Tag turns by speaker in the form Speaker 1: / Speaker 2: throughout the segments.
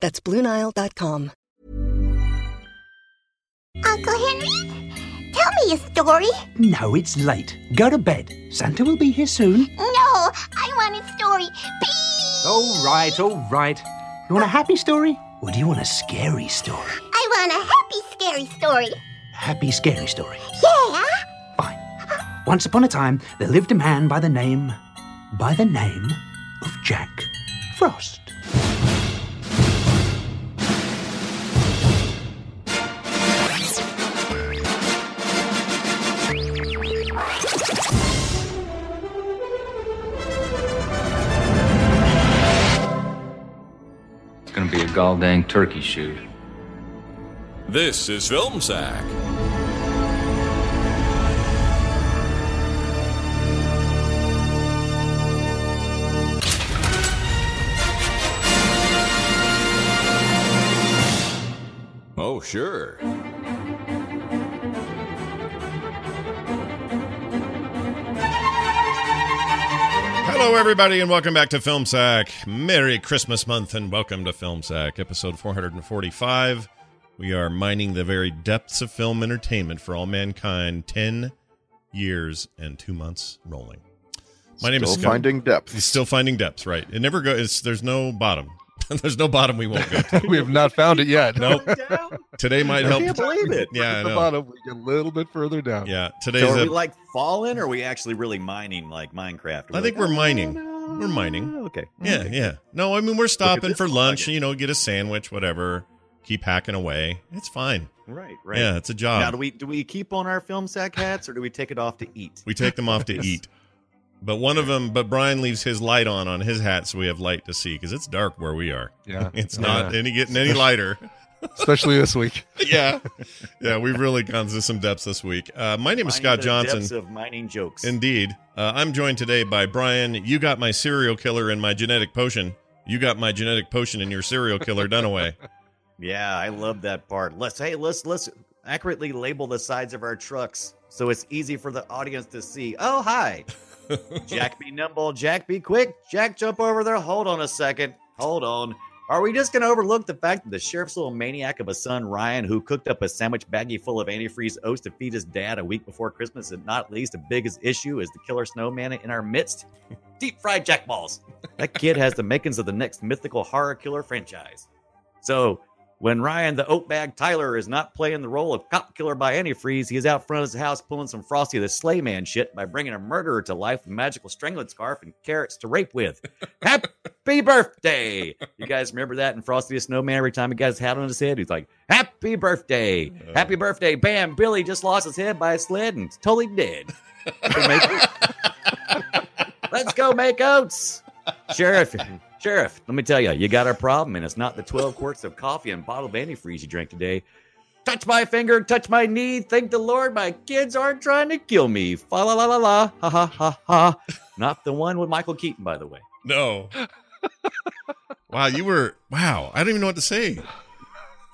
Speaker 1: That's BlueNile.com.
Speaker 2: Uncle Henry, tell me a story.
Speaker 3: No, it's late. Go to bed. Santa will be here soon.
Speaker 2: No, I want a story. Please.
Speaker 3: All right, all right. You want a happy story? Or do you want a scary story?
Speaker 2: I want a happy, scary story.
Speaker 3: Happy, scary story.
Speaker 2: Yeah?
Speaker 3: Fine. Once upon a time, there lived a man by the name. by the name of Jack Frost.
Speaker 4: It's gonna be a gall dang turkey shoot.
Speaker 5: This is Film Sack. Oh, sure.
Speaker 6: Hello, everybody, and welcome back to Film Sack. Merry Christmas month, and welcome to Film Sack, episode 445. We are mining the very depths of film entertainment for all mankind, 10 years and two months rolling. My name is
Speaker 7: Still
Speaker 6: Scott.
Speaker 7: finding depth.
Speaker 6: It's still finding depths, right? It never goes, there's no bottom. there's no bottom we won't go to.
Speaker 7: we have not found it yet.
Speaker 6: Nope. Today might
Speaker 8: I
Speaker 6: help.
Speaker 8: can't believe it.
Speaker 6: Yeah, I
Speaker 7: At the
Speaker 6: know.
Speaker 7: bottom, we get a little bit further down.
Speaker 6: Yeah,
Speaker 8: So
Speaker 6: today's.
Speaker 8: are we
Speaker 6: ep-
Speaker 8: like falling or are we actually really mining like Minecraft?
Speaker 6: I
Speaker 8: like,
Speaker 6: think we're mining.
Speaker 8: "Oh,
Speaker 6: We're mining.
Speaker 8: oh, Okay.
Speaker 6: Yeah,
Speaker 8: Okay.
Speaker 6: yeah. No, I mean we're stopping
Speaker 8: this
Speaker 6: for
Speaker 8: one,
Speaker 6: lunch.
Speaker 8: like it.
Speaker 6: You know, get a sandwich, whatever. Keep hacking away. It's fine.
Speaker 8: Right, right.
Speaker 6: Yeah, it's uh, a job.
Speaker 8: Now do we do we keep on our film sack hats or do we take it off to eat?
Speaker 6: We take them off to
Speaker 8: Yes.
Speaker 6: eat. But one of them, but Brian leaves his light on on his hat, so we have light to see because it's dark where we are.
Speaker 7: Yeah.
Speaker 6: It's
Speaker 7: Yeah.
Speaker 6: not any getting any lighter.
Speaker 7: Especially this week.
Speaker 6: yeah, yeah. We've really gone to some depths this week. Uh, my name is
Speaker 8: Mining
Speaker 6: Scott
Speaker 8: the
Speaker 6: Johnson.
Speaker 8: depths of mining jokes.
Speaker 6: Indeed. Uh, I'm joined today by Brian. You got my serial killer and my genetic potion. You got my genetic potion and your serial killer Dunaway.
Speaker 8: yeah, I love that part. Let's hey, let's let's accurately label the sides of our trucks so it's easy for the audience to see. Oh hi. Jack be nimble, Jack be quick, Jack jump over there. Hold on a second. Hold on. Are we just going to overlook the fact that the sheriff's little maniac of a son, Ryan, who cooked up a sandwich baggie full of antifreeze oats to feed his dad a week before Christmas, and not least the biggest issue is the killer snowman in our midst? Deep fried jack balls. That kid has the makings of the next mythical horror killer franchise. So when Ryan the oat bag Tyler is not playing the role of cop killer by antifreeze, he is out front of his house pulling some Frosty the Sleigh Man shit by bringing a murderer to life with magical strangling scarf and carrots to rape with. Happy birthday! You guys remember that in Frosty the Snowman? Every time he got his hat on his head, he's like, "Happy birthday! Happy birthday!" Bam! Billy just lost his head by a sled and is totally dead. Let's go make oats. Sheriff, Sheriff, let me tell you, you got a problem, and it's not the 12 quarts of coffee and bottle of antifreeze you drank today. Touch my finger, touch my knee. Thank the Lord, my kids aren't trying to kill me. Fa la la la la, ha ha ha ha. Not the one with Michael Keaton, by the way.
Speaker 6: No. wow, you were wow. I don't even know what to say.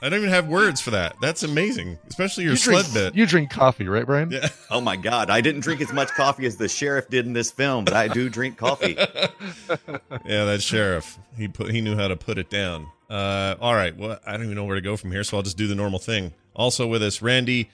Speaker 6: I don't even have words for that. That's amazing, especially your
Speaker 7: you,
Speaker 6: sled
Speaker 7: drink,
Speaker 6: bit.
Speaker 7: you drink coffee, right, Brian?
Speaker 6: yeah.
Speaker 8: Oh my God, I didn't drink as much coffee as the sheriff did in this film, but I do drink coffee.
Speaker 6: yeah, that sheriff. He put he knew how to put it down. Uh, all right. Well, I don't even know where to go from here, so I'll just do the normal thing. Also with us, Randy.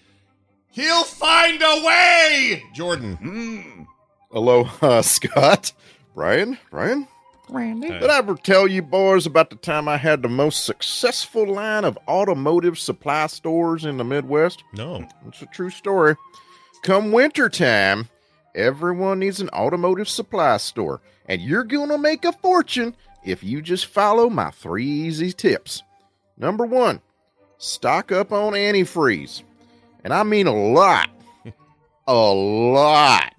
Speaker 6: He'll find a way, Jordan.
Speaker 9: Hmm.
Speaker 8: Mm.
Speaker 7: Aloha, Scott. Brian? Brian?
Speaker 9: Randy.
Speaker 6: Okay.
Speaker 9: Did I ever tell you boys about the time I had the most successful line of automotive supply stores in the Midwest?
Speaker 6: No.
Speaker 9: It's a true story. Come wintertime, everyone needs an automotive supply store, and you're going to make a fortune if you just follow my three easy tips. Number one, stock up on antifreeze. And I mean a lot. a lot.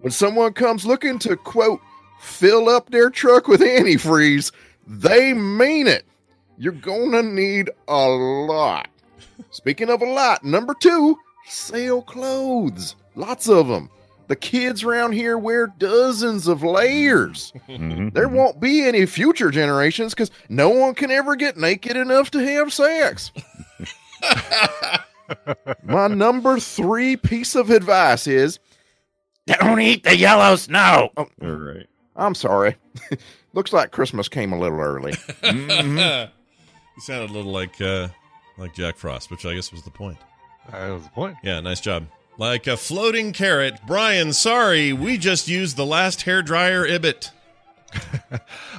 Speaker 9: When someone comes looking to, quote, fill up their truck with antifreeze, they mean it. You're going to need a lot. Speaking of a lot, number two, sell clothes. Lots of them. The kids around here wear dozens of layers.
Speaker 7: Mm-hmm.
Speaker 9: There
Speaker 6: Mm-hmm.
Speaker 9: won't be any future generations because no one can ever get naked enough to have sex. My number three piece of advice is don't eat the yellow snow. Oh,
Speaker 6: All right.
Speaker 9: I'm sorry. Looks like Christmas came a little early.
Speaker 6: Mm-hmm. you sounded a little like uh, like Jack Frost, which I guess was the point.
Speaker 7: Uh, That was the point.
Speaker 6: Yeah, nice job. Like a floating carrot, Brian. Sorry, we just used the last hairdryer ibit.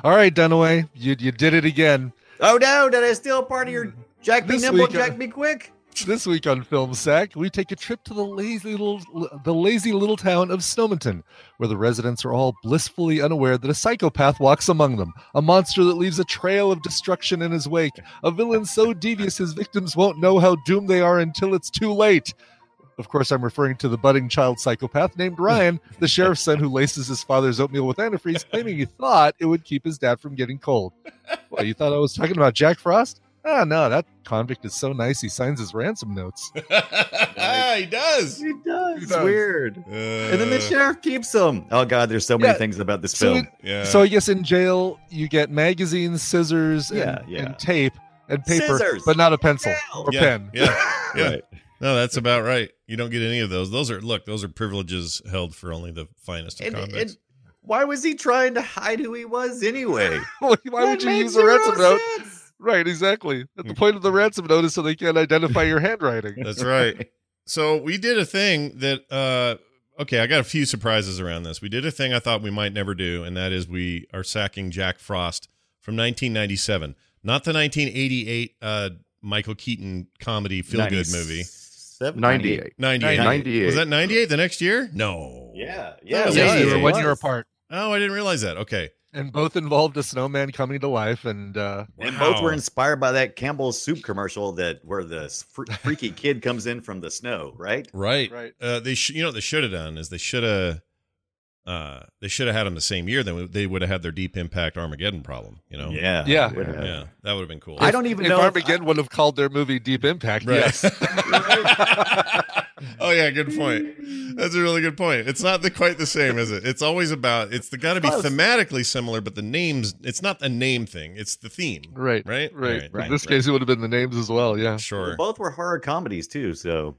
Speaker 7: All right, Dunaway, you you did it again.
Speaker 8: Oh no, did I steal part of your Jack Be
Speaker 7: This
Speaker 8: Nimble,
Speaker 7: week, uh,
Speaker 8: Jack Be Quick?
Speaker 7: This week on Film Sack, we take a trip to the lazy little the lazy little town of Snowminton, where the residents are all blissfully unaware that a psychopath walks among them, a monster that leaves a trail of destruction in his wake, a villain so devious his victims won't know how doomed they are until it's too late. Of course, I'm referring to the budding child psychopath named Ryan, the sheriff's son who laces his father's oatmeal with antifreeze, claiming he thought it would keep his dad from getting cold. Well, you thought I was talking about Jack Frost? Ah, no, that convict is so nice. He signs his ransom notes.
Speaker 6: he does.
Speaker 8: He does.
Speaker 7: He
Speaker 8: It's
Speaker 7: does.
Speaker 8: weird. and then the
Speaker 6: Uh,
Speaker 8: sheriff keeps them. Oh god, there's so many
Speaker 7: Yeah.
Speaker 8: things about this
Speaker 7: So
Speaker 8: film.
Speaker 6: Yeah.
Speaker 7: So I guess in jail you get magazines, scissors, and,
Speaker 8: Yeah, yeah.
Speaker 7: and tape and paper,
Speaker 8: Scissors.
Speaker 7: but not a pencil or
Speaker 6: yeah,
Speaker 7: pen.
Speaker 6: Yeah. Yeah. No, that's about right. You don't get any of those. Those are look. Those are privileges held for only the finest of
Speaker 8: And,
Speaker 6: convicts.
Speaker 8: and why was he trying to hide who he was anyway?
Speaker 7: Why would
Speaker 8: That
Speaker 7: you
Speaker 8: made
Speaker 7: use a
Speaker 8: zero
Speaker 7: ransom note?
Speaker 8: sense.
Speaker 7: Right, exactly. At the point of the ransom note is so they can't identify your handwriting.
Speaker 6: Mm. That's right. So we did a thing that uh okay, I got a few surprises around this. We did a thing I thought we might never do, and that is we are sacking Jack Frost from 1997, not the 1988 uh Michael Keaton comedy feel good movie.
Speaker 9: 98.
Speaker 6: 98.
Speaker 9: 98.
Speaker 6: Was that 98 the next year? No.
Speaker 8: Yeah,
Speaker 6: That
Speaker 8: yeah.
Speaker 6: was
Speaker 8: it
Speaker 7: yeah,
Speaker 8: was.
Speaker 7: you were
Speaker 6: easy.
Speaker 7: one year apart,
Speaker 6: Oh, I didn't realize that. Okay.
Speaker 7: and both involved a snowman coming to life. And uh,
Speaker 8: And both were
Speaker 6: Wow.
Speaker 8: inspired by that Campbell's soup commercial that where the s- fr- freaky kid comes in from the snow, right?
Speaker 6: Right.
Speaker 7: Right.
Speaker 6: Uh, they sh- you know what they should have done is they should have uh they should have had them the same year then they would have had their deep impact Armageddon problem, you know.
Speaker 8: Yeah.
Speaker 7: Yeah.
Speaker 8: Would have.
Speaker 6: Yeah. That would have been cool.
Speaker 8: I don't even
Speaker 7: if
Speaker 8: know. if I-
Speaker 7: Armageddon would have called their movie Deep Impact,
Speaker 6: Right.
Speaker 7: yes.
Speaker 6: oh yeah, good point. That's a really good point. It's not the, quite the same, is it? It's always about it's got to be
Speaker 8: Close.
Speaker 6: thematically similar, but the names. It's not a name thing. It's the theme.
Speaker 7: Right,
Speaker 6: Right?
Speaker 7: right.
Speaker 6: Right,
Speaker 7: In
Speaker 8: right,
Speaker 7: this
Speaker 8: right.
Speaker 7: case, it would have been the names as well. Yeah.
Speaker 6: Sure.
Speaker 8: Both were horror comedies too, so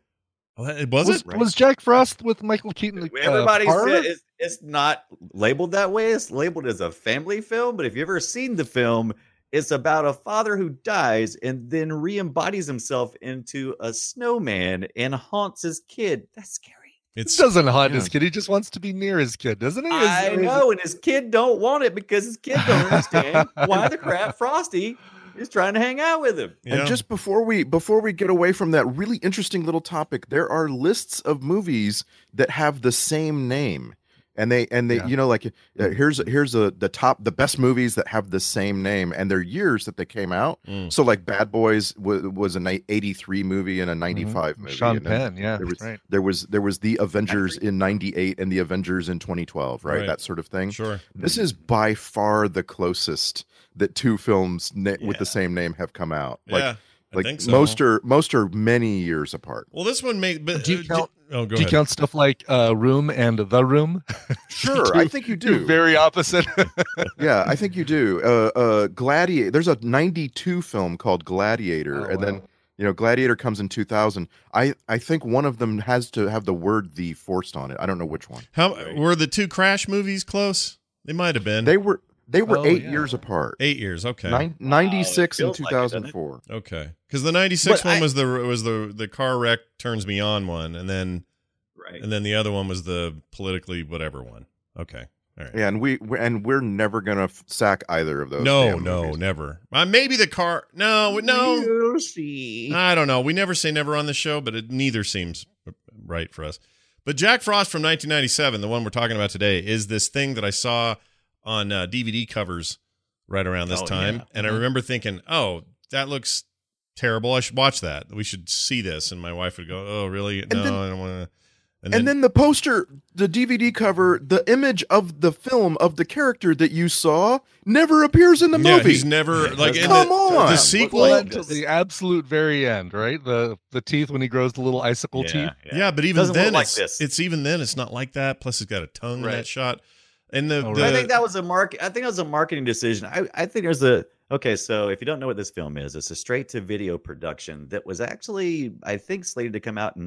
Speaker 6: Oh, that- was
Speaker 7: was,
Speaker 6: it?
Speaker 8: Right.
Speaker 7: was Jack Frost with Michael Keaton? like, uh,
Speaker 8: everybody
Speaker 7: horror?
Speaker 8: said it's, it's not labeled that way. It's labeled as a family film, but if you've ever seen the film, it's about a father who dies and then re-embodies himself into a snowman and haunts his kid. That's scary.
Speaker 7: He
Speaker 6: It's
Speaker 7: doesn't haunt
Speaker 9: Yeah.
Speaker 7: his kid. He just wants to be near his kid, doesn't he? Is-
Speaker 8: I
Speaker 7: or is
Speaker 8: know, Oh, and his kid don't want it because his kid don't understand why the crap Frosty is trying to hang out with him.
Speaker 6: you know?
Speaker 9: And just before we before we get away from that really interesting little topic, there are lists of movies that have the same name, and they and they
Speaker 7: Yeah. Mm.
Speaker 9: you know like uh, here's here's the the top the best movies that have the same name and their years that they came out.
Speaker 6: Mm.
Speaker 9: So like Bad Boys wa- was an eighty three movie and a ninety
Speaker 7: it
Speaker 9: movie.
Speaker 7: Mm-hmm. Sean
Speaker 9: and then
Speaker 7: Penn, yeah.
Speaker 9: There was,
Speaker 7: right.
Speaker 9: there was there was the Avengers in ninety eight and the Avengers in twenty twelve, right?
Speaker 6: Right.
Speaker 9: That sort of thing.
Speaker 6: sure.
Speaker 9: This is by far the closest that two films na- with the same name have come out. Like
Speaker 6: yeah. I
Speaker 9: like
Speaker 6: think so.
Speaker 9: most are most are many years apart.
Speaker 6: Well, this one made. But,
Speaker 7: Do you
Speaker 6: uh,
Speaker 7: count-
Speaker 6: oh, go
Speaker 7: Do you
Speaker 6: ahead.
Speaker 7: count stuff like uh, Room and The Room?
Speaker 9: Sure, I think you
Speaker 7: Two
Speaker 9: do.
Speaker 7: very opposite.
Speaker 9: yeah, I think you do. Uh, uh, Gladiator. There's a '92 film called Gladiator,
Speaker 7: Oh,
Speaker 9: and then
Speaker 7: wow.
Speaker 9: you know Gladiator comes in 2000. I I think one of them has to have the word "the" forced on it. I don't know which one.
Speaker 6: How were the two Crash movies close? They might have been.
Speaker 9: They were they were
Speaker 7: Oh,
Speaker 9: eight
Speaker 7: yeah.
Speaker 9: years apart.
Speaker 6: eight years. Okay.
Speaker 9: Nine, 96 and
Speaker 8: feels like Oh, it, doesn't it?
Speaker 9: 2004.
Speaker 6: Okay. Because the '96
Speaker 8: But
Speaker 6: one
Speaker 8: I-
Speaker 6: was the was the the car wreck turns me on one, and then
Speaker 8: Right.
Speaker 6: and then the other one was the politically whatever one. Okay. right.
Speaker 9: And we we- and we're never gonna f- sack either of those.
Speaker 6: No,
Speaker 9: damn
Speaker 6: no,
Speaker 9: movies.
Speaker 6: never. Uh, maybe the car. No, no.
Speaker 8: We'll see.
Speaker 6: I don't know. We never say never on the show, but it neither seems right for us. But Jack Frost from 1997, the one we're talking about today, is this thing that I saw on uh, DVD covers right around this
Speaker 8: Oh,
Speaker 6: time,
Speaker 8: yeah.
Speaker 6: and I
Speaker 8: Mhm.
Speaker 6: remember thinking, "Oh, that looks terrible. I should watch that. We should see this." And my wife would go, "Oh, really? no,
Speaker 9: then-
Speaker 6: I don't want to."
Speaker 9: And, then, the poster, the DVD cover, the image of the film of the character that you saw never appears in the
Speaker 6: yeah,
Speaker 9: movie.
Speaker 6: he's never like in
Speaker 9: Come
Speaker 6: the,
Speaker 9: on.
Speaker 6: the
Speaker 9: Look
Speaker 6: sequel.
Speaker 9: like
Speaker 7: until the absolute very end, right? The the teeth when he grows the little icicle teeth.
Speaker 6: Yeah, but even
Speaker 8: Doesn't look
Speaker 6: then,
Speaker 8: like
Speaker 6: it's,
Speaker 8: this.
Speaker 6: it's even then it's not like that. Plus, it's got a tongue in that
Speaker 7: Right.
Speaker 6: shot. And the,
Speaker 7: Oh,
Speaker 6: the
Speaker 8: I
Speaker 7: right.
Speaker 8: think that was a mark. I think that was a marketing decision. I, I think there's a okay. So if you don't know what this film is, it's a straight to video production that was actually I think slated to come out in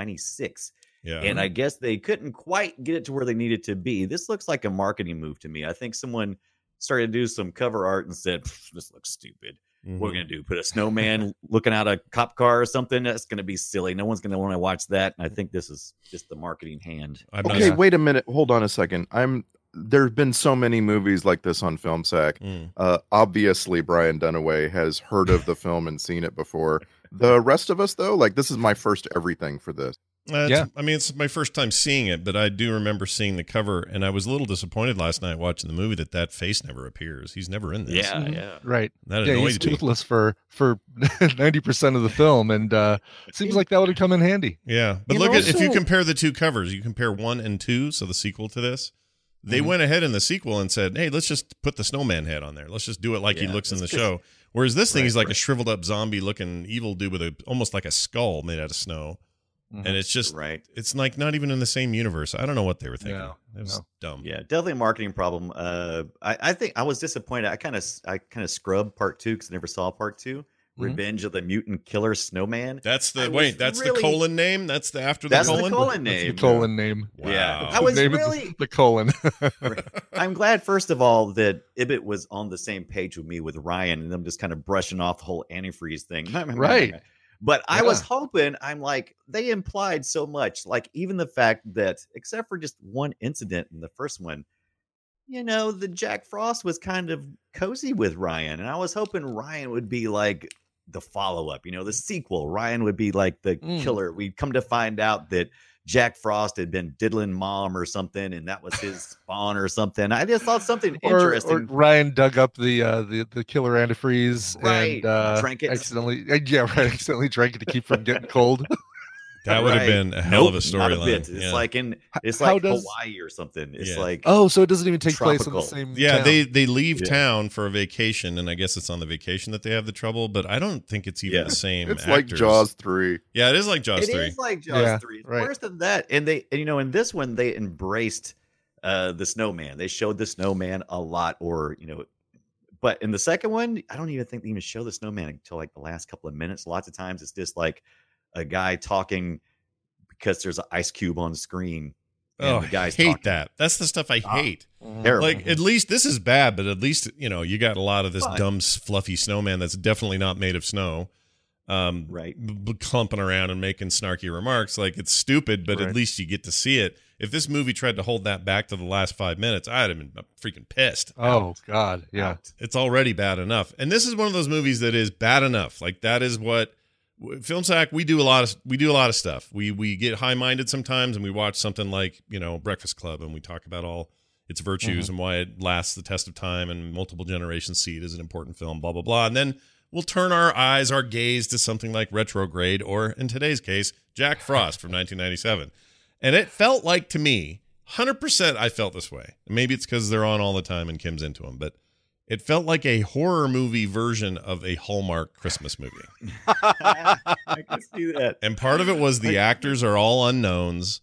Speaker 8: 1996,
Speaker 6: yeah,
Speaker 8: and I guess they couldn't quite get it to where they needed to be. This looks like a marketing move to me. I think someone started to do some cover art and said, "Pff, "This looks stupid.
Speaker 6: Mhm.
Speaker 8: What are we gonna do? Put a snowman looking out a cop car or something? That's gonna be silly. No one's gonna want to watch that." And I think this is just the marketing hand.
Speaker 6: I'm not-
Speaker 9: Okay, wait a minute. Hold on a second. I'm there've been so many movies like this on FilmSack.
Speaker 6: Mm.
Speaker 9: Uh, obviously, Brian Dunaway has heard of the film and seen it before. The rest of us, though, like this is my first everything for this.
Speaker 6: Uh, it's-
Speaker 7: Yeah.
Speaker 6: I mean, it's my first time seeing it, but I do remember seeing the cover, and I was a little disappointed last night watching the movie that that face never appears. He's never in this.
Speaker 8: Yeah,
Speaker 7: Mhm.
Speaker 8: yeah.
Speaker 7: Right.
Speaker 6: that
Speaker 7: yeah, he's
Speaker 6: annoyed me.
Speaker 7: toothless for for ninety percent of the film, and uh seems like that would have come in handy.
Speaker 6: Yeah, but
Speaker 9: And
Speaker 6: look at if you
Speaker 9: also-
Speaker 6: compare the two covers, you compare one and two, so the sequel to this. They
Speaker 8: Mm-hmm.
Speaker 7: Mhm.
Speaker 6: went ahead in the sequel and said, "Hey, let's just put the snowman head on there. Let's just do it like he
Speaker 8: Yeah,
Speaker 6: looks in the
Speaker 8: let's
Speaker 6: show." Whereas this thing,
Speaker 8: Right,
Speaker 6: he's like a
Speaker 8: right.
Speaker 6: shriveled up zombie looking evil dude with a almost like a skull made out of snow, and it's just
Speaker 8: Right.
Speaker 6: it's like not even in the same universe. I don't know what they were thinking.
Speaker 7: No,
Speaker 6: it was
Speaker 7: no.
Speaker 6: dumb.
Speaker 8: Yeah, definitely a marketing problem. Uh, I, I think I was disappointed. I kind of I kind of scrubbed part two because I never saw part 2
Speaker 7: Mm-hmm.
Speaker 8: Revenge of the Mutant Killer Snowman.
Speaker 6: That's the
Speaker 8: I was
Speaker 6: wait. That's the
Speaker 8: really-
Speaker 6: colon name. That's the after the
Speaker 8: That's
Speaker 6: colon.
Speaker 8: the colon
Speaker 7: That's
Speaker 8: name.
Speaker 7: the colon name.
Speaker 8: Yeah,
Speaker 6: Wow.
Speaker 8: I was
Speaker 7: the name of
Speaker 8: really.
Speaker 7: the, the colon.
Speaker 8: I'm glad, first of all, that Ibbot was on the same page with me with Ryan and them just kind of brushing off the whole antifreeze thing.
Speaker 7: Right.
Speaker 8: But I was
Speaker 7: Yeah.
Speaker 8: hoping, I'm like, they implied so much. Like, even the fact that, except for just one incident in the first one, you know, the Jack Frost was kind of cozy with Ryan. And I was hoping Ryan would be like the follow up, you know, the sequel. Ryan would be like the
Speaker 7: Mm.
Speaker 8: killer. We'd come to find out that Jack Frost had been diddling mom or something, and that was his spawn or something. I just thought something
Speaker 7: or,
Speaker 8: interesting.
Speaker 7: or Ryan dug up the uh, the the killer antifreeze
Speaker 8: Right.
Speaker 7: and uh,
Speaker 8: Drank it.
Speaker 7: accidentally. Yeah, right. Accidentally drank it to keep from getting cold.
Speaker 6: that would have
Speaker 8: Right.
Speaker 6: been a hell of a
Speaker 8: Nope, not
Speaker 6: storyline.
Speaker 8: bit. It's
Speaker 6: yeah.
Speaker 8: like in it's
Speaker 7: How
Speaker 8: like
Speaker 7: does-
Speaker 8: Hawaii or something. It's
Speaker 6: Yeah.
Speaker 8: like
Speaker 7: Oh, so it doesn't even take
Speaker 8: Tropical.
Speaker 7: place in the same.
Speaker 6: yeah,
Speaker 7: town.
Speaker 6: they they leave
Speaker 8: Yeah.
Speaker 6: town for a vacation, and I guess it's on the vacation that they have the trouble. But I don't think it's even
Speaker 8: Yeah.
Speaker 6: the same.
Speaker 9: It's like
Speaker 6: actors.
Speaker 9: Jaws three.
Speaker 6: Yeah, it is like Jaws
Speaker 8: It is
Speaker 6: three.
Speaker 8: like Jaws
Speaker 7: Yeah,
Speaker 8: three. It's
Speaker 7: right.
Speaker 8: worse than that. And they, and, you know, in this one they embraced uh the snowman. They showed the snowman a lot, or you know, but in the second one, I don't even think they even show the snowman until like the last couple of minutes. Lots of times it's just like a guy talking because there's an ice cube on the screen. And
Speaker 6: oh,
Speaker 8: the guy's
Speaker 6: I hate
Speaker 8: talking.
Speaker 6: that. That's the stuff I
Speaker 8: Ah,
Speaker 6: hate.
Speaker 8: Terrible.
Speaker 6: Like at least this is bad, but at least you know you got a lot of this
Speaker 8: Fine.
Speaker 6: dumb, s- fluffy snowman that's definitely not made of snow. Um,
Speaker 8: Right.
Speaker 6: b- b- clumping around and making snarky remarks like it's stupid, but at
Speaker 8: Right.
Speaker 6: least you get to see it. If this movie tried to hold that back to the last five minutes, I'd have been uh, freaking pissed.
Speaker 7: Oh God, yeah.
Speaker 6: it's already bad enough. And this is one of those movies that is bad enough. Like that is what film sack we do a lot of we do a lot of stuff. We we get high-minded sometimes and we watch something like, you know, Breakfast Club and we talk about all its virtues and why it lasts the test of time and multiple generations see it as an important film, blah blah blah. And then we'll turn our eyes, our gaze to something like Retrograde or in today's case, Jack Frost from 1997. And it felt like to me, 100% I felt this way. Maybe it's cuz they're on all the time and Kim's into them, but it felt like a horror movie version of a Hallmark Christmas movie.
Speaker 8: I can see that.
Speaker 6: And part of it was the actors are all unknowns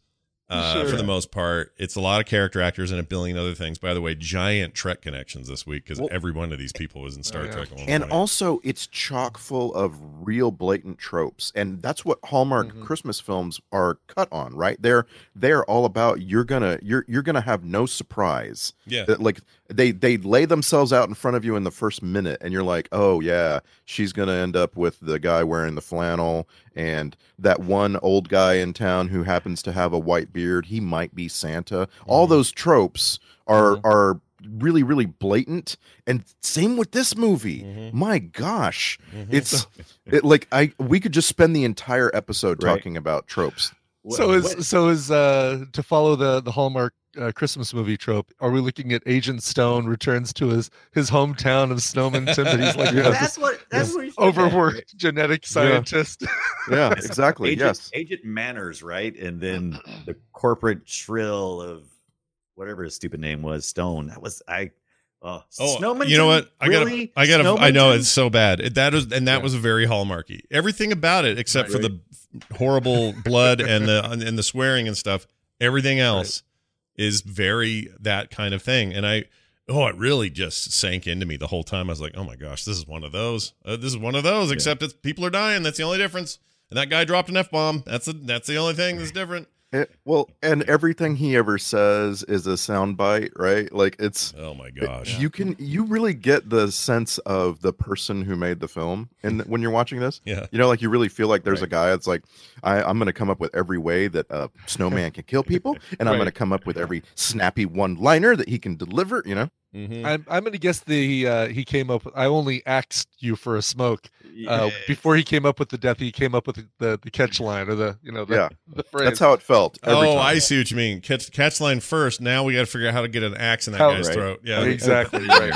Speaker 6: uh,
Speaker 7: Sure.
Speaker 6: for the most part. It's a lot of character actors and a billion other things. By the way, giant Trek connections this week because
Speaker 9: Well-
Speaker 6: every one of these people was in Star
Speaker 7: Oh, yeah.
Speaker 6: Trek. at one
Speaker 9: And
Speaker 6: point.
Speaker 9: also, it's chock full of real blatant tropes, and that's what Hallmark
Speaker 7: Mhm.
Speaker 9: Christmas films are cut on, right? They're they're all about you're gonna you're you're gonna have no surprise.
Speaker 6: yeah,
Speaker 9: That, Like they they lay themselves out in front of you in the first minute, and you're like, oh yeah, she's gonna end up with the guy wearing the flannel, and that one old guy in town who happens to have a white beard, he might be Santa. All
Speaker 6: Mhm.
Speaker 9: those tropes are are really really blatant and same with this movie my gosh it's
Speaker 6: Mm-hmm.
Speaker 9: it, like i we could just spend the entire episode
Speaker 7: Right.
Speaker 9: talking about tropes
Speaker 7: So is so is uh to follow the the Hallmark uh, Christmas movie trope? Are we looking at Agent Stone returns to his his hometown of Snowmanton? But he's like
Speaker 8: Yeah.
Speaker 7: uh,
Speaker 8: That's what- that's
Speaker 7: this
Speaker 8: what he should have.
Speaker 7: overworked genetic scientist.
Speaker 9: yeah
Speaker 8: It's
Speaker 9: exactly
Speaker 8: Agent,
Speaker 9: yes
Speaker 8: Agent Manners, right? And then the corporate shrill of whatever his stupid name was, Stone. That was I. Uh,
Speaker 6: Oh,
Speaker 8: Snowman.
Speaker 6: you know what? I gotta,
Speaker 8: Really?
Speaker 6: I gotta, I know
Speaker 8: Snowmanton?
Speaker 6: it's so bad. It, that is, and that was very hallmarky. Everything about it, except for the horrible blood and the and the swearing and stuff. Everything else is very that kind of thing. And I, oh, it really just sank into me the whole time. I was like, oh my gosh, this is one of those. Uh, this is one of those. Except it's people are dying. That's the only difference. And that guy dropped an f bomb. That's the that's the only thing that's different.
Speaker 9: It- well, and everything he ever says is a soundbite, right? Like it's
Speaker 6: Oh my gosh.
Speaker 9: you can you really get the sense of the person who made the film, and when you're watching this,
Speaker 6: Yeah.
Speaker 9: you know, like you really feel like there's a guy. that's like I, I'm going to come up with every way that a snowman can kill people, and I'm going to
Speaker 6: Right.
Speaker 9: come up with every snappy one-liner that he can deliver. You know,
Speaker 6: Mm-hmm.
Speaker 7: I'm I'm gonna guess the uh, he came up. With, I only axed you for a smoke uh,
Speaker 8: Yeah.
Speaker 7: before he came up with the death. He came up with the, the, catch line or the you know the,
Speaker 9: Yeah.
Speaker 7: the phrase.
Speaker 9: that's how it felt. every
Speaker 6: oh,
Speaker 9: time.
Speaker 6: I see what you mean. Catch catch line first. Now we got to figure out how to get an axe in that
Speaker 7: How-
Speaker 6: guy's
Speaker 9: right.
Speaker 6: throat. Yeah,
Speaker 7: exactly right.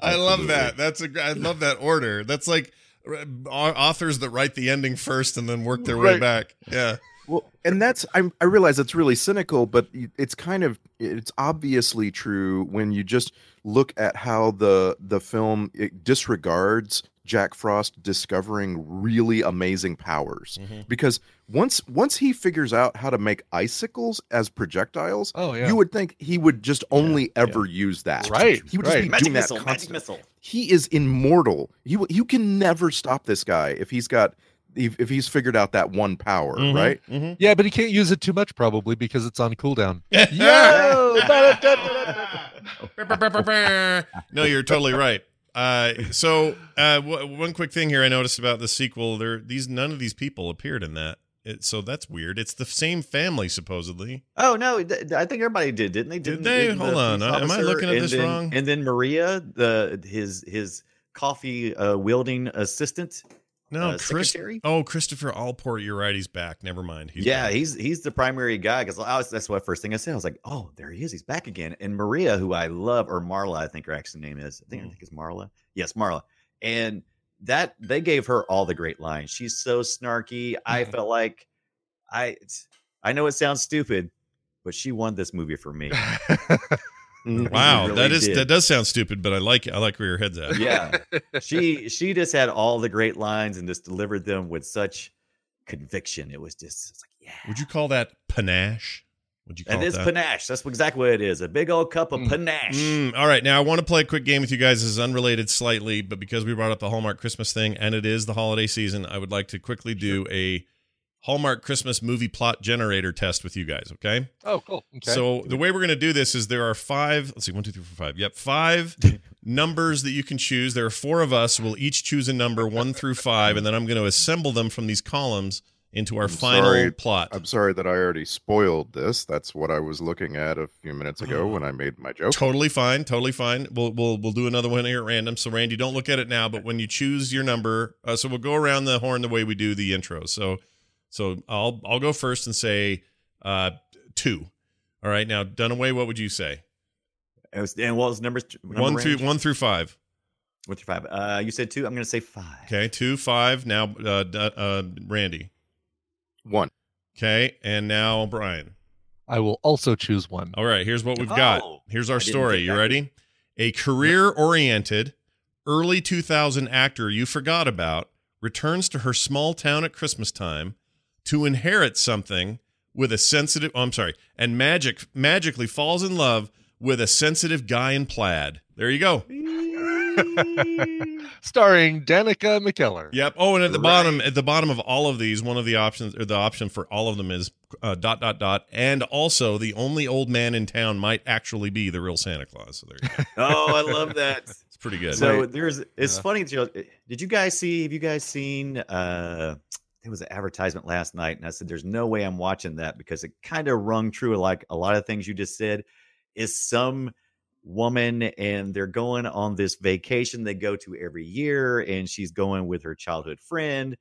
Speaker 6: I love
Speaker 9: Absolutely.
Speaker 6: that. That's a gr- I love that order. That's like r- au- authors that write the ending first and then work their way
Speaker 7: Right.
Speaker 6: back. Yeah,
Speaker 9: Well, and that's I, I realize it's really cynical, but y- it's kind of it's obviously true when you just look at how the the film it disregards Jack Frost discovering really amazing powers
Speaker 7: Mm-hmm.
Speaker 6: Mm-hmm.
Speaker 9: because once once he figures out how to make icicles as projectiles,
Speaker 7: Oh, yeah.
Speaker 9: you would think he would just only ever use that,
Speaker 7: Right,
Speaker 9: He would
Speaker 7: right.
Speaker 9: just be
Speaker 8: Magic
Speaker 9: doing
Speaker 8: missile,
Speaker 9: that
Speaker 8: magic
Speaker 9: constantly
Speaker 8: missile.
Speaker 9: he is immortal. You you can never stop this guy if he's got if, if he's figured out that one power, right?
Speaker 7: Yeah, but he can't use it too much probably because it's on cooldown.
Speaker 6: no, you're totally right. Uh, so uh, w- one quick thing here I noticed about the sequel: there these none of these people appeared in that. It, so that's weird. It's the same family supposedly.
Speaker 8: Oh no! th- th- I think everybody did, didn't they? Didn't,
Speaker 6: they?
Speaker 8: didn't the
Speaker 6: Hold on,
Speaker 8: police
Speaker 6: I- am I
Speaker 8: officer
Speaker 6: looking at
Speaker 8: and
Speaker 6: this
Speaker 8: then-
Speaker 6: wrong?
Speaker 8: And then Maria, the his his coffee uh, wielding assistant.
Speaker 6: No,
Speaker 8: Uh,
Speaker 6: Chris-
Speaker 8: secretary?
Speaker 6: Oh, Christopher Allport. You're right. He's back. Never mind. He's
Speaker 8: yeah,
Speaker 6: back.
Speaker 8: he's he's the primary guy because that's what first thing I said. I was like, oh, there he is. He's back again. And Maria, who I love, or Marla, I think her actual name is. I think
Speaker 6: Mm.
Speaker 8: I think it's Marla. Yes, Marla. And that they gave her all the great lines. She's so snarky. I
Speaker 6: Mm-hmm.
Speaker 8: felt like I I know it sounds stupid, but she won this movie for me.
Speaker 6: Wow,
Speaker 8: really
Speaker 6: that is
Speaker 8: did.
Speaker 6: that does sound stupid, but I like I like where your head's at.
Speaker 8: yeah she she just had all the great lines and just delivered them with such conviction it was just it's like yeah
Speaker 6: Would you call that panache? Would you call
Speaker 8: and
Speaker 6: it
Speaker 8: it's
Speaker 6: Oh, that?
Speaker 8: panache that's exactly what it is a big old cup of panache
Speaker 6: Mm, all right, now I want to play a quick game with you guys. This is unrelated slightly, but because we brought up the Hallmark Christmas thing and it is the holiday season, I would like to quickly do a Hallmark Christmas movie plot generator test with you guys. Okay.
Speaker 7: Oh, cool. Okay.
Speaker 6: So the way we're going to do this is there are five. Let's see, one, two, three, four, five. Yep, five numbers that you can choose. There are four of us. We'll each choose a number one through five, and then I'm going to assemble them from these columns into our
Speaker 9: I'm
Speaker 6: final
Speaker 9: sorry.
Speaker 6: plot.
Speaker 9: I'm sorry that I already spoiled this. That's what I was looking at a few minutes ago when I made my joke.
Speaker 6: Totally fine. Totally fine. We'll we'll we'll do another one here at random. So Randy, don't look at it now, but when you choose your number, uh, so we'll go around the horn the way we do the intro. So so I'll I'll go first and say uh two. All right. Now Dunaway, what would you say?
Speaker 8: It was- and what was numbers number
Speaker 6: one
Speaker 8: range?
Speaker 6: through one through five.
Speaker 8: what's your five uh you said two i'm gonna say five
Speaker 6: Okay, two five. Now uh, D- uh Randy.
Speaker 9: One.
Speaker 6: Okay, and now Brian.
Speaker 7: I will also choose one.
Speaker 6: All right, here's what we've got.
Speaker 8: Oh,
Speaker 6: Here's
Speaker 8: I
Speaker 6: our
Speaker 8: didn't
Speaker 6: story.
Speaker 8: get
Speaker 6: You
Speaker 8: that.
Speaker 6: ready? A career oriented, early 2000 actor you forgot about returns to her small town at Christmas time to inherit something with a sensitive, oh, I'm sorry, and magic magically falls in love with a sensitive guy in plaid. There you go.
Speaker 7: Starring Danica McKellar.
Speaker 6: Yep. Oh, and at the bottom, at the bottom of all of these, one of the options or the option for all of them is uh, dot dot dot, and also the only old man in town might actually be the real Santa Claus. So there you go.
Speaker 8: oh i love that
Speaker 6: It's pretty good.
Speaker 8: so there's it's funny that you- did you guys see have you guys seen uh there was an advertisement last night and i said there's no way i'm watching that because it kind of rung true like a lot of things you just said is some woman and they're going on this vacation they go to every year and she's going with her childhood friend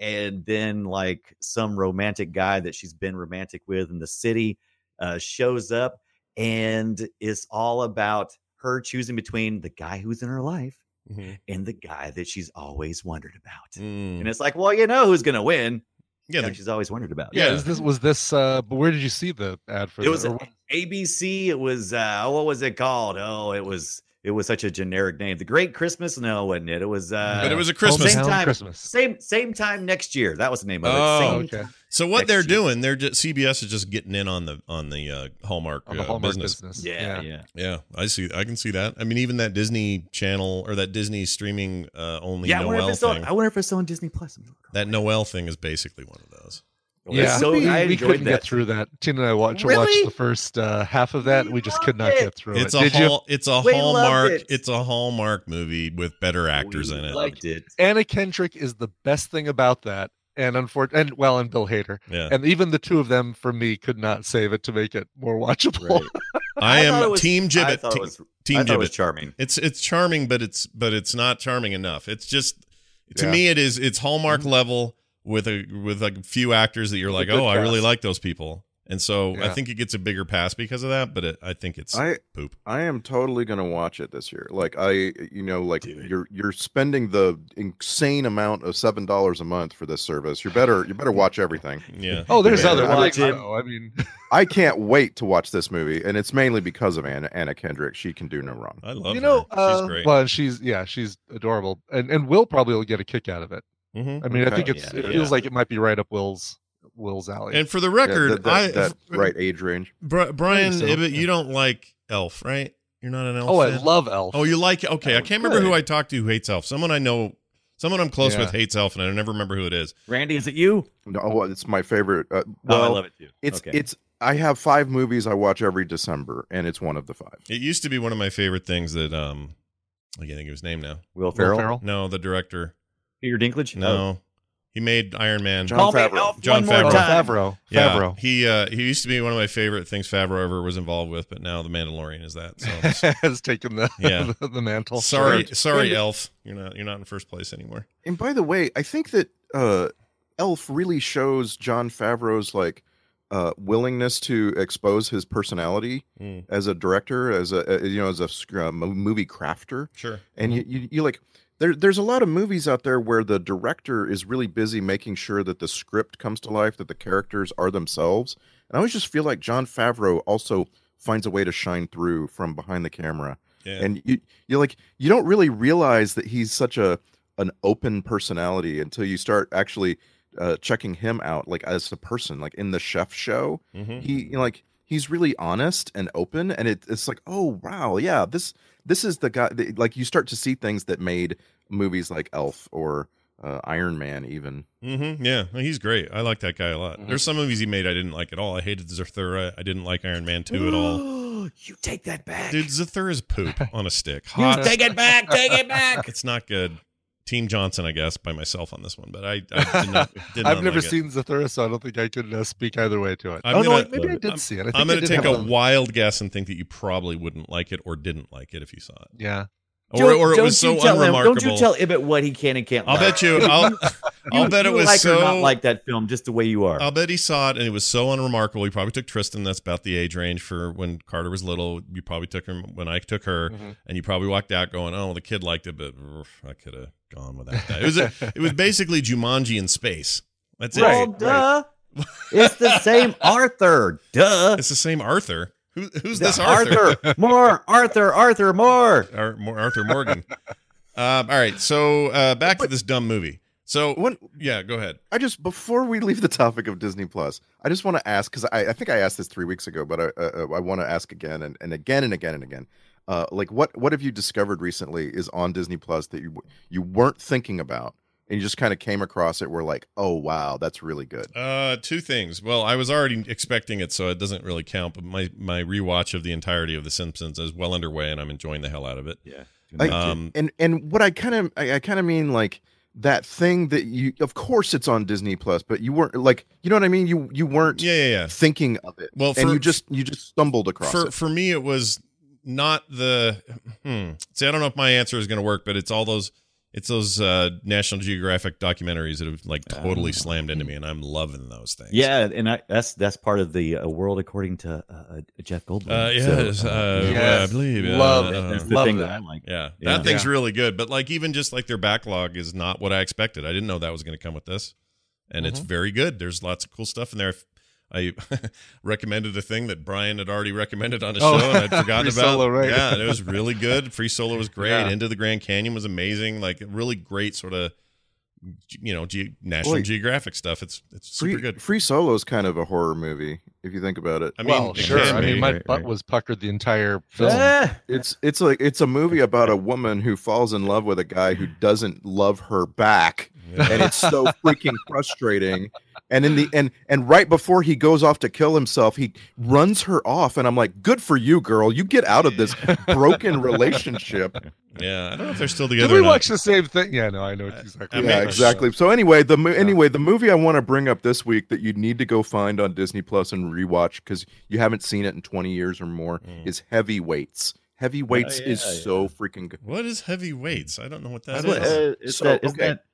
Speaker 8: and then like some romantic guy that she's been romantic with in the city uh, shows up and it's all about her choosing between the guy who's in her life
Speaker 6: Mhm.
Speaker 7: Mm-hmm.
Speaker 8: and the guy that she's always wondered about
Speaker 6: Mm.
Speaker 8: and it's like well you know who's gonna win
Speaker 6: Yeah,
Speaker 8: yeah
Speaker 6: the-
Speaker 8: she's always wondered about
Speaker 6: Yeah.
Speaker 7: Is this was this? Uh, but where did you see the ad for?
Speaker 8: it
Speaker 7: that?
Speaker 8: was
Speaker 7: Or what-
Speaker 8: ABC. It was uh, what was it called? Oh, it was it was such a generic name. The Great Christmas? No, wasn't it? It was. Uh,
Speaker 6: But it was a Christmas.
Speaker 8: same
Speaker 7: Hometown
Speaker 8: time.
Speaker 7: Christmas.
Speaker 8: Same same time next year. That was the name of it.
Speaker 6: Oh,
Speaker 8: Same
Speaker 7: okay.
Speaker 8: time.
Speaker 6: So what
Speaker 8: Next
Speaker 6: they're
Speaker 8: year.
Speaker 6: doing, they're just CBS is just getting in on the on the uh, Hallmark,
Speaker 7: on the
Speaker 6: uh,
Speaker 7: Hallmark
Speaker 6: business.
Speaker 7: business.
Speaker 8: Yeah, yeah.
Speaker 6: Yeah, I see. I can see that. I mean, even that Disney Channel or that Disney streaming uh, only
Speaker 8: Yeah, I wonder, if
Speaker 6: Noel
Speaker 8: it's on,
Speaker 6: thing.
Speaker 8: I wonder if it's on Disney Plus.
Speaker 6: that Noel thing is basically one of those.
Speaker 7: Yeah,
Speaker 8: so
Speaker 7: we,
Speaker 8: I
Speaker 7: we
Speaker 8: enjoyed
Speaker 7: couldn't
Speaker 8: that.
Speaker 7: get through that. Tina and I watched
Speaker 8: Really?
Speaker 7: watched the first uh, half of that.
Speaker 8: We
Speaker 7: We, just
Speaker 8: loved
Speaker 7: could not
Speaker 8: it.
Speaker 7: get through
Speaker 6: It's
Speaker 7: it.
Speaker 6: a
Speaker 7: Did you?
Speaker 6: hall, it's a
Speaker 8: We loved
Speaker 6: Hallmark.
Speaker 8: it.
Speaker 6: It's a Hallmark movie with better actors in it.
Speaker 8: Loved it.
Speaker 7: Anna Kendrick is the best thing about that, and unfortunately, and well, and Bill Hader,
Speaker 6: Yeah,
Speaker 7: and even the two of them for me could not save it to make it more watchable.
Speaker 8: Right.
Speaker 6: I,
Speaker 8: thought it
Speaker 6: am
Speaker 8: was-
Speaker 6: Team
Speaker 8: I
Speaker 6: Gibbet.
Speaker 8: thought it
Speaker 6: Team,
Speaker 8: was, I
Speaker 6: team
Speaker 8: thought it was
Speaker 6: Gibbet.
Speaker 8: charming.
Speaker 6: It's it's charming, but it's but it's not charming enough. It's just to
Speaker 7: Yeah. Mm-hmm.
Speaker 6: me, it is it's Hallmark level with a with a few actors that you're like,
Speaker 7: good
Speaker 6: oh, I really
Speaker 7: cast.
Speaker 6: like those people, and so I
Speaker 7: Yeah.
Speaker 6: think it gets a bigger pass because of that. But it, I think it's
Speaker 9: I
Speaker 6: poop.
Speaker 9: I am totally gonna watch it this year. Like I, you know, like you're you're spending the insane amount of seven dollars a month for this service. You better you better watch everything.
Speaker 6: Yeah.
Speaker 7: Oh, there's
Speaker 9: Yeah,
Speaker 7: other
Speaker 9: I
Speaker 7: ones.
Speaker 8: watched it.
Speaker 7: though. I mean,
Speaker 9: I can't wait to watch this movie, and it's mainly because of Anna, Anna Kendrick. She can do no wrong.
Speaker 6: I love
Speaker 7: you know,
Speaker 6: her.
Speaker 7: uh,
Speaker 6: She's great.
Speaker 7: well, and she's yeah, she's adorable, and and Will probably will get a kick out of it.
Speaker 6: Mhm.
Speaker 7: I
Speaker 9: Okay.
Speaker 7: mean, I think it's
Speaker 8: Yeah,
Speaker 7: it
Speaker 8: yeah.
Speaker 7: feels like it might be right up Will's Will's alley.
Speaker 6: And for the
Speaker 9: Oh, Yeah,
Speaker 6: record,
Speaker 9: that, that,
Speaker 6: I
Speaker 9: that right age range.
Speaker 6: Bri- Brian,
Speaker 7: so,
Speaker 6: Ibbett,
Speaker 7: yeah.
Speaker 6: you don't like Elf, right? You're not an Elf.
Speaker 7: oh, I
Speaker 6: fan?
Speaker 7: love Elf.
Speaker 6: Oh, you like okay. I
Speaker 8: Oh,
Speaker 6: can't remember who
Speaker 8: good.
Speaker 6: I talked to who hates Elf. Someone I know, someone I'm close
Speaker 7: Yeah.
Speaker 6: with hates Elf, and I never remember who it is.
Speaker 8: Randy, is it you?
Speaker 9: No, it's my favorite. Uh,
Speaker 8: oh, I
Speaker 9: well,
Speaker 8: love it too.
Speaker 9: it's
Speaker 8: okay.
Speaker 9: it's. I have five movies I watch every December, and it's one of the five.
Speaker 6: It used to be one of my favorite things that um, I can't think of his name now.
Speaker 8: Will
Speaker 7: Will
Speaker 8: Ferrell,
Speaker 7: Ferrell?
Speaker 6: No, the director.
Speaker 8: Peter Dinklage. Oh.
Speaker 6: No, he made Iron Man.
Speaker 9: John
Speaker 8: call me
Speaker 9: Favreau.
Speaker 8: Elf
Speaker 6: John
Speaker 8: one
Speaker 7: Oh,
Speaker 8: more
Speaker 6: Favreau.
Speaker 8: time.
Speaker 7: Favreau.
Speaker 6: Yeah,
Speaker 7: Favreau.
Speaker 6: he uh, he used to be one of my favorite things Favreau ever was involved with, but now the Mandalorian is that. So
Speaker 7: has taken the
Speaker 6: Yeah.
Speaker 7: the, the mantle.
Speaker 6: sorry,
Speaker 7: Sure.
Speaker 6: sorry, Elf, you're not you're not in first place anymore.
Speaker 9: And by the way, I think that uh, Elf really shows John Favreau's like uh, willingness to expose his personality
Speaker 6: Mm,
Speaker 9: as a director, as a uh, you know, as a sc- uh, mo- movie crafter.
Speaker 6: sure.
Speaker 9: And you, you, you like there, there's a lot of movies out there where the director is really busy making sure that the script comes to life, that the characters are themselves. And I always just feel like John Favreau also finds a way to shine through from behind the camera
Speaker 6: Yeah.
Speaker 9: and you you like you don't really realize that he's such a an open personality until you start actually uh, checking him out like as a person like in the chef show
Speaker 6: Mhm.
Speaker 9: he you know, like he's really honest and open and it, it's like oh wow yeah this this is the guy that, like you start to see things that made movies like elf or uh, iron man even
Speaker 6: Mm-hmm. Yeah, no, he's great. I like that guy a lot. There's some movies he made I didn't like at all. I hated Zathura. I didn't like Iron Man 2 at all.
Speaker 8: you take that back.
Speaker 6: Dude, Zathura is poop on a stick.
Speaker 8: You
Speaker 6: Hot.
Speaker 8: take it back. Take it back.
Speaker 6: It's not good. Team Johnson, I guess, by myself on this one, but I, I did not, did not
Speaker 7: I've never
Speaker 6: like it.
Speaker 7: seen Zathura, so I don't think I could uh, speak either way to it.
Speaker 6: I'm
Speaker 7: oh
Speaker 6: gonna-
Speaker 7: no, maybe I did
Speaker 6: I'm-
Speaker 7: see it. I think
Speaker 6: I'm
Speaker 7: I
Speaker 6: going to
Speaker 7: did
Speaker 6: take
Speaker 7: have
Speaker 6: a
Speaker 7: it on-
Speaker 6: wild guess and think that you probably wouldn't like it or didn't like it if you saw it.
Speaker 7: Yeah,
Speaker 6: Or, or it
Speaker 8: Don't
Speaker 6: was so
Speaker 8: you tell him-
Speaker 6: unremarkable.
Speaker 8: don't you tell Ibbot what he can and can't.
Speaker 6: I'll
Speaker 8: like.
Speaker 6: bet you. I'll, I'll bet it
Speaker 8: you
Speaker 6: was
Speaker 8: like
Speaker 6: so.
Speaker 8: or not like that film just the way you are.
Speaker 6: I'll bet he saw it and it was so unremarkable. He probably took Tristan. That's about the age range for when Carter was little. You probably took him when I took her, and you probably walked out going, "Oh, the kid liked it, but oof, I could have gone without that." It was a, it was basically Jumanji in space. That's it.
Speaker 8: well, duh. it's the same Arthur. Duh.
Speaker 6: It's the same Arthur. Who, who's
Speaker 8: The
Speaker 6: this Arthur? Um,
Speaker 8: More Arthur. Arthur. More.
Speaker 6: Ar- Mor- Arthur Morgan. um, all right, so uh, back to this dumb movie. So
Speaker 9: One-
Speaker 6: yeah, go ahead.
Speaker 9: I just before we leave the topic of Disney Plus, I just want to ask because I, I think I asked this three weeks ago, but I uh, I want to ask again and, and again and again and again. Uh, like what what have you discovered recently is on Disney Plus that you you weren't thinking about and you just kind of came across it? Were like, oh wow, that's really good.
Speaker 6: Uh, two things. Well, I was already expecting it, so it doesn't really count. But my my rewatch of the entirety of The Simpsons is well underway, and I'm enjoying the hell out of it.
Speaker 8: Yeah.
Speaker 9: Like,
Speaker 6: Um,
Speaker 9: and and what I kind of I, I kind of mean like that thing that you of course it's on Disney Plus, but you weren't like you know what I mean? You you weren't
Speaker 6: yeah, yeah, yeah.
Speaker 9: thinking of it.
Speaker 6: Well,
Speaker 9: and
Speaker 6: for-
Speaker 9: you just you just stumbled across
Speaker 6: for
Speaker 9: it.
Speaker 6: for me it was not the hmm. see i don't know if my answer is going to work but it's all those it's those uh national geographic documentaries that have like totally slammed into me and i'm loving those things
Speaker 8: Yeah, and I, that's that's part of the uh, world according to uh, uh, Jeff Goldblum.
Speaker 6: uh,
Speaker 8: So,
Speaker 6: yes, uh,
Speaker 8: yeah.
Speaker 6: well, I believe uh,
Speaker 7: Love it.
Speaker 6: uh,
Speaker 8: That's the
Speaker 7: Love
Speaker 8: thing
Speaker 7: that.
Speaker 8: that. I like.
Speaker 6: yeah, that
Speaker 8: Yeah.
Speaker 6: thing's
Speaker 7: Yeah.
Speaker 6: really good. But like, even just like their backlog is not what I expected. I didn't know that was going to come with this, and it's
Speaker 7: Mhm.
Speaker 6: very good. There's lots of cool stuff in there. I recommended a thing that Brian had already recommended on a show,
Speaker 7: Oh.
Speaker 6: and I'd forgotten
Speaker 7: Free
Speaker 6: about.
Speaker 7: Solo, right.
Speaker 6: Yeah, and it was really good. Free Solo was great.
Speaker 7: Yeah.
Speaker 6: Into the Grand Canyon was amazing. Like really great sort of, you know, ge- National
Speaker 9: Boy.
Speaker 6: Geographic stuff. It's it's super
Speaker 9: Free,
Speaker 6: good.
Speaker 9: Free Solo is kind of a horror movie if you think about it.
Speaker 6: I mean,
Speaker 7: well,
Speaker 6: it
Speaker 7: Oh, sure.
Speaker 6: can
Speaker 7: I
Speaker 6: be.
Speaker 7: mean, my
Speaker 8: right,
Speaker 7: butt
Speaker 8: right.
Speaker 7: was puckered the entire film.
Speaker 9: It's it's like it's a movie about a woman who falls in love with a guy who doesn't love her back,
Speaker 6: Yeah.
Speaker 9: and it's so freaking frustrating. And in the and and right before he goes off to kill himself, he runs her off, and I'm like, "Good for you, girl! You get out of this broken relationship."
Speaker 6: yeah, I don't know if they're still
Speaker 7: Did
Speaker 6: together.
Speaker 7: we
Speaker 6: or not.
Speaker 7: watch the same thing? Yeah, no, I know exactly.
Speaker 6: I
Speaker 9: yeah,
Speaker 6: mean-
Speaker 9: exactly. So anyway, the mo- anyway the movie I want to bring up this week that you need to go find on Disney Plus and rewatch because you haven't seen it in 20 years or more is Heavyweights. Heavyweights is
Speaker 8: yeah,
Speaker 9: so freaking good.
Speaker 6: What is heavy weights? I don't know what that
Speaker 8: That's
Speaker 6: is.
Speaker 8: what, uh, it's
Speaker 9: So,
Speaker 8: that, isn't
Speaker 9: okay.
Speaker 8: that-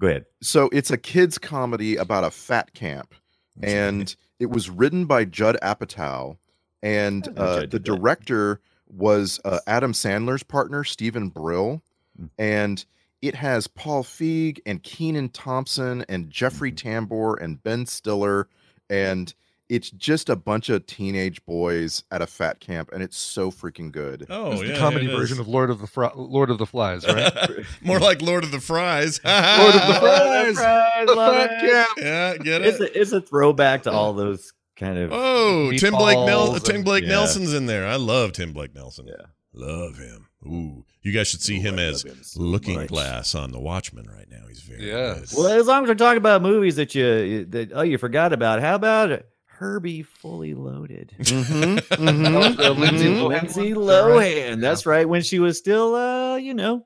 Speaker 8: Go ahead.
Speaker 9: So it's a kids comedy about a fat camp, and it was written by Judd Apatow, and
Speaker 8: I know
Speaker 9: uh,
Speaker 8: Judd
Speaker 9: the
Speaker 8: did that.
Speaker 9: director was uh, Adam Sandler's partner Stephen Brill,
Speaker 8: Mm.
Speaker 9: and it has Paul Feig and Keenan Thompson and Jeffrey Tambor and Ben Stiller, and it's just a bunch of teenage boys at a fat camp, and it's so freaking good.
Speaker 6: Oh,
Speaker 7: It's the
Speaker 6: yeah,
Speaker 7: comedy
Speaker 6: it is.
Speaker 7: version of Lord of the Fro- Lord of the Flies, right?
Speaker 6: More like Lord of the Fries.
Speaker 7: Lord
Speaker 8: Ah,
Speaker 7: of the Fries,
Speaker 8: Surprise,
Speaker 7: the
Speaker 8: love
Speaker 7: fat
Speaker 8: it.
Speaker 7: camp.
Speaker 6: Yeah, get
Speaker 8: It's
Speaker 6: it.
Speaker 8: a, it's a throwback to all those kind of.
Speaker 6: Oh, Tim Blake Nel-
Speaker 7: Meatballs
Speaker 6: Tim
Speaker 7: and-
Speaker 6: Blake
Speaker 8: Yeah.
Speaker 6: Nelson's in there. I love Tim Blake Nelson.
Speaker 8: Yeah.
Speaker 6: Love him. Ooh, you guys should see
Speaker 8: Ooh,
Speaker 6: him
Speaker 8: I love
Speaker 6: as
Speaker 8: him so
Speaker 6: Looking
Speaker 8: much.
Speaker 6: Glass on The Watchmen right now. He's very
Speaker 7: Yes.
Speaker 6: good.
Speaker 8: Well, as long as we're talking about movies that you that oh you forgot about, how about Herbie Fully Loaded?
Speaker 9: Mhm,
Speaker 7: That was
Speaker 9: mhm.
Speaker 7: the Lindsay
Speaker 9: Mhm.
Speaker 7: Lohan.
Speaker 8: Mm-hmm. Lindsay
Speaker 7: one? Is that right?
Speaker 8: Lohan. That's right. When she was still, uh, you know,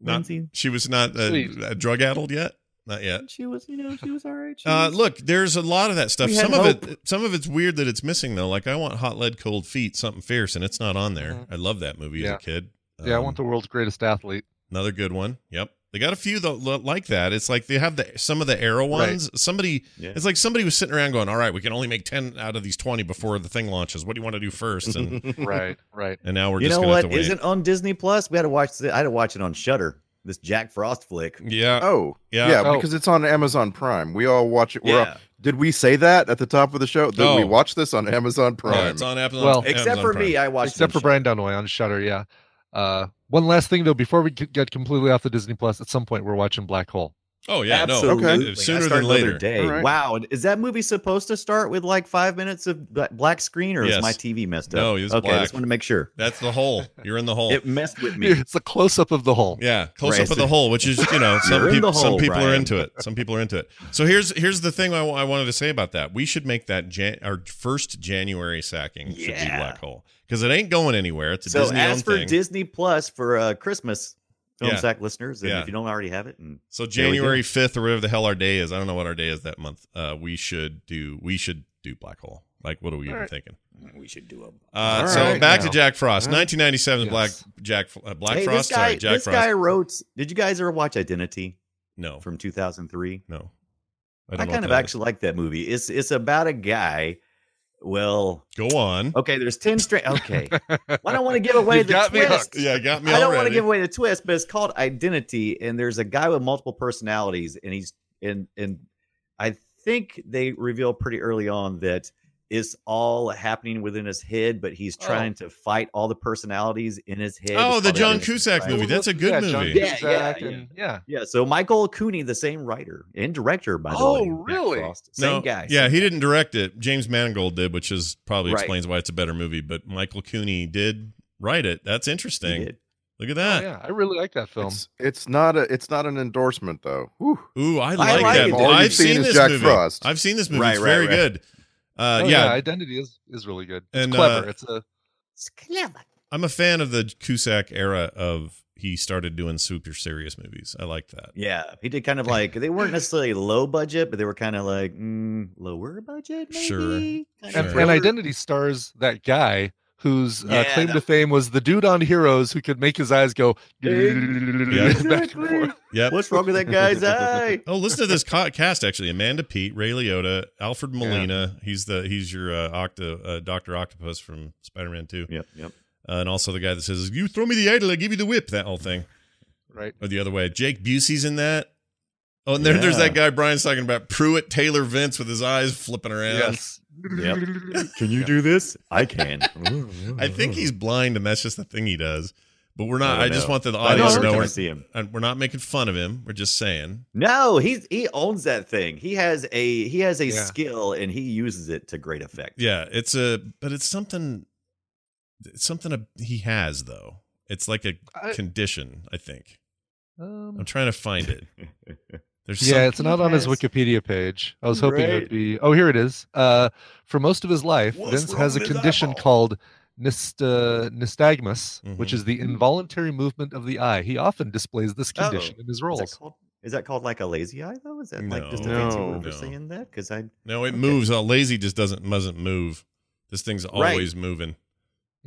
Speaker 6: Not-
Speaker 8: Lindsay.
Speaker 6: She was not uh,
Speaker 7: Sweet.
Speaker 6: uh, drug addled yet. Not yet.
Speaker 8: She was, you know, she was all right. She
Speaker 6: Uh,
Speaker 8: was-
Speaker 6: look, there's a lot of that stuff.
Speaker 8: We had
Speaker 6: Some of it, some of it's weird that it's missing though. Like I want Hot Lead Cold Feet, something fierce, and it's not on there.
Speaker 7: Mhm.
Speaker 6: I love that movie as
Speaker 7: Yeah.
Speaker 6: a kid.
Speaker 7: Yeah, I
Speaker 6: Um,
Speaker 7: want the world's greatest athlete.
Speaker 6: Another good one. Yep. They got a few though lo- like that. It's like they have the some of the arrow
Speaker 7: Right.
Speaker 6: ones. Somebody
Speaker 8: Yeah.
Speaker 6: it's like somebody was sitting around going, "All right, we can only make 10 out of these 20 before the thing launches. What do you want to do first? And
Speaker 7: Right, right.
Speaker 6: and now we're
Speaker 8: you
Speaker 6: just
Speaker 8: know
Speaker 6: going to have
Speaker 8: what
Speaker 6: to wait.
Speaker 8: isn't on Disney Plus? We had to watch. The, I had to watch it on Shutter. This Jack Frost flick.
Speaker 6: yeah.
Speaker 9: Oh,
Speaker 6: Yeah.
Speaker 9: yeah,
Speaker 7: Oh.
Speaker 9: because it's on Amazon Prime. We all watch it. We're all-
Speaker 8: Yeah.
Speaker 9: did we say that at the top of the show? Did we
Speaker 6: No.
Speaker 9: watch this on Amazon Prime?
Speaker 6: Yeah, it's on Amazon.
Speaker 7: Well-
Speaker 8: Except
Speaker 6: Amazon
Speaker 8: for
Speaker 6: Prime.
Speaker 8: me, I watched. it
Speaker 7: Except for
Speaker 8: on
Speaker 7: Brian Dunaway on Shutter. Yeah. Uh, one last thing though, before we get- get completely off the Disney Plus, at some point we're watching Black Hole.
Speaker 6: Oh yeah,
Speaker 8: Absolutely.
Speaker 6: no.
Speaker 8: I
Speaker 6: Okay. Sooner
Speaker 8: started
Speaker 6: than
Speaker 8: the other
Speaker 6: later.
Speaker 8: Day.
Speaker 9: All right.
Speaker 8: Wow. and Is that movie supposed to start with like five minutes of bla- black screen or
Speaker 6: Yes.
Speaker 8: is my TV messed up?
Speaker 6: No, it's
Speaker 8: okay. I
Speaker 6: black. Oh.
Speaker 8: just want to make sure.
Speaker 6: That's the hole. You're in the hole.
Speaker 8: It messed with me.
Speaker 7: It's a close up of the hole.
Speaker 6: Yeah, close
Speaker 8: Right,
Speaker 6: up of
Speaker 8: so-
Speaker 6: the hole, which is you know some
Speaker 8: You're in
Speaker 6: people
Speaker 8: the
Speaker 6: some
Speaker 8: hole,
Speaker 6: people are
Speaker 8: Brian.
Speaker 6: into it. Some people are into it. So here's here's the thing I wa- I wanted to say about that. We should make that Jan- our first January sacking should be
Speaker 8: Yeah.
Speaker 6: black hole because it ain't going anywhere. It's a
Speaker 8: so
Speaker 6: Disney
Speaker 8: as
Speaker 6: owned
Speaker 8: for
Speaker 6: thing.
Speaker 8: Disney Plus for uh, Christmas film
Speaker 6: Yeah.
Speaker 8: sack listeners, and
Speaker 6: Yeah.
Speaker 8: if you don't already have it, and
Speaker 6: so
Speaker 8: There we go.
Speaker 6: January fifth or whatever the hell our day is, I don't know what our day is that month. Uh, we should do we should do black hole. Like what are we even thinking?
Speaker 8: we should do a
Speaker 6: Uh,
Speaker 9: All
Speaker 6: so
Speaker 9: right.
Speaker 6: back to
Speaker 7: Now.
Speaker 6: Jack Frost,
Speaker 7: All right.
Speaker 6: 1997's Black
Speaker 7: Yes.
Speaker 6: Jack uh, Black
Speaker 8: hey,
Speaker 6: Frost.
Speaker 8: This guy,
Speaker 6: sorry, Jack
Speaker 8: this
Speaker 6: Frost.
Speaker 8: guy wrote. Did you guys ever watch Identity
Speaker 6: no,
Speaker 8: from 2003?
Speaker 6: no.
Speaker 8: I,
Speaker 6: don't know
Speaker 8: kind
Speaker 6: what
Speaker 8: of
Speaker 6: that
Speaker 8: actually like that movie. It's it's about a guy. Well,
Speaker 6: is. go on.
Speaker 8: okay, there's ten straight. Okay, I don't want to give away
Speaker 7: You've
Speaker 8: the
Speaker 7: got me
Speaker 8: twist.
Speaker 7: hooked.
Speaker 6: Yeah, got me.
Speaker 8: I don't
Speaker 6: already.
Speaker 8: want to give away the twist, but it's called Identity, and there's a guy with multiple personalities, and he's and and I think they reveal pretty early on that it's all happening within his head, but he's
Speaker 7: Oh.
Speaker 8: trying to fight all the personalities in his head.
Speaker 6: Oh,
Speaker 8: It's
Speaker 6: the
Speaker 8: called
Speaker 6: John
Speaker 8: Identity,
Speaker 6: Cusack
Speaker 8: right?
Speaker 6: movie. That's a good
Speaker 7: yeah, John
Speaker 6: movie.
Speaker 8: Yeah,
Speaker 7: Cusack
Speaker 8: yeah,
Speaker 7: and- yeah.
Speaker 8: Yeah, so Michael Cooney, the same writer and director, by the
Speaker 7: Oh,
Speaker 8: way. Jack
Speaker 7: really?
Speaker 8: Frost, Same
Speaker 6: No,
Speaker 8: guy.
Speaker 6: Yeah,
Speaker 8: same
Speaker 6: he
Speaker 8: guy.
Speaker 6: didn't direct it. James Mangold did, which is probably
Speaker 8: Right.
Speaker 6: explains why it's a better movie. But Michael Cooney did write it. That's
Speaker 8: He
Speaker 6: interesting.
Speaker 8: did.
Speaker 6: Look at
Speaker 7: Oh,
Speaker 6: that.
Speaker 7: yeah. I really like that film.
Speaker 9: It's, it's not a it's not an endorsement though. Whew.
Speaker 6: Ooh, I like,
Speaker 8: like
Speaker 6: that.
Speaker 8: it.
Speaker 6: movie.
Speaker 8: All you've
Speaker 6: I've
Speaker 9: seen
Speaker 6: seen
Speaker 9: is
Speaker 6: this
Speaker 9: Jack
Speaker 6: movie.
Speaker 9: Frost.
Speaker 6: I've seen this movie.
Speaker 8: Right,
Speaker 6: it's
Speaker 8: right,
Speaker 6: very
Speaker 8: right.
Speaker 6: good. Uh,
Speaker 7: Oh,
Speaker 6: yeah,
Speaker 7: Identity is is really good. It's
Speaker 6: And,
Speaker 7: clever.
Speaker 6: uh,
Speaker 7: it's a
Speaker 2: It's clever.
Speaker 6: I'm a fan of the Cusack era of he started doing super serious movies. I like that.
Speaker 8: Yeah, he did kind of like they weren't necessarily low budget, but they were kind of like mm, lower budget, maybe.
Speaker 6: Sure.
Speaker 8: Kind of
Speaker 7: And, and Identity stars that guy whose uh,
Speaker 8: Yeah,
Speaker 7: claim
Speaker 8: that-
Speaker 7: to fame was the dude on Heroes who could make his eyes go back and
Speaker 8: Exactly.
Speaker 7: forth.
Speaker 6: Yep.
Speaker 8: What's wrong with that guy's eye?
Speaker 6: Oh, listen to this ca- cast actually: Amanda Pete, Ray Liotta, Alfred Molina. He's the he's your uh, Octa uh, Doctor Octopus from Spider Man Two,
Speaker 8: Yep, yep.
Speaker 6: uh, and also the guy that says "You throw me the idol, I give you the whip." That whole thing,
Speaker 7: Right.
Speaker 6: or the other way. Jake Busey's in that. Oh, and there, there's
Speaker 8: Yeah.
Speaker 6: that guy Brian's talking about Pruitt Taylor Vince with his eyes flipping around.
Speaker 7: Yes.
Speaker 8: Yep. Can you do this? I can.
Speaker 6: I think he's blind, and that's just the thing he does. But we're not.
Speaker 8: I
Speaker 6: I,
Speaker 8: don't
Speaker 6: just
Speaker 8: know.
Speaker 6: want the
Speaker 8: I
Speaker 6: audience to
Speaker 8: don't
Speaker 6: know
Speaker 8: know.
Speaker 6: we're,
Speaker 8: I see him.
Speaker 6: and we're not making fun of him. We're just saying.
Speaker 8: No, he's he owns that thing. He has a he has a
Speaker 7: Yeah.
Speaker 8: skill and he uses it to great effect.
Speaker 6: Yeah, it's a, but it's something, it's something a, he has though. It's like a
Speaker 7: I-
Speaker 6: condition. I think
Speaker 7: Um,
Speaker 6: I'm trying to find it. There's
Speaker 7: yeah,
Speaker 6: some-
Speaker 7: it's not on his
Speaker 8: Yes.
Speaker 7: Wikipedia page. I was hoping it
Speaker 8: Right.
Speaker 7: would be. Oh, here it is. Uh, for most of his life,
Speaker 8: What's
Speaker 7: Vince
Speaker 8: wrong
Speaker 7: has a
Speaker 8: with his
Speaker 7: condition
Speaker 8: eyeball?
Speaker 7: called nist- uh, nystagmus,
Speaker 6: Mhm.
Speaker 7: which is the involuntary movement of the eye. He often displays this
Speaker 8: Oh,
Speaker 7: condition in his
Speaker 8: Is
Speaker 7: roles.
Speaker 8: that, called, is that called like a lazy eye though? Is that like just a
Speaker 6: No.
Speaker 8: fancy word for
Speaker 6: No.
Speaker 8: saying that? Because I
Speaker 6: no, it
Speaker 8: okay.
Speaker 6: moves. Uh, lazy just doesn't doesn't move. This thing's
Speaker 8: Right.
Speaker 6: always moving.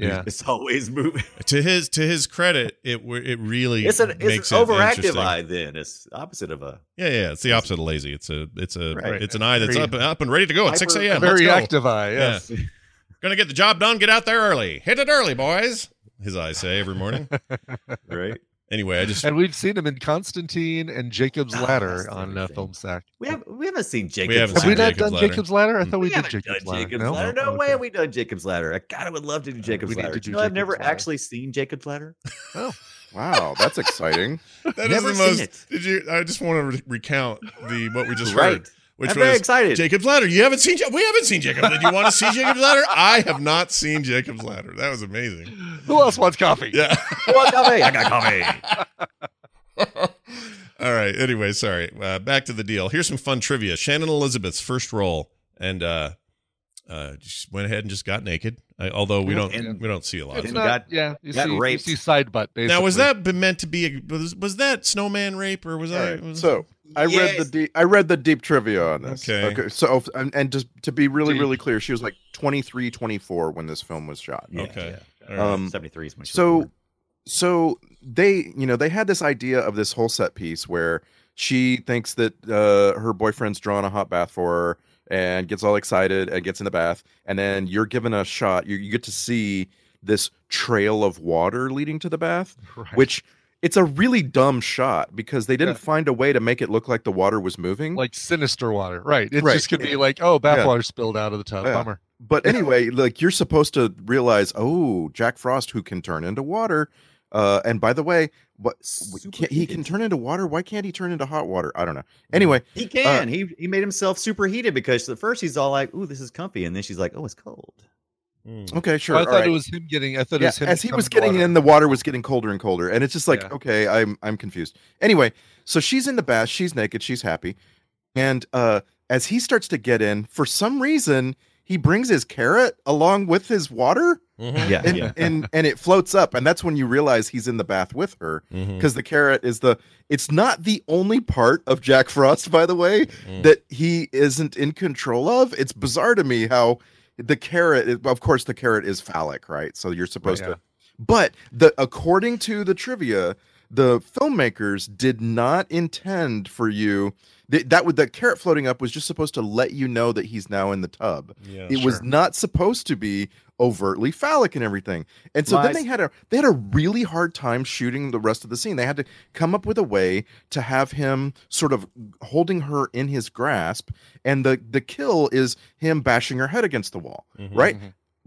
Speaker 9: Uh,
Speaker 7: Yeah.
Speaker 8: it's always moving.
Speaker 6: To his to his credit, it wa- it really
Speaker 8: It's an, it's
Speaker 6: makes
Speaker 8: an
Speaker 6: it
Speaker 8: overactive
Speaker 6: interesting.
Speaker 8: eye. Then it's opposite of a
Speaker 6: Yeah, yeah, it's the opposite of lazy. It's a it's a
Speaker 8: Right.
Speaker 6: it's an eye that's
Speaker 7: Very-
Speaker 6: up and up and ready to go at six
Speaker 8: Hyper-
Speaker 6: a.m. Let's
Speaker 7: Very
Speaker 6: go.
Speaker 7: active eye. Yes.
Speaker 6: Gonna get the job done. Get out there early. Hit it early, boys. His eyes say every morning.
Speaker 8: right.
Speaker 6: anyway, I just
Speaker 7: And we've seen him in Constantine and Jacob's
Speaker 8: Ah, that's
Speaker 7: Ladder
Speaker 8: the
Speaker 7: on
Speaker 8: other
Speaker 7: uh,
Speaker 8: thing.
Speaker 7: Film Sack.
Speaker 8: We have we haven't seen Jacob's.
Speaker 6: haven't
Speaker 7: Have we
Speaker 6: seen
Speaker 8: Ladder.
Speaker 7: not
Speaker 6: Jacob's
Speaker 7: done
Speaker 6: Ladder.
Speaker 7: Jacob's Ladder? I thought
Speaker 8: we
Speaker 7: we, did
Speaker 8: haven't
Speaker 7: Jacob's
Speaker 8: done
Speaker 7: Ladder.
Speaker 8: Jacob's
Speaker 7: No?
Speaker 8: Ladder. No,
Speaker 7: Oh,
Speaker 8: way
Speaker 7: okay.
Speaker 8: have we done Jacob's Ladder. I God, I would love to do Jacob's
Speaker 7: we need to
Speaker 8: Ladder.
Speaker 7: do
Speaker 8: You know, I've
Speaker 7: Jacob's
Speaker 8: never
Speaker 7: Ladder.
Speaker 8: actually seen Jacob's Ladder.
Speaker 9: Wow, that's exciting.
Speaker 6: That is
Speaker 8: Never
Speaker 6: the most.
Speaker 8: seen it.
Speaker 6: Did you? I just want to re- recount the what we just
Speaker 8: Right.
Speaker 6: heard, which
Speaker 8: I'm
Speaker 6: was
Speaker 8: very excited.
Speaker 6: Jacob's Ladder. You haven't seen. Ja- We haven't seen Jacob's Ladder. You want to see Jacob's Ladder? I have not seen Jacob's Ladder. That was amazing.
Speaker 7: Who else wants coffee?
Speaker 6: Yeah.
Speaker 8: Come on, Tommy. I got coffee.
Speaker 6: All right. Anyway, sorry. Uh, back to the deal. Here's some fun trivia. Shannon Elizabeth's first role, and uh, uh, she went ahead and just got naked. I, although we don't,
Speaker 8: And-
Speaker 6: we don't see a lot. of
Speaker 7: It's
Speaker 6: it.
Speaker 8: We
Speaker 7: not,
Speaker 8: got-
Speaker 7: yeah, you
Speaker 8: got
Speaker 7: see, you
Speaker 8: raped.
Speaker 7: see side butt. Basically.
Speaker 6: Now was that be- meant to be? A, was, was that snowman rape or was
Speaker 9: All
Speaker 6: that?
Speaker 9: right,
Speaker 6: was-
Speaker 9: so I read the
Speaker 8: Yes.
Speaker 9: deep, I read the deep trivia on this.
Speaker 6: Okay.
Speaker 8: Oh,
Speaker 9: so and, and just to be really
Speaker 7: Deep.
Speaker 9: really clear, she was like 23, 24 when this film was shot.
Speaker 8: Yeah,
Speaker 6: Okay.
Speaker 8: yeah.
Speaker 9: All right. Um,
Speaker 8: 73 is my short
Speaker 9: so
Speaker 8: number.
Speaker 9: so they you know they had this idea of this whole set piece where she thinks that uh, her boyfriend's drawing a hot bath for her and gets all excited and gets in the bath and then you're given a shot you, you get to see this trail of water leading to the bath
Speaker 7: Right.
Speaker 9: which it's a really dumb shot because they didn't
Speaker 7: Yeah.
Speaker 9: find a way to make it look like the water was moving
Speaker 7: like sinister water? Right. It's
Speaker 9: Right.
Speaker 7: just could be like, oh, bathwater
Speaker 9: Yeah.
Speaker 7: water spilled out of the tub.
Speaker 9: Yeah.
Speaker 7: Bummer.
Speaker 9: but anyway, like you're supposed to realize, oh, Jack Frost who can turn into water. Uh, and by the way, what can, he can
Speaker 8: Superheated.
Speaker 9: turn into water? Why can't he turn into hot water? I don't know. Anyway,
Speaker 8: Mm-hmm.
Speaker 9: uh,
Speaker 8: he can. he he made himself super heated because at first he's all like, "Ooh, this is comfy," and then she's like, "Oh, it's cold."
Speaker 6: Mm.
Speaker 9: okay, sure.
Speaker 7: Oh, I
Speaker 9: all
Speaker 7: thought
Speaker 9: right.
Speaker 7: it was him getting. I thought it
Speaker 9: Yeah,
Speaker 7: was him.
Speaker 9: as he
Speaker 7: coming
Speaker 9: was
Speaker 7: to
Speaker 9: getting
Speaker 7: water.
Speaker 9: in, the water was getting colder and colder, and it's just like,
Speaker 7: Yeah.
Speaker 9: okay, I'm I'm confused. Anyway, so she's in the bath, she's naked, she's happy, and uh, as he starts to get in, for some reason, he brings his carrot along with his water.
Speaker 6: Mhm.
Speaker 8: Yeah,
Speaker 9: and,
Speaker 8: yeah.
Speaker 9: and and it floats up and that's when you realize he's in the bath with her
Speaker 8: Mm-hmm.
Speaker 6: Mhm.
Speaker 9: because the carrot is the it's not the only part of jack frost by the way
Speaker 8: Mm.
Speaker 9: that he isn't in control of it's bizarre to me how the carrot is- of course the carrot is phallic right so you're supposed
Speaker 7: yeah.
Speaker 9: to but the according to the trivia the filmmakers did not intend for you that that would the carrot floating up was just supposed to let you know that he's now in the tub
Speaker 6: Yeah.
Speaker 9: it was
Speaker 7: Sure.
Speaker 9: not supposed to be overtly phallic and everything and so then
Speaker 8: Lies.
Speaker 9: they had a they had a really hard time shooting the rest of the scene they had to come up with a way to have him sort of holding her in his grasp and the the kill is him bashing her head against the wall
Speaker 6: Mhm.
Speaker 9: right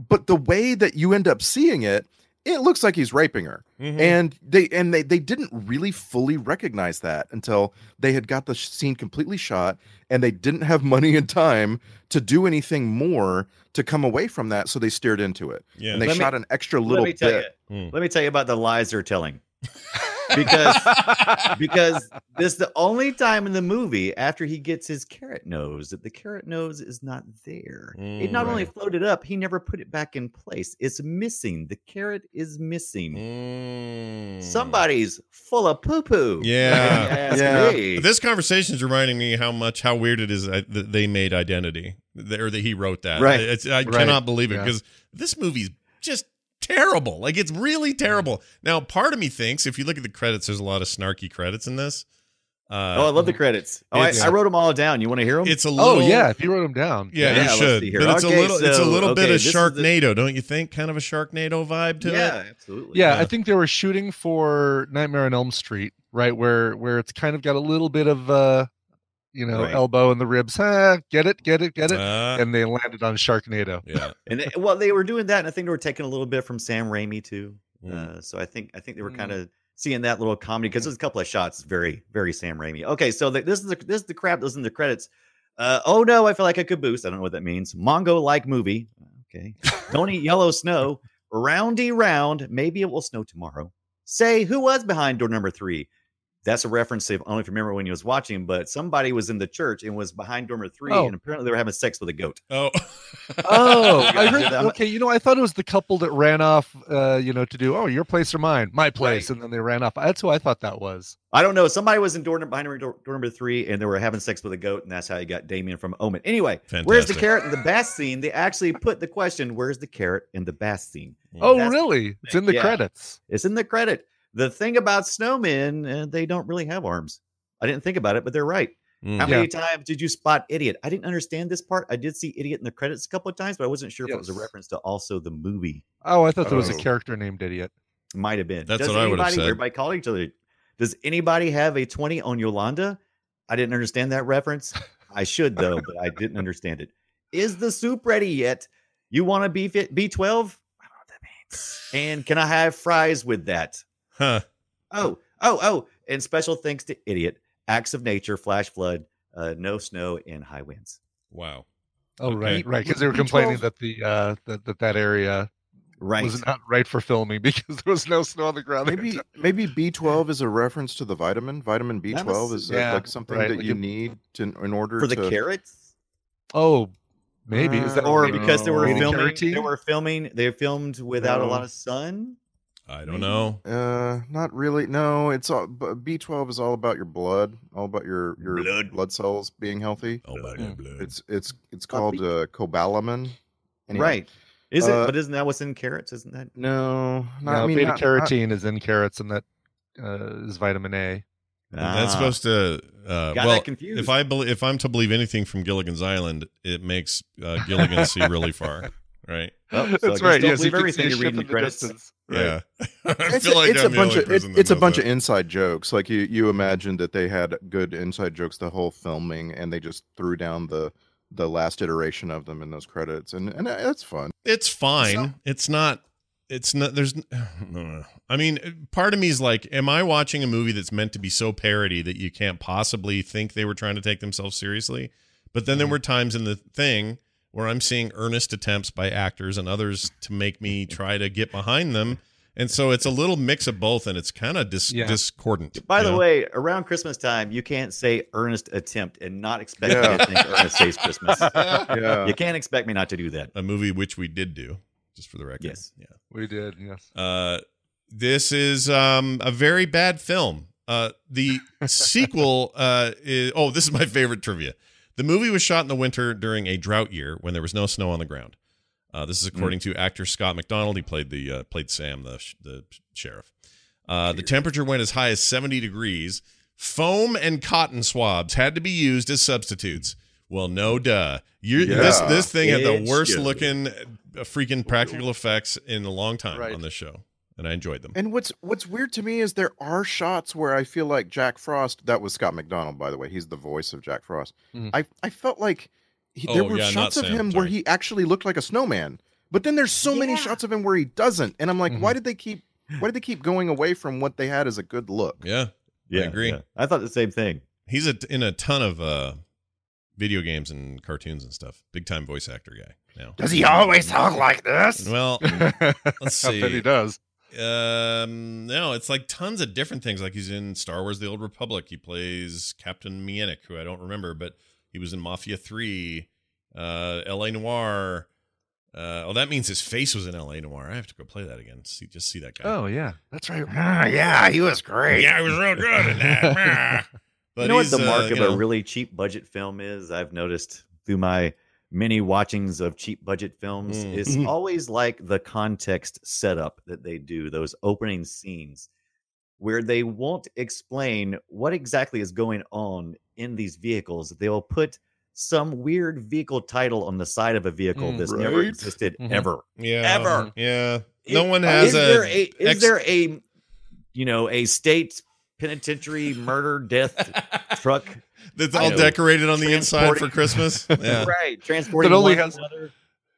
Speaker 9: but the way that you end up seeing it it looks like he's raping her
Speaker 6: Mhm.
Speaker 9: and they and they they didn't really fully recognize that until they had got the sh- scene completely shot and they didn't have money and time to do anything more to come away from that so they steered into it
Speaker 6: yeah.
Speaker 9: and they
Speaker 8: Let me-
Speaker 9: shot an extra little
Speaker 8: Let me tell
Speaker 9: bit
Speaker 8: you. Let me tell you about the lies they're telling. because because this is the only time in the movie after he gets his carrot nose that the carrot nose is not there. it not only floated up, he never put it back in place. It's missing. The carrot is missing.
Speaker 6: Mm.
Speaker 8: Somebody's full of poo poo.
Speaker 6: Yeah. This conversation is reminding me how much how weird it is that that they made Identity, that- or that he wrote that.
Speaker 9: Right.
Speaker 6: It's, I
Speaker 9: Right.
Speaker 6: cannot believe it
Speaker 9: Yeah.
Speaker 6: because this movie's just terrible. Like it's really terrible. Now, part of me thinks if you look at the credits, there's a lot of snarky credits in this. Uh,
Speaker 8: oh, I love the credits. Oh, I,
Speaker 6: it's-
Speaker 8: I wrote them all down. You want to hear them?
Speaker 6: It's a little.
Speaker 7: oh yeah, if you wrote them down.
Speaker 6: Yeah, you
Speaker 8: let's
Speaker 6: should.
Speaker 8: see here.
Speaker 6: But it's
Speaker 8: Okay,
Speaker 6: a little. it's a
Speaker 8: so-
Speaker 6: little bit
Speaker 8: okay,
Speaker 6: of
Speaker 8: this is the-
Speaker 6: Sharknado, don't you think? Kind of a Sharknado vibe to
Speaker 8: yeah,
Speaker 6: it.
Speaker 8: absolutely.
Speaker 7: yeah, I think they were shooting for Nightmare on Elm Street, right? Where where it's kind of got a little bit of uh you know,
Speaker 8: Right.
Speaker 7: elbow in the ribs. Huh, get it, get it, get it.
Speaker 6: Uh,
Speaker 7: and they landed on Sharknado.
Speaker 6: yeah.
Speaker 8: and it, well, they were doing that, and I think they were taking a little bit from Sam Raimi too.
Speaker 6: Mm.
Speaker 8: Uh, so I think I think they were
Speaker 7: Mm. Mm-hmm.
Speaker 8: kind of seeing that little comedy because there's a couple of shots very very Sam Raimi. Okay, so the, this is the this is the crap that was in the credits. Uh, oh no, I feel like a caboose. I don't know what that means. Mongo like movie. Okay, don't eat yellow snow. Roundy round. Maybe it will snow tomorrow. Say who was behind door number three. That's a reference. If only if you remember when you was watching, but somebody was in the church and was behind door number three,
Speaker 7: Oh.
Speaker 8: and apparently they were having sex with a goat.
Speaker 6: Oh.
Speaker 7: Oh, I
Speaker 8: Yeah,
Speaker 7: heard.
Speaker 8: I'm-
Speaker 7: okay, you know, I thought it was the couple that ran off, uh, you know, to do, oh, your place or mine, my place, and then they ran off. That's who I thought that was.
Speaker 8: I don't know. Somebody was in door num- behind door, door number three, and they were having sex with a goat, and that's how you got Damien from Omen. Anyway, where's the
Speaker 6: Fantastic.
Speaker 8: carrot in the bass scene? They actually put the question, "Where's the carrot in the bass scene?"
Speaker 7: Oh,
Speaker 8: That's-
Speaker 7: really? It's in the
Speaker 8: Yeah.
Speaker 7: credits.
Speaker 8: It's in the credit. The thing about snowmen, uh, they don't really have arms. I didn't think about it, but they're right.
Speaker 6: Mm.
Speaker 8: How many times did you spot idiot? I didn't understand this part. I did see idiot in the credits a couple of times, but I wasn't sure if it was a
Speaker 7: Yes.
Speaker 8: reference to also the movie.
Speaker 7: Oh, I thought there was a
Speaker 9: Oh.
Speaker 7: character named Idiot.
Speaker 8: Might have been.
Speaker 6: That's
Speaker 8: Does
Speaker 6: what I would've
Speaker 8: anybody-
Speaker 6: said.
Speaker 8: Everybody called each other. Does anybody have a 20 on Yolanda? I didn't understand that reference. I should though, but I didn't understand it. Is the soup ready yet? You want to be fit B12? I don't know what that means. And can I have fries with that?
Speaker 6: Huh.
Speaker 8: Oh, oh, oh. And special thanks to idiot, acts of nature, flash flood, uh, no snow, and high winds.
Speaker 6: Wow.
Speaker 7: Oh,
Speaker 6: Okay.
Speaker 7: right, right, because they were
Speaker 9: B12.
Speaker 7: complaining that the uh, that, that that area
Speaker 8: Right.
Speaker 7: was not right for filming because there was no snow on the ground.
Speaker 9: Maybe maybe B12 is a reference to the vitamin. Vitamin B12 is uh,
Speaker 7: yeah,
Speaker 9: like something
Speaker 7: right,
Speaker 9: that
Speaker 7: like
Speaker 9: you
Speaker 7: a-
Speaker 9: need to, in order
Speaker 8: For the
Speaker 9: to
Speaker 8: carrots?
Speaker 7: Oh, maybe is
Speaker 9: Uh,
Speaker 7: that
Speaker 8: Or
Speaker 7: maybe
Speaker 8: because they were
Speaker 7: rated
Speaker 8: filming, they
Speaker 7: carotene?
Speaker 8: were filming, they filmed without a
Speaker 9: No.
Speaker 8: lot of sun.
Speaker 6: I don't know.
Speaker 9: Uh, not really. No, it's all B twelve is all about your blood, all about your your
Speaker 8: Blood.
Speaker 9: blood, cells being healthy.
Speaker 6: Oh my
Speaker 7: Mm.
Speaker 6: God, blood.
Speaker 9: It's it's it's
Speaker 8: Blood
Speaker 9: called
Speaker 8: be-
Speaker 9: uh, cobalamin. Anyway,
Speaker 8: Right. Is it?
Speaker 9: Uh,
Speaker 8: But isn't that what's in carrots? Isn't that?
Speaker 9: No, not I
Speaker 7: no,
Speaker 9: mean,
Speaker 7: beta
Speaker 9: not- not-
Speaker 7: carotene is in carrots, and that uh, is vitamin A.
Speaker 6: That's supposed to. Uh,
Speaker 8: Ah, Got
Speaker 6: well,
Speaker 8: that confused.
Speaker 6: if I believe, if I'm to believe anything from Gilligan's Island, it makes uh, Gilligan see really far, right?
Speaker 8: Well, oh, so I guess
Speaker 7: That's right.
Speaker 8: Don't
Speaker 7: Yes, you
Speaker 8: believe
Speaker 7: can see
Speaker 8: everything
Speaker 7: a
Speaker 8: you
Speaker 7: ship
Speaker 8: read in the
Speaker 7: in
Speaker 8: credits.
Speaker 7: distance.
Speaker 6: Yeah, I
Speaker 9: It's,
Speaker 6: feel
Speaker 9: a,
Speaker 6: like
Speaker 9: it's
Speaker 6: I'm
Speaker 9: a
Speaker 6: the
Speaker 9: bunch
Speaker 6: only
Speaker 9: of
Speaker 6: person
Speaker 9: it,
Speaker 6: that
Speaker 9: it's a
Speaker 6: knows
Speaker 9: bunch
Speaker 6: that.
Speaker 9: of inside jokes. Like you you imagined that they had good inside jokes the whole filming, and they just threw down the the last iteration of them in those credits, and and that's fun.
Speaker 6: It's fine. it's not. It's not. There's. I mean, part of me is like, am I watching a movie that's meant to be so parody that you can't possibly think they were trying to take themselves seriously? But then there were times in the thing where I'm seeing earnest attempts by actors and others to make me try to get behind them. And so it's a little mix of both, and it's kind of dis-
Speaker 7: Yeah.
Speaker 6: discordant.
Speaker 8: By
Speaker 6: you
Speaker 8: the
Speaker 6: know?
Speaker 8: way, around Christmas time, you can't say earnest attempt and not expect me to
Speaker 9: Yeah.
Speaker 8: think earnest saves Christmas.
Speaker 9: Yeah,
Speaker 8: You can't expect me not to do that.
Speaker 6: a movie which we did do, just for the record.
Speaker 8: Yes.
Speaker 6: Yeah.
Speaker 7: We did, yes.
Speaker 6: Uh, this is um, a very bad film. Uh, the sequel uh, is, oh, this is my favorite trivia. The movie was shot in the winter during a drought year when there was no snow on the ground. Uh, this is according to actor Scott McDonald. He played the uh, played Sam, the sh- the sheriff. Uh, the temperature went as high as 70 degrees. Foam and cotton swabs had to be used as substitutes. Well, no, duh. you This
Speaker 9: Yeah.
Speaker 6: this thing had the
Speaker 8: It's
Speaker 6: worst
Speaker 8: good.
Speaker 6: looking uh, freaking practical effects in a long time
Speaker 7: Right.
Speaker 6: on this show, and I enjoyed them.
Speaker 9: And what's what's weird to me is there are shots where I feel like Jack Frost. That was Scott McDonald, by the way. He's the voice of Jack Frost.
Speaker 7: Mhm.
Speaker 9: I I felt like he, there
Speaker 6: Hmm. Oh,
Speaker 9: were
Speaker 6: yeah, not
Speaker 9: shots of
Speaker 6: Sam,
Speaker 9: him where
Speaker 6: sorry.
Speaker 9: he actually looked like a snowman, but then there's so many
Speaker 2: Yeah.
Speaker 9: shots of him where he doesn't. And I'm like, why
Speaker 7: Mhm.
Speaker 9: did they keep why did they keep going away from what they had as a good look?
Speaker 6: Yeah, I agree.
Speaker 8: I thought the same thing.
Speaker 6: He's a, in a ton of uh, video games and cartoons and stuff. Big time voice actor guy now.
Speaker 9: Does he always talk like this?
Speaker 6: Well, let's
Speaker 7: I bet
Speaker 6: see.
Speaker 7: he does.
Speaker 6: Um, no, it's like tons of different things. Like he's in Star Wars: The Old Republic. He plays Captain Mienick, who I don't remember, but he was in Mafia Three, uh, L.A. Noir. Uh, oh, that means his face was in L.A. Noir. I have to go play that again. See, just see that guy.
Speaker 7: Oh yeah, that's right.
Speaker 9: Ah, yeah, he was great.
Speaker 6: Yeah, he was real good in that. But
Speaker 8: you know what
Speaker 6: he's,
Speaker 8: the mark
Speaker 6: uh,
Speaker 8: of
Speaker 6: you know-
Speaker 8: a really cheap budget film is? I've noticed through my many watchings of cheap budget films
Speaker 6: Mm.
Speaker 8: is
Speaker 9: Mhm.
Speaker 8: always like the context setup that they do, those opening scenes where they won't explain what exactly is going on in these vehicles. They'll put some weird vehicle title on the side of a vehicle
Speaker 7: Mm,
Speaker 8: that's never
Speaker 9: right?
Speaker 8: existed
Speaker 6: Mm-hmm.
Speaker 7: Mhm.
Speaker 8: ever.
Speaker 6: yeah, Mm-hmm.
Speaker 8: ever.
Speaker 6: Yeah, no
Speaker 8: It-
Speaker 6: one has
Speaker 8: is
Speaker 6: a.
Speaker 8: there a is
Speaker 6: ex-
Speaker 8: there a you know a state penitentiary murder death truck
Speaker 6: that's
Speaker 8: I
Speaker 6: all
Speaker 8: know.
Speaker 6: decorated on the inside for
Speaker 8: Transporting-
Speaker 6: Christmas. Yeah.
Speaker 8: right transporting
Speaker 7: That only
Speaker 8: one
Speaker 7: has-
Speaker 8: another.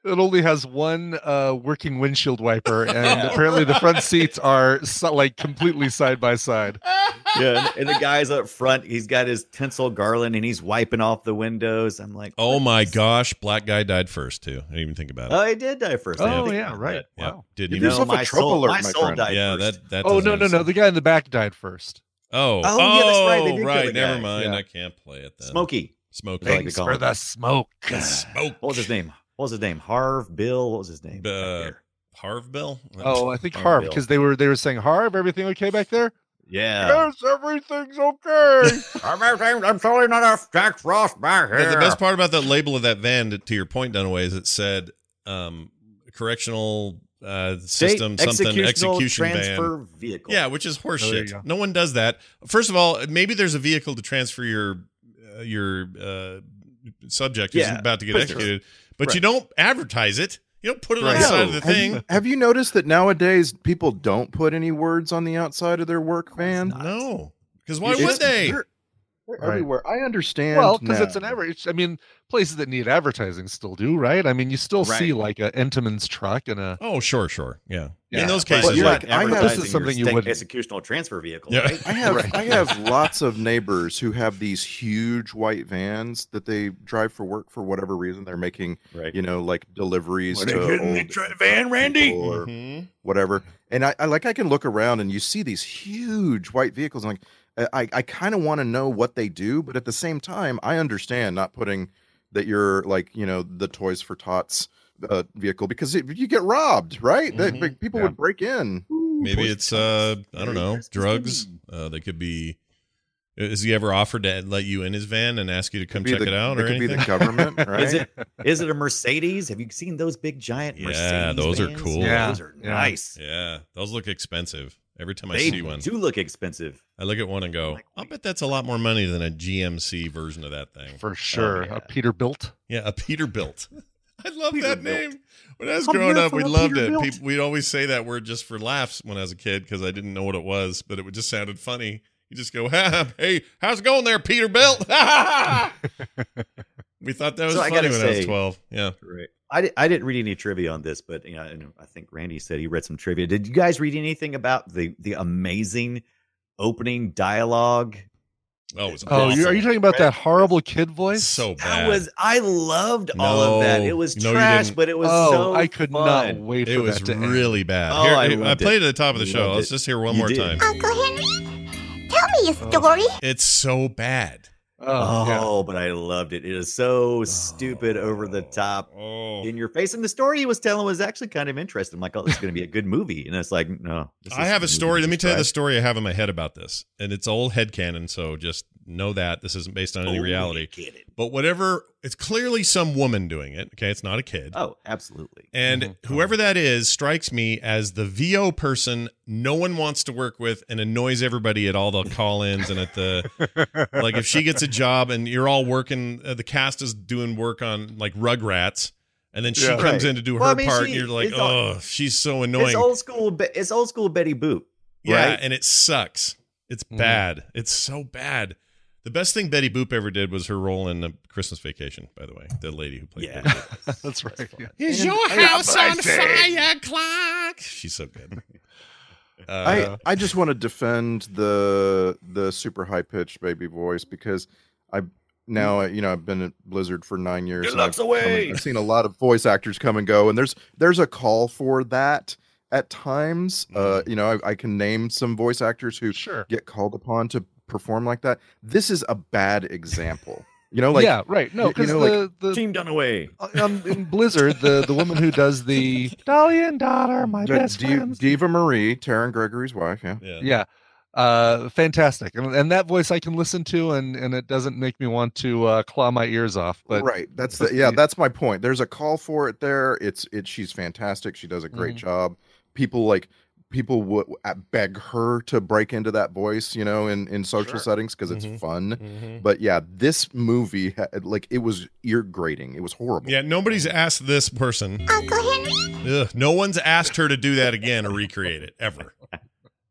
Speaker 7: It only has one uh, working windshield wiper, and apparently the front seats are so, like completely side by side.
Speaker 10: Uh.
Speaker 8: yeah and, and the guy's up front he's got his tinsel garland and he's wiping off the windows i'm like
Speaker 6: Oh
Speaker 8: what
Speaker 6: my
Speaker 8: is-
Speaker 6: gosh, black guy died first too. I didn't even think about it.
Speaker 8: oh i did die first I didn't
Speaker 7: Oh
Speaker 8: think
Speaker 7: yeah,
Speaker 8: about
Speaker 7: right.
Speaker 8: that.
Speaker 6: yeah,
Speaker 7: Wow.
Speaker 6: didn't
Speaker 9: You know,
Speaker 6: even.
Speaker 8: no,
Speaker 9: yourself a
Speaker 8: my
Speaker 9: trouble
Speaker 8: soul,
Speaker 9: alert,
Speaker 8: my
Speaker 9: my
Speaker 8: soul
Speaker 9: friend.
Speaker 8: died
Speaker 6: Yeah,
Speaker 8: first.
Speaker 6: that that.
Speaker 7: Oh
Speaker 6: doesn't
Speaker 7: no, no, no!
Speaker 6: exist.
Speaker 7: The guy in the back died first.
Speaker 6: Oh,
Speaker 8: Oh, yeah, that's right, they did
Speaker 6: oh,
Speaker 8: kill
Speaker 6: right,
Speaker 8: the
Speaker 6: Never
Speaker 8: guy.
Speaker 6: mind.
Speaker 7: Yeah.
Speaker 6: I can't play it then.
Speaker 8: smokey
Speaker 6: Smoke.
Speaker 8: Like Thanks
Speaker 7: Thanks
Speaker 8: they call for
Speaker 7: for
Speaker 8: him.
Speaker 7: the
Speaker 8: the
Speaker 7: smoke.
Speaker 6: Smoke.
Speaker 8: what was his name what was his name harv bill what was his name back
Speaker 6: Uh,
Speaker 8: there?
Speaker 6: Harvbell.
Speaker 7: Oh, I think
Speaker 8: Oh,
Speaker 7: Harv
Speaker 8: Bill.
Speaker 7: because they were they were saying Harv, everything okay back there?
Speaker 8: yeah
Speaker 7: Yes, everything's okay.
Speaker 8: i'm totally not a jack frost back
Speaker 6: The, the best part about the label of that van, to, to your point, Dunaway, is it said um, correctional uh, system, something execution van.
Speaker 8: transfer vehicle
Speaker 6: Yeah, which is
Speaker 7: Oh, there you
Speaker 6: horseshit.
Speaker 7: go.
Speaker 6: no one does that. First of all, maybe there's a vehicle to transfer your uh, your uh, subject who's
Speaker 8: Yeah,
Speaker 6: about to get
Speaker 8: prisoner.
Speaker 6: executed, but you
Speaker 8: Right.
Speaker 6: don't advertise it. You don't put it on
Speaker 7: Right.
Speaker 6: the side of the
Speaker 9: Have
Speaker 6: thing.
Speaker 9: you, have you noticed that nowadays people don't put any words on the outside of their work van?
Speaker 6: No, because why
Speaker 9: It's-
Speaker 6: would they?
Speaker 9: They're, they're
Speaker 7: Right.
Speaker 9: everywhere. I understand.
Speaker 7: well, because it's
Speaker 9: now.
Speaker 7: an average. I mean, places that need advertising still do, right? I mean, you still see
Speaker 8: Right.
Speaker 7: like a Entenmann's truck and a
Speaker 6: Oh, sure, sure, yeah.
Speaker 7: Yeah,
Speaker 6: In those
Speaker 8: but
Speaker 6: cases,
Speaker 9: you're
Speaker 6: yeah.
Speaker 9: like, I have-
Speaker 8: advertising
Speaker 7: This is something you
Speaker 8: your state
Speaker 7: wouldn't-
Speaker 8: executional transfer vehicle.
Speaker 6: Yeah.
Speaker 8: right?
Speaker 9: I have
Speaker 7: Right.
Speaker 9: I have lots of neighbors who have these huge white vans that they drive for work for whatever reason. They're making
Speaker 8: Right.
Speaker 9: you know like deliveries
Speaker 8: What a
Speaker 9: to
Speaker 8: good
Speaker 9: old
Speaker 8: tra- van, Randy!
Speaker 9: people or
Speaker 6: Mhm.
Speaker 9: Mm-hmm. whatever. And I, I like I can look around and you see these huge white vehicles. And like I I kind of want to know what they do, but at the same time I understand not putting that you're like you know the Toys for Tots uh, vehicle because it, you get robbed, right? That,
Speaker 6: Mhm.
Speaker 9: people
Speaker 7: Yeah.
Speaker 9: would break in.
Speaker 6: Maybe it's uh, I don't know, drugs. Uh, they could be. Is he ever offered to let you in his van and ask you to come
Speaker 9: Be
Speaker 6: check
Speaker 9: the-
Speaker 6: it out or
Speaker 9: could be
Speaker 6: anything?
Speaker 9: the government, right?
Speaker 8: Is it is it a Mercedes? Have you seen those big giant
Speaker 6: Yeah,
Speaker 8: Mercedes?
Speaker 6: those are
Speaker 8: vans?
Speaker 6: cool.
Speaker 7: Yeah,
Speaker 8: Those are
Speaker 7: yeah.
Speaker 8: nice.
Speaker 6: Yeah, those look expensive. Every time I
Speaker 8: They
Speaker 6: see one,
Speaker 8: do look expensive.
Speaker 6: I look at one and go,
Speaker 8: Like,
Speaker 6: "I'll
Speaker 8: wait.
Speaker 6: bet that's a lot more money than a GMC version of that thing."
Speaker 7: for sure
Speaker 8: yeah.
Speaker 7: a Peterbilt.
Speaker 6: Yeah, a Peterbilt. I love that
Speaker 8: Peterbilt.
Speaker 6: name. When I was
Speaker 8: I'm
Speaker 6: growing
Speaker 8: here
Speaker 6: up,
Speaker 8: for
Speaker 6: we
Speaker 8: a
Speaker 6: loved
Speaker 8: Peterbilt.
Speaker 6: it. People, we'd always say that word just for laughs when I was a kid because I didn't know what it was, but it would just sounded funny. You just go, "Ha, "Hey, how's it going there, Peterbilt?" we thought that was
Speaker 8: So I
Speaker 6: funny
Speaker 8: gotta
Speaker 6: when I was
Speaker 8: say-
Speaker 6: twelve. Yeah.
Speaker 8: Right. I, di- I didn't read any trivia on this, but you know, and I think Randy said he read some trivia. Did you guys read anything about the the amazing opening dialogue?
Speaker 6: Oh, it was
Speaker 7: Oh, you, are you
Speaker 6: awful.
Speaker 7: talking about that horrible kid voice?
Speaker 6: so bad?
Speaker 8: That was I loved all of that.
Speaker 6: No.
Speaker 8: It was
Speaker 6: No, you
Speaker 8: trash,
Speaker 6: didn't.
Speaker 8: but it was
Speaker 7: oh,
Speaker 8: so
Speaker 7: I could
Speaker 8: fun.
Speaker 7: not wait for
Speaker 6: it was
Speaker 7: that to end.
Speaker 6: really bad.
Speaker 8: Oh, I
Speaker 6: Here, I, I
Speaker 8: loved it.
Speaker 6: played it at the top of the show.
Speaker 8: Loved
Speaker 6: Let's
Speaker 8: it.
Speaker 6: just hear one
Speaker 8: You
Speaker 6: more
Speaker 8: did.
Speaker 6: time.
Speaker 2: Uncle Henry, tell me a story.
Speaker 6: It's so bad.
Speaker 7: Oh, yeah.
Speaker 8: Oh, but I loved it. It is so stupid, over the top,
Speaker 6: Oh.
Speaker 8: in your face. And the story he was telling was actually kind of interesting. I'm like, oh, this is going to be a good movie. And it's like, no. this
Speaker 6: I
Speaker 8: is
Speaker 6: have
Speaker 8: the
Speaker 6: a
Speaker 8: movie
Speaker 6: story. Let me tell you the
Speaker 8: described.
Speaker 6: story I have in my head about this. And it's old headcanon, so just know that this isn't based on any
Speaker 8: Oh,
Speaker 6: reality.
Speaker 8: get it.
Speaker 6: But whatever, it's clearly some woman doing it. Okay, it's not a kid.
Speaker 8: Oh, absolutely.
Speaker 6: And
Speaker 7: Mhm.
Speaker 8: uh-huh.
Speaker 6: whoever that is strikes me as the VO person no one wants to work with and annoys everybody at all the call ins and at the. like, if she gets a job and you're all working, uh, the cast is doing work on like Rugrats, and then she
Speaker 7: Yeah.
Speaker 6: comes
Speaker 8: Right.
Speaker 6: in to do her
Speaker 8: Well, I mean,
Speaker 6: part,
Speaker 8: she-
Speaker 6: and you're like,
Speaker 8: it's all-
Speaker 6: oh, she's so
Speaker 8: It's
Speaker 6: annoying.
Speaker 8: old school. Be- It's old school Betty Boop.
Speaker 6: Yeah,
Speaker 8: right?
Speaker 6: and it sucks. It's
Speaker 7: Mhm.
Speaker 6: bad. It's so bad. The best thing Betty Boop ever did was her role in the Christmas Vacation, by the way, the lady who played.
Speaker 8: Yeah.
Speaker 6: Betty Boop.
Speaker 7: that's right. yeah.
Speaker 6: Is your house on fire, Clark? She's so good. Uh,
Speaker 9: I, I just want to defend the the super high pitched baby voice because I now you know I've been at Blizzard for nine years.
Speaker 8: Good
Speaker 9: and I've
Speaker 8: luck's
Speaker 9: come and-
Speaker 8: away.
Speaker 9: I've seen a lot of voice actors come and go, and there's there's a call for that. at times. Uh, you know, I, I can name some voice actors who
Speaker 7: Mm-hmm. sure.
Speaker 9: get called upon to perform like that. This is a bad example. You know, like
Speaker 7: yeah, right. No,
Speaker 9: you- you
Speaker 7: because
Speaker 9: know, like-
Speaker 7: the, the
Speaker 8: Team Dunaway.
Speaker 7: um, in Blizzard, the the woman who does the Dolly and Dot are my
Speaker 9: D-
Speaker 7: best
Speaker 9: D-
Speaker 7: friends.
Speaker 9: Diva Marie, Taryn Gregory's wife. Yeah.
Speaker 6: Yeah.
Speaker 7: yeah uh fantastic and, and that voice i can listen to and and it doesn't make me want to uh claw my ears off but
Speaker 9: right. That's
Speaker 7: but
Speaker 9: the, yeah.
Speaker 7: the-
Speaker 9: That's my point. There's a call for it there. It's it. She's fantastic. She does a great
Speaker 7: Mhm.
Speaker 6: Mm-hmm.
Speaker 9: job. People like people would beg her to break into that voice. You know, in in social
Speaker 7: Sure.
Speaker 9: settings because
Speaker 6: Mhm.
Speaker 9: it's fun.
Speaker 11: Mm-hmm.
Speaker 6: Mhm.
Speaker 9: But yeah, this movie ha- like it was ear grating. It was horrible.
Speaker 6: Yeah, nobody's asked this person.
Speaker 2: Uncle Henry?
Speaker 6: Ugh, no one's asked her to do that again or recreate it ever.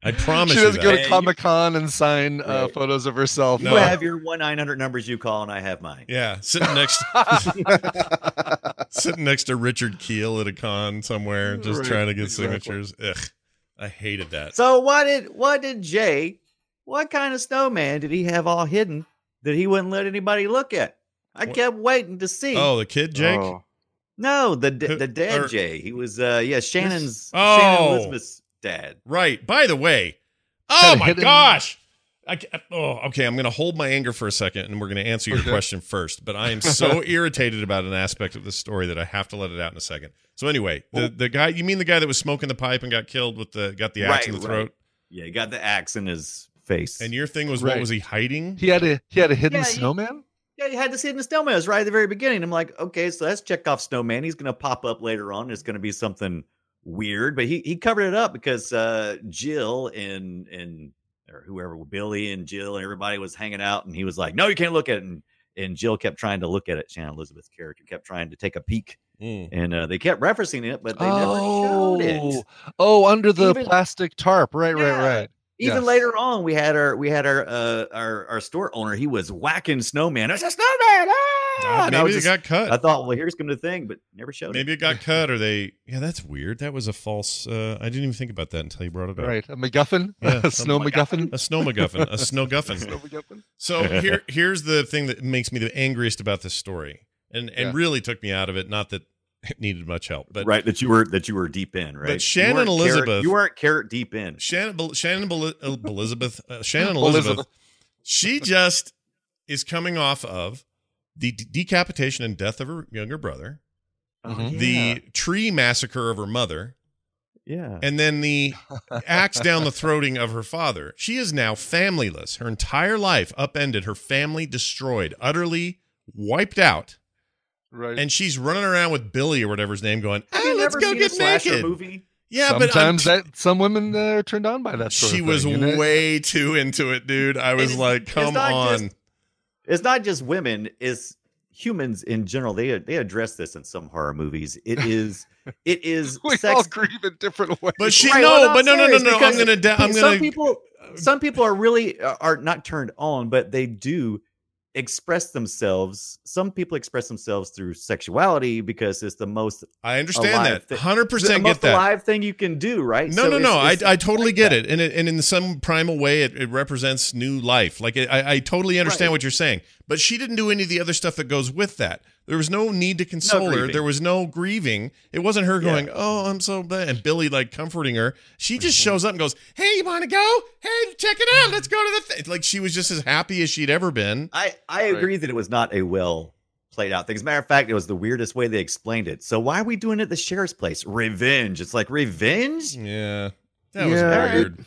Speaker 6: I promise
Speaker 7: she
Speaker 6: you
Speaker 7: doesn't
Speaker 6: that.
Speaker 7: go to
Speaker 8: Hey, you-
Speaker 7: comic-con and sign uh
Speaker 9: Right.
Speaker 7: photos of herself
Speaker 8: You
Speaker 6: No.
Speaker 8: have your one nine hundred numbers you call, and I have mine.
Speaker 6: yeah, sitting next sitting next to Richard Keel at a con somewhere, just
Speaker 7: Right,
Speaker 6: trying to get
Speaker 7: exactly.
Speaker 6: signatures. Ugh, I hated that.
Speaker 8: So what did what did Jay? What kind of snowman did he have all hidden that he wouldn't let anybody look at? I
Speaker 6: What-
Speaker 8: kept waiting to see.
Speaker 6: Oh, the kid, Jake.
Speaker 9: Oh.
Speaker 8: no, the d-
Speaker 6: Who-
Speaker 8: the dad
Speaker 6: or-
Speaker 8: Jay. He was uh yeah Shannon's
Speaker 6: Oh.
Speaker 8: Shannon Elizabeth's dad.
Speaker 6: Right. By the way, oh
Speaker 7: Kinda
Speaker 6: my
Speaker 7: hidden-
Speaker 6: gosh. I, ca- oh, okay. I'm going to hold my anger for a second, and we're going to answer your
Speaker 7: Okay.
Speaker 6: question first. But I am so irritated about an aspect of this story that I have to let it out in a second. So anyway, the, the guy you mean the guy that was smoking the pipe and got killed with the got the axe
Speaker 8: Right,
Speaker 6: in the
Speaker 8: right.
Speaker 6: throat,
Speaker 8: Yeah, he got the axe in his face.
Speaker 6: and your thing was what
Speaker 7: Right.
Speaker 6: was he hiding?
Speaker 7: he had a he had a hidden
Speaker 8: Yeah, you-
Speaker 7: snowman
Speaker 8: yeah, you had to see it in the snowman. It was right at the very beginning. I'm like, okay, so that's Chekhov's snowman. He's gonna pop up later on. It's gonna be something weird, but he he covered it up because uh Jill and and or whoever Billy and Jill and everybody was hanging out, and he was like, no, you can't look at it. And, and Jill kept trying to look at it. Shannon Elizabeth's character kept trying to take a peek,
Speaker 6: Mm.
Speaker 8: and uh, they kept referencing it, but they never showed it.
Speaker 7: oh oh under the
Speaker 8: Even-
Speaker 7: plastic tarp right
Speaker 8: Yeah.
Speaker 7: right right
Speaker 8: Even
Speaker 7: Yes.
Speaker 8: later on, we had our we had our uh, our our store owner. He was whacking snowman. It's a snowman. Ah!
Speaker 6: Uh,
Speaker 8: And I
Speaker 6: maybe
Speaker 8: was
Speaker 6: it
Speaker 8: just-
Speaker 6: got cut.
Speaker 8: I thought, well, here's going to the thing, but never showed
Speaker 6: maybe it got cut, or they. Yeah, that's weird. That was a false. Uh, I didn't even think about that until you brought it up.
Speaker 7: right a macguffin
Speaker 6: Yeah,
Speaker 7: a snow macguffin
Speaker 6: A snow MacGuffin, Oh a snowguffin.
Speaker 7: Snow MacGuffin?
Speaker 6: So here, here's the thing that makes me the angriest about this story, and and
Speaker 7: Yeah.
Speaker 6: really took me out of it. Not that it needed much help, but
Speaker 8: right that you were that you were deep in, right? You weren't
Speaker 6: Shannon
Speaker 8: carrot-
Speaker 6: Elizabeth-
Speaker 8: you weren't carrot deep in.
Speaker 6: Shannon, Bel- Shannon Bel- uh, Elizabeth, uh, Shannon Elizabeth,
Speaker 7: Elizabeth.
Speaker 6: she just is coming off of the de- decapitation and death of her younger brother,
Speaker 7: Mhm.
Speaker 6: the tree massacre of her mother,
Speaker 8: yeah,
Speaker 6: and then the axe down the throating of her father. She is now familyless. Her entire life upended, her family destroyed, utterly wiped out.
Speaker 7: right
Speaker 6: And she's running around with Billy or whatever his name going,
Speaker 8: Have
Speaker 6: hey,
Speaker 8: you
Speaker 6: Ah, let's
Speaker 8: never
Speaker 6: go
Speaker 8: seen
Speaker 6: get
Speaker 8: a slasher
Speaker 6: naked.
Speaker 8: Movie?
Speaker 6: Yeah, but I'm-
Speaker 7: sometimes that some women uh, are turned on by that sort
Speaker 6: she
Speaker 7: of
Speaker 6: was
Speaker 7: thing, you know?
Speaker 6: way too into it, dude. I was
Speaker 8: it's-
Speaker 6: like,
Speaker 8: it's
Speaker 6: come
Speaker 8: not
Speaker 6: on.
Speaker 8: just- It's not just women; it's humans in general. They they address this in some horror movies. It is it is
Speaker 7: we all
Speaker 8: sex.
Speaker 7: grieve in different ways
Speaker 6: but she
Speaker 8: Right,
Speaker 6: no,
Speaker 8: well, no,
Speaker 6: but no, no, no,
Speaker 8: serious,
Speaker 6: no. I'm
Speaker 8: because
Speaker 6: gonna, da- I'm gonna.
Speaker 8: some people some people are really uh, are not turned on, but they do express themselves. Some people express themselves through sexuality because it's the most
Speaker 6: I understand
Speaker 8: alive
Speaker 6: that.
Speaker 8: thing.
Speaker 6: Hundred
Speaker 8: the
Speaker 6: percent
Speaker 8: most
Speaker 6: get that.
Speaker 8: alive thing you can do, right?
Speaker 6: No,
Speaker 8: So
Speaker 6: no,
Speaker 8: it's-
Speaker 6: no.
Speaker 8: it's
Speaker 6: I, I totally
Speaker 8: like
Speaker 6: get
Speaker 8: that.
Speaker 6: it, and it, and in some primal way, it, it represents new life. Like it, I, I totally understand
Speaker 8: Right.
Speaker 6: what you're saying, but she didn't do any of the other stuff that goes with that. There was no need to console her.
Speaker 8: grieving.
Speaker 6: There was no grieving. It wasn't her going, "Oh, I'm so bad," and Billy like comforting her. She
Speaker 8: Mm-hmm.
Speaker 6: just shows up and goes, "Hey, you want to go? Hey, check it out. Let's go to the thing." Like she was just as happy as she'd ever been.
Speaker 8: I, I agree that it was not a well played out thing. As a matter of fact, it was the weirdest way they explained it. So why are we doing it at the sheriff's place? Revenge. It's like revenge.
Speaker 6: Yeah,
Speaker 9: Yeah,
Speaker 6: that was
Speaker 9: it-
Speaker 6: weird.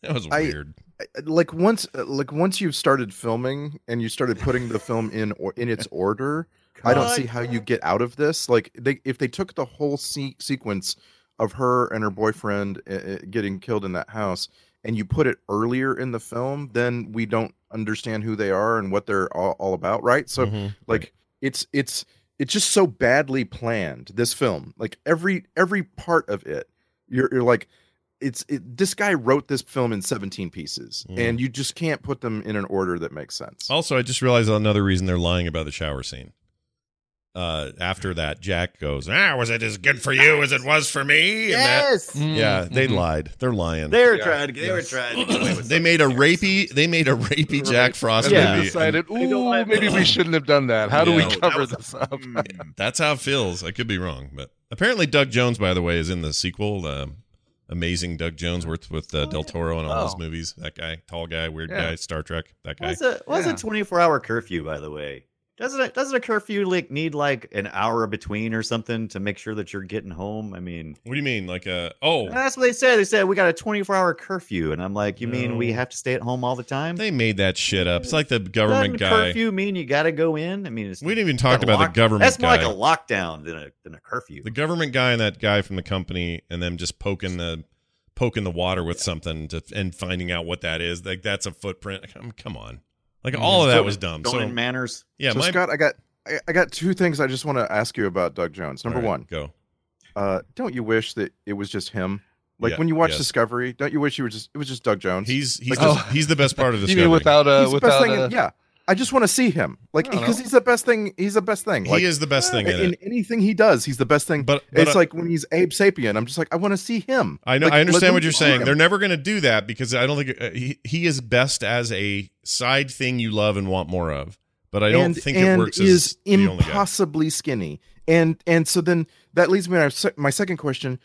Speaker 6: that was
Speaker 9: I-
Speaker 6: weird.
Speaker 9: Uh, like once like once you've started filming and you started putting the film in or in its order i don't see how you get out of this like they if they took the whole se- sequence of her and her boyfriend uh, uh, getting killed in that house and you put it earlier in the film then we don't understand who they are and what they're all, all about right so
Speaker 7: Mm-hmm.
Speaker 6: Mhm.
Speaker 9: like it's it's it's just so badly planned this film like every every part of it you're, you're like it's it, this guy wrote this film in 17 pieces
Speaker 6: Mm.
Speaker 9: and you just can't put them in an order that makes sense
Speaker 6: Also, I just realized another reason they're lying about the shower scene. Uh, after that, Jack goes, "Ah, was it as good for you as it was for me?" And that- Mm-hmm.
Speaker 7: Mm,
Speaker 6: yeah, they
Speaker 7: mhm.
Speaker 6: lied. They're lying.
Speaker 8: They were
Speaker 7: Yeah,
Speaker 8: trying to get, they were
Speaker 7: yes.
Speaker 8: trying to get away with
Speaker 6: they made a rapey. They made a rapey Jack Frost
Speaker 7: And they
Speaker 6: movie. and
Speaker 7: decided,
Speaker 8: They don't
Speaker 7: ooh,
Speaker 8: let-
Speaker 7: maybe we shouldn't have done that. How do
Speaker 6: Yeah.
Speaker 7: we cover this up?
Speaker 9: hmm.
Speaker 8: something.
Speaker 6: that's how it feels. I could be wrong, but apparently Doug Jones, by the way, is in the sequel. Um, amazing Doug Jones worked with uh, Del Toro in all
Speaker 8: Oh.
Speaker 6: his movies. That guy, tall guy, weird
Speaker 8: Yeah.
Speaker 6: guy, Star Trek. That guy.
Speaker 8: What's a what's a twenty four hour curfew, by the way? Doesn't it doesn't a curfew like need like an hour between or something to make sure that you're getting home? I mean
Speaker 6: What do you mean? Like a oh
Speaker 8: that's what they said. They said we got a twenty four hour curfew. And I'm like, you mean we
Speaker 6: No.
Speaker 8: have to stay at home all the time?
Speaker 6: They made that shit up. It's like the government
Speaker 8: Doesn't
Speaker 6: guy.
Speaker 8: curfew mean you gotta go in? I mean it's
Speaker 6: We didn't even
Speaker 8: it's
Speaker 6: talk
Speaker 8: a
Speaker 6: about the
Speaker 8: lock-
Speaker 6: government
Speaker 8: That's more
Speaker 6: guy.
Speaker 8: like a lockdown than a than a curfew.
Speaker 6: The government guy and that guy from the company, and them just poking the poking the water with something to, and finding out what that is. Like that's a footprint. Come, come on. Like
Speaker 9: Mm-hmm.
Speaker 6: all of that was dumb.
Speaker 8: Going
Speaker 6: So
Speaker 8: in manners.
Speaker 6: yeah,
Speaker 9: so
Speaker 6: my
Speaker 9: Scott, I got I, I got two things I just want to ask you about Doug Jones. Number
Speaker 6: All
Speaker 9: one,
Speaker 6: right, go.
Speaker 9: uh, don't you wish that it was just him? Like
Speaker 6: Yeah,
Speaker 9: when you watch
Speaker 6: yes.
Speaker 9: Discovery, don't you wish you were just it was just Doug Jones?
Speaker 6: He's he's
Speaker 9: Like, uh,
Speaker 6: the,
Speaker 9: just-
Speaker 6: he's the best part of this.
Speaker 7: You mean without a
Speaker 9: he's the best
Speaker 7: without
Speaker 9: thing.
Speaker 7: a,
Speaker 9: in- yeah, I just want to see him, like
Speaker 7: don't know.
Speaker 9: because he's the best thing. He's the best thing. Like, uh,
Speaker 6: he is the best thing in,
Speaker 9: in
Speaker 6: it.
Speaker 9: anything he does, he's the best thing.
Speaker 6: But, but
Speaker 9: it's
Speaker 7: uh,
Speaker 6: I-
Speaker 9: like when he's Abe Sapien, I'm just like I want to see him.
Speaker 6: I know
Speaker 9: Like,
Speaker 6: I
Speaker 9: let
Speaker 6: understand
Speaker 9: them
Speaker 6: what you're
Speaker 9: do
Speaker 6: saying.
Speaker 9: him.
Speaker 6: They're never going to do that because I don't think uh, he, he is best as a side thing you love and want more of. But I don't
Speaker 9: and,
Speaker 6: think
Speaker 9: and
Speaker 6: it works
Speaker 9: is
Speaker 6: as the only guy.
Speaker 9: impossibly skinny. And and so then that leads me to our se- my second question.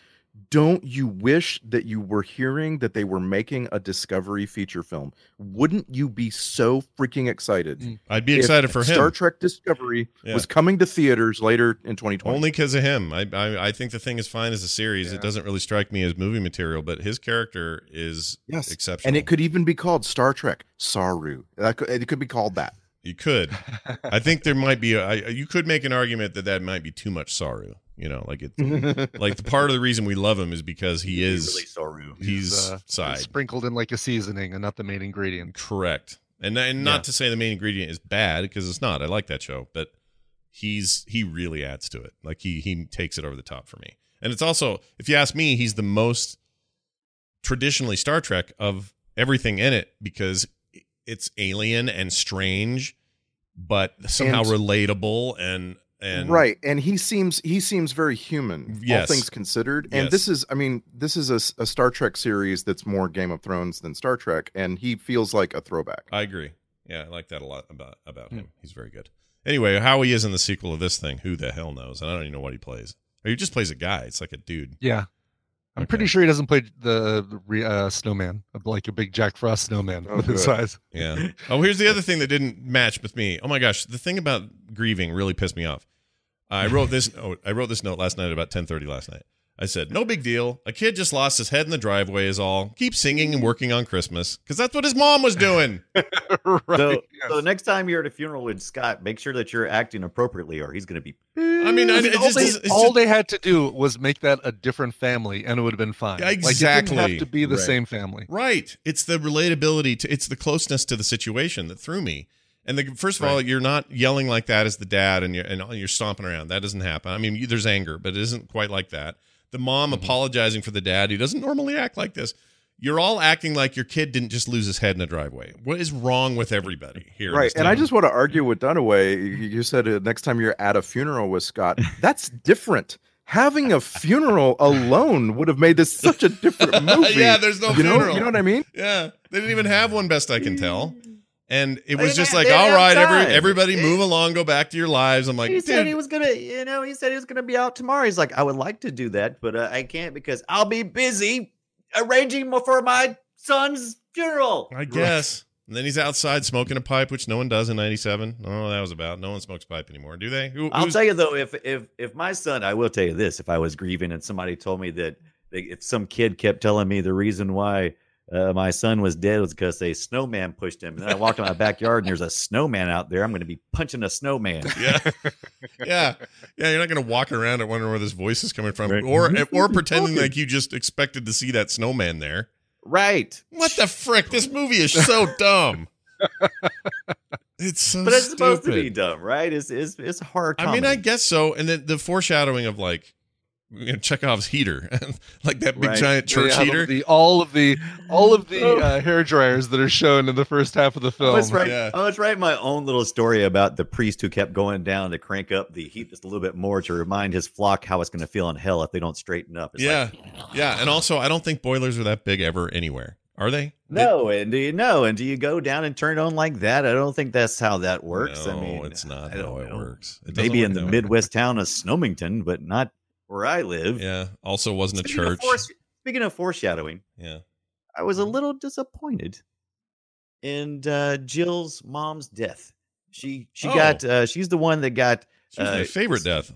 Speaker 9: Don't you wish that you were hearing that they were making a Discovery feature film? Wouldn't you be so freaking excited?
Speaker 7: Mm.
Speaker 6: I'd be
Speaker 9: if
Speaker 6: excited for him.
Speaker 9: Star Trek Discovery
Speaker 6: Yeah.
Speaker 9: was coming to theaters later in 2020.
Speaker 6: Only because of him. I, I I think the thing is fine as a series. It
Speaker 7: Yeah.
Speaker 6: doesn't really strike me as movie material, but his character is
Speaker 9: yes,
Speaker 6: exceptional.
Speaker 9: and it could even be called Star Trek Saru. That could, it could be called that.
Speaker 6: You could. I think there might be. A, I, you could make an argument that that might be too much Saru. You know, like it. like the part of the reason we love him is because he
Speaker 8: really
Speaker 6: is
Speaker 8: Soru.
Speaker 6: he's
Speaker 7: uh,
Speaker 6: side
Speaker 7: sprinkled in like a seasoning and not the main ingredient.
Speaker 6: correct. And and not
Speaker 7: Yeah.
Speaker 6: to say the main ingredient is bad because it's not. I like that show, but he's he really adds to it. Like he he takes it over the top for me. And it's also, if you ask me, he's the most traditionally Star Trek of everything in it because it's alien and strange, but somehow
Speaker 9: And-
Speaker 6: relatable and and
Speaker 9: right and he seems he seems very human
Speaker 6: Yes.
Speaker 9: all things considered and
Speaker 6: Yes.
Speaker 9: this is i mean this is a, s- a star trek series that's more game of thrones than star trek and he feels like a throwback
Speaker 6: I agree. Yeah, I like that a lot about
Speaker 9: Hmm.
Speaker 6: about him. He's very good. Anyway, how he is in the sequel of this thing, who the hell knows? And I don't even know what he plays. Or he just plays a guy. It's like a dude.
Speaker 7: Yeah. I'm pretty
Speaker 6: Okay.
Speaker 7: sure he doesn't play the the re- uh, snowman, like a big Jack Frost snowman
Speaker 9: Oh,
Speaker 7: with his
Speaker 9: good.
Speaker 7: eyes.
Speaker 6: Yeah. Oh, here's the other thing that didn't match with me. Oh my gosh, the thing about grieving really pissed me off. I wrote this note. I wrote this note last night at about 10:30 last night. I said, "No big deal. A kid just lost his head in the driveway is all. Keep singing and working on Christmas cuz that's what his mom was doing."
Speaker 7: right.
Speaker 8: So, so next time you're at a funeral with Scott, make sure that you're acting appropriately, or he's going to be.
Speaker 6: I mean, I,
Speaker 7: I mean,
Speaker 6: it
Speaker 7: all,
Speaker 6: just,
Speaker 7: they,
Speaker 6: it's, it's
Speaker 7: all
Speaker 6: just-
Speaker 7: they had to do was make that a different family, and it would have been fine. Like, it didn't
Speaker 6: Exactly.
Speaker 7: have to be the
Speaker 9: Right.
Speaker 7: same family.
Speaker 6: Right. It's the relatability to it's the closeness to the situation that threw me. And the first of all, you're not yelling like that as the dad, and you're and you're stomping around. That doesn't happen. I mean, you, there's anger, but it isn't quite like that. The mom apologizing for the dad who doesn't normally act like this. You're all acting like your kid didn't just lose his head in the driveway. What is wrong with everybody here? in
Speaker 9: right
Speaker 6: this
Speaker 9: and i
Speaker 6: town?
Speaker 9: just want to argue with dunaway you you said uh, next time you're at a funeral with scott that's different having a funeral alone would have made this such a different movie
Speaker 6: Yeah, there's no
Speaker 9: you know,
Speaker 6: funeral.
Speaker 9: you know what i mean
Speaker 6: yeah, they didn't even have one, best I can tell. And it
Speaker 8: They
Speaker 6: was
Speaker 8: didn't
Speaker 6: just
Speaker 8: have-
Speaker 6: like,
Speaker 8: they
Speaker 6: all
Speaker 8: didn't have
Speaker 6: right, every,
Speaker 8: time.
Speaker 6: everybody
Speaker 8: They-
Speaker 6: move along, go back to your lives. I'm like,
Speaker 8: he said
Speaker 6: dude,
Speaker 8: he was going to, you know, he said he was going to be out tomorrow. He's like, I would like to do that, but uh, I can't because I'll be busy arranging mo- for my son's funeral.
Speaker 6: I guess. And then he's outside smoking a pipe, which no one does in '97. I don't know what that was about. No one smokes pipe anymore, do they? Who,
Speaker 8: I'll
Speaker 6: who's-
Speaker 8: tell you though, if if if my son, I will tell you this: if I was grieving and somebody told me that, they, if some kid kept telling me the reason why uh, my son was dead was because a snowman pushed him, and then I walked in my backyard and there's a snowman out there, I'm going to be punching a snowman.
Speaker 6: Yeah, yeah, yeah. You're not gonna walk around and wonder where this voice is coming from,
Speaker 8: Right.
Speaker 6: or or pretending like you just expected to see that snowman there.
Speaker 8: Right.
Speaker 6: What the frick? This movie is so dumb. It's so
Speaker 8: But it's
Speaker 6: stupid.
Speaker 8: supposed to be dumb, right? It's it's it's hard.
Speaker 6: I mean, I
Speaker 8: comedy.
Speaker 6: guess so. And then the foreshadowing of like you know, Chekhov's heater, like that big
Speaker 8: Right.
Speaker 6: giant church
Speaker 7: Yeah, the-
Speaker 6: heater.
Speaker 7: the- all of the all of
Speaker 9: Oh.
Speaker 7: the uh, hair dryers that are shown in the first half of the
Speaker 8: I
Speaker 7: film.
Speaker 8: was writing,
Speaker 6: yeah.
Speaker 8: I was writing my own little story about the priest who kept going down to crank up the heat just a little bit more to remind his flock how it's going to feel in hell if they don't straighten up. It's like,
Speaker 6: yeah, yeah. And also, I don't think boilers are that big ever anywhere. Are they?
Speaker 8: No, and do you know? And do you go down and turn it on like that? I don't think that's how that works. I
Speaker 6: No,
Speaker 8: mean,
Speaker 6: it's not
Speaker 8: I don't
Speaker 6: how it
Speaker 8: know.
Speaker 6: works. It doesn't
Speaker 8: Maybe
Speaker 6: work
Speaker 8: in the
Speaker 6: that way.
Speaker 8: Midwest town of Snowmington, but not where I live.
Speaker 6: Yeah. Also, wasn't a
Speaker 8: Speaking of
Speaker 6: church. Mm-hmm.
Speaker 8: force- Speaking of foreshadowing,
Speaker 6: yeah,
Speaker 8: I was a little disappointed in uh, Jill's mom's death. She she
Speaker 6: Oh.
Speaker 8: got uh, she's the one that got
Speaker 6: She's
Speaker 8: uh,
Speaker 6: my favorite death.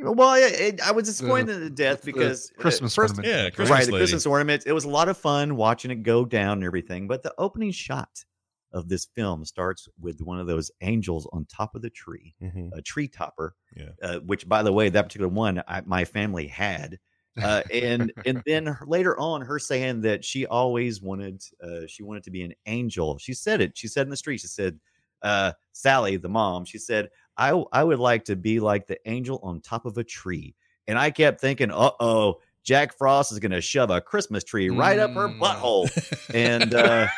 Speaker 8: Well, it, it- I was disappointed in the death because uh,
Speaker 7: Christmas
Speaker 8: first,
Speaker 7: ornament.
Speaker 6: Yeah, Christmas
Speaker 8: right, the
Speaker 6: lady.
Speaker 8: Christmas ornament. It was a lot of fun watching it go down and everything. But the opening shot of this film starts with one of those angels on top of the tree,
Speaker 6: Mhm.
Speaker 8: a tree topper.
Speaker 6: Yeah.
Speaker 8: Uh, which, by the way, that particular one I, my family had. Uh, and and then her- later on, her saying that she always wanted uh, she wanted to be an angel. She said it. She said in the street. She said, uh, Sally, the mom. She said, I I would like to be like the angel on top of a tree. And I kept thinking, uh oh, Jack Frost is going to shove a Christmas tree right up her
Speaker 7: Mm.
Speaker 8: butthole.
Speaker 6: Mm-hmm.
Speaker 8: and uh,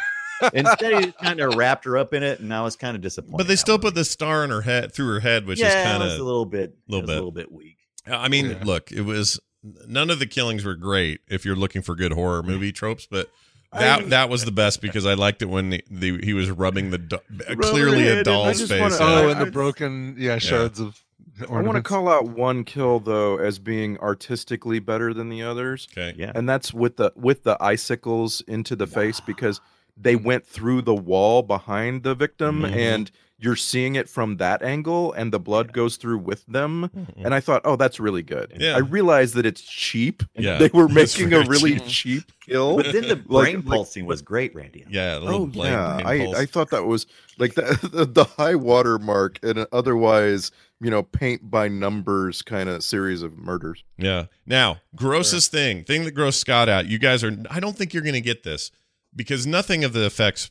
Speaker 8: instead, he kind of wrapped her up in it, and I was kind of disappointed.
Speaker 6: But they
Speaker 8: that
Speaker 6: still
Speaker 8: way.
Speaker 6: put the star in her head through her head, which
Speaker 8: yeah,
Speaker 6: is kind
Speaker 8: it was a
Speaker 6: of.
Speaker 8: little bit, it
Speaker 6: little
Speaker 8: was
Speaker 6: bit.
Speaker 8: a little bit weak.
Speaker 6: I mean,
Speaker 7: Yeah.
Speaker 6: look, it was none of the killings were great if you're looking for good horror movie tropes, but that that was the best because I liked it when the, the he was rubbing the do- clearly
Speaker 9: head
Speaker 6: a
Speaker 9: and I
Speaker 6: doll's
Speaker 9: just
Speaker 6: face.
Speaker 9: wanna-
Speaker 6: out.
Speaker 7: Oh,
Speaker 9: I-
Speaker 7: and the
Speaker 9: I-
Speaker 7: broken yeah shards of.
Speaker 9: I want to
Speaker 7: ornaments.
Speaker 9: call out one kill though as being artistically better than the others.
Speaker 6: okay.
Speaker 8: Yeah.
Speaker 9: and that's with the with the icicles into the face because they went through the wall behind the victim
Speaker 8: Mm-hmm.
Speaker 6: Mhm.
Speaker 9: and you're seeing it from that angle and the blood goes through with them
Speaker 6: Mhm.
Speaker 9: and i thought oh that's really good
Speaker 6: Yeah.
Speaker 9: i realized that it's cheap
Speaker 6: Yeah,
Speaker 9: they were
Speaker 6: it's
Speaker 9: making
Speaker 6: very
Speaker 9: a really
Speaker 6: cheap.
Speaker 9: cheap, kill
Speaker 8: But then the
Speaker 9: Like-
Speaker 8: brain
Speaker 9: like-
Speaker 8: pulsing was great, Randy.
Speaker 6: Yeah. a little
Speaker 9: oh
Speaker 6: blade
Speaker 9: yeah
Speaker 6: impulse.
Speaker 9: I, I thought that was like the, the, the high water mark in an otherwise you know paint by numbers kind of series of murders
Speaker 6: Yeah. Now, grossest thing, thing that grossed Scott out. You guys are. I don't think you're going to get this because nothing of the effects.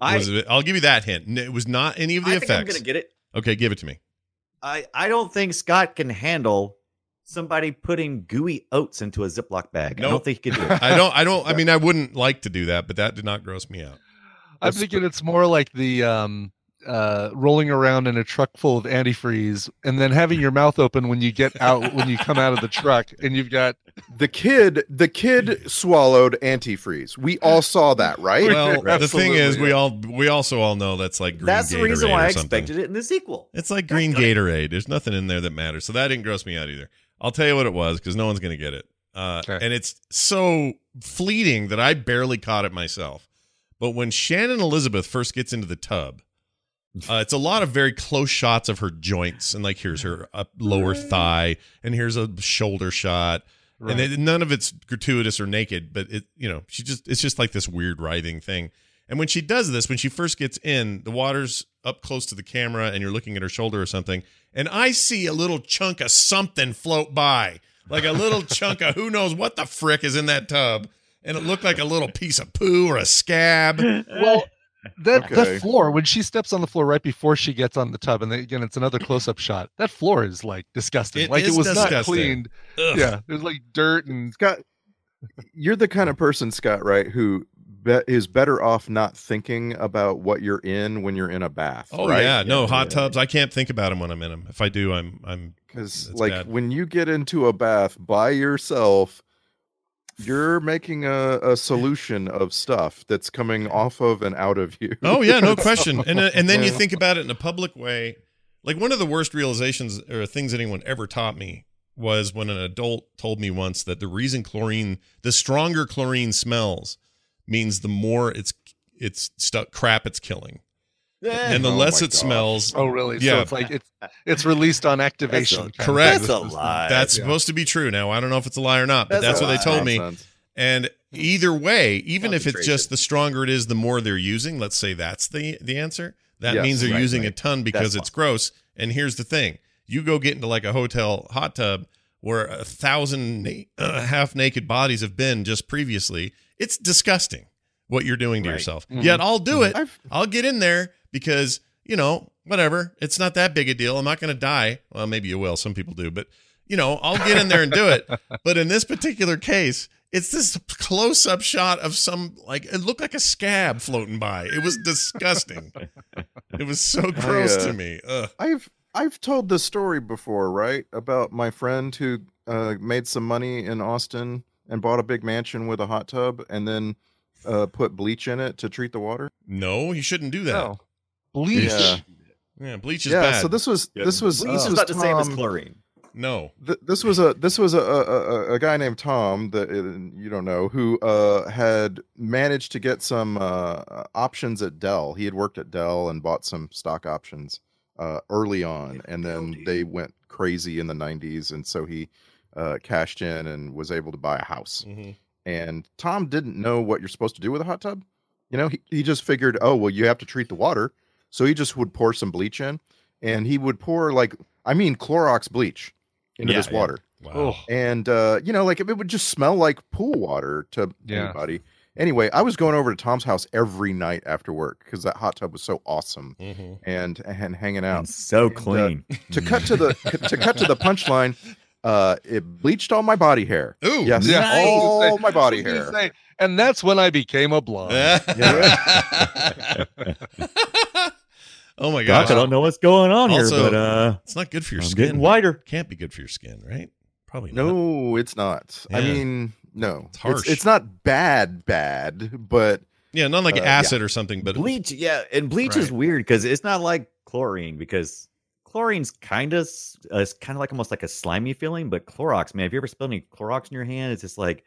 Speaker 8: I-
Speaker 6: Was, I'll give you that hint. N- It was not any of the
Speaker 8: I think I'm
Speaker 6: effects.
Speaker 8: gonna get it.
Speaker 6: okay, give it to me.
Speaker 8: I I don't think Scott can handle somebody putting gooey oats into a Ziploc bag. I
Speaker 6: Nope.
Speaker 8: don't think he could do it.
Speaker 6: I don't. I don't. I mean, I wouldn't like to do that, but that did not gross me out.
Speaker 7: I'm
Speaker 9: That's-
Speaker 7: thinking it's more like the um uh rolling around in a truck full of antifreeze and then having your mouth open when you get out when you come out of the truck and you've got
Speaker 9: The kid, the kid swallowed antifreeze. We all saw that, right?
Speaker 6: Well, the thing is,
Speaker 7: Absolutely.
Speaker 6: we all we also all know that's like green.
Speaker 8: That's the reason
Speaker 6: Gatorade
Speaker 8: why
Speaker 6: or
Speaker 8: I
Speaker 6: something.
Speaker 8: expected it in the sequel.
Speaker 6: It's like green Gatorade. There's nothing in there that matters. So that didn't gross me out either. I'll tell you what it was because no one's going to get it. Uh,
Speaker 7: Okay.
Speaker 6: And it's so fleeting that I barely caught it myself. But when Shannon Elizabeth first gets into the tub, uh, it's a lot of very close shots of her joints. And like, here's her up lower thigh, and here's a shoulder shot.
Speaker 7: right.
Speaker 6: And it, none of it's gratuitous or naked, but it, you know, she just, it's just like this weird writhing thing. And when she does this, when she first gets in, the water's up close to the camera and you're looking at her shoulder or something. And I see a little chunk of something float by, like a little chunk of who knows what the frick is in that tub. And it looked like a little piece of poo or a scab.
Speaker 7: well that
Speaker 9: Okay.
Speaker 7: that floor when she steps on the floor right before she gets on the tub and then again it's another close-up shot that floor is like disgusting
Speaker 6: It
Speaker 7: like
Speaker 6: is
Speaker 7: it was not
Speaker 6: disgusting.
Speaker 7: cleaned
Speaker 6: Ugh.
Speaker 7: yeah there's like dirt and
Speaker 9: Scott, you're the kind of person, Scott, right, who be- is better off not thinking about what you're in when you're in a bath.
Speaker 6: Oh
Speaker 9: right?
Speaker 6: yeah, no hot tubs. I can't think about them when I'm in them. If I do, I'm I'm
Speaker 9: because
Speaker 6: That's
Speaker 9: like
Speaker 6: bad.
Speaker 9: when you get into a bath by yourself, you're making a, a solution of stuff that's coming off of and out of you.
Speaker 6: Oh yeah, no question. And uh, and then you
Speaker 9: Yeah.
Speaker 6: think about it in a public way. Like one of the worst realizations or things anyone ever taught me was when an adult told me once that the reason chlorine, the stronger chlorine smells, means the more it's it's stuck crap it's killing, and the
Speaker 9: Oh,
Speaker 6: less
Speaker 9: my
Speaker 6: it
Speaker 9: gosh.
Speaker 6: smells.
Speaker 7: oh really
Speaker 6: Yeah.
Speaker 7: so it's like it's it's released on activation kind of thing.
Speaker 6: correct.
Speaker 8: That's a lie.
Speaker 6: That's
Speaker 7: yeah.
Speaker 6: supposed to be true. Now I don't know if it's a lie or not, but
Speaker 8: That's
Speaker 6: that's,
Speaker 8: a
Speaker 6: what they
Speaker 8: lie.
Speaker 6: told me.
Speaker 9: Nonsense.
Speaker 6: And either way, even if it's
Speaker 8: Concentration.
Speaker 6: just the stronger it is, the more they're using. Let's say that's the the answer. That
Speaker 9: Yes,
Speaker 6: means they're
Speaker 9: right,
Speaker 6: using a
Speaker 9: right.
Speaker 6: ton because
Speaker 8: That's
Speaker 6: it's gross. And here's the thing: you go get into like a hotel hot tub where a thousand na- uh, half naked bodies have been just previously. It's disgusting what you're doing to
Speaker 8: Right.
Speaker 6: yourself.
Speaker 7: Mhm.
Speaker 6: Yet I'll do it.
Speaker 9: I've-
Speaker 6: I'll get in there because you know whatever. It's not that big a deal. I'm not going to die. Well, maybe you will. Some people do, but you know I'll get in there and do it. But in this particular case, it's this close up shot of some like it looked like a scab floating by. It was disgusting. it was so gross
Speaker 9: I, uh,
Speaker 6: to me. Ugh.
Speaker 9: I've I've told the story before, right? About my friend who uh, made some money in Austin and bought a big mansion with a hot tub, and then uh, put bleach in it to treat the water.
Speaker 6: No, you shouldn't do that.
Speaker 7: No. bleach
Speaker 9: Yeah.
Speaker 6: Yeah, bleach is
Speaker 9: yeah.
Speaker 6: bad.
Speaker 9: So this was
Speaker 8: Yeah.
Speaker 9: this was
Speaker 8: Bleach
Speaker 9: this
Speaker 8: is
Speaker 9: was
Speaker 8: not the same as
Speaker 9: Tom-
Speaker 8: chlorine.
Speaker 6: No.
Speaker 9: Th- this was a this was a, a, a guy named Tom that uh, you don't know who uh, had managed to get some uh, options at Dell. He had worked at Dell and bought some stock options uh, early on, and then they went crazy in the '90s, and so he uh, cashed in and was able to buy a house. And Tom didn't know what you're supposed to do with a hot tub. You know, he, he just figured, oh well, you have to treat the water. So he just would pour some bleach in, and he would pour like I mean Clorox bleach into
Speaker 6: Yeah,
Speaker 9: this
Speaker 6: yeah.
Speaker 9: water.
Speaker 6: Wow. Ugh.
Speaker 9: And uh, you know, like it would just smell like pool water to
Speaker 7: Yeah.
Speaker 9: anybody. Anyway, I was going over to Tom's house every night after work because that hot tub was so awesome
Speaker 7: Mm-hmm.
Speaker 9: and and hanging out
Speaker 8: so
Speaker 9: uh,
Speaker 8: clean.
Speaker 9: to cut to the to cut to the punchline, uh, it bleached all my body hair.
Speaker 6: Ooh,
Speaker 9: yes,
Speaker 7: Yeah, I was
Speaker 9: all
Speaker 7: gonna say-
Speaker 9: my body
Speaker 7: I was gonna
Speaker 9: hair.
Speaker 7: say, and that's when I became a blonde.
Speaker 6: oh my
Speaker 8: Doc,
Speaker 6: gosh.
Speaker 8: I don't know what's going on
Speaker 6: Also,
Speaker 8: here, but uh,
Speaker 6: it's not good for your
Speaker 8: I'm
Speaker 6: skin.
Speaker 8: Getting whiter.
Speaker 6: Can't be good for your skin, right? Probably not.
Speaker 9: No, it's not. I
Speaker 6: Yeah.
Speaker 9: mean, no,
Speaker 6: It's harsh.
Speaker 9: It's, not bad, bad, but
Speaker 6: Yeah, not like
Speaker 9: Uh, yeah.
Speaker 6: acid or something, but
Speaker 8: bleach, yeah, and bleach is
Speaker 6: Right.
Speaker 8: weird because it's not like chlorine because chlorine's kind of uh, it's kind of like almost like a slimy feeling, but Clorox, man, have you ever spilled any Clorox in your hand? It's just like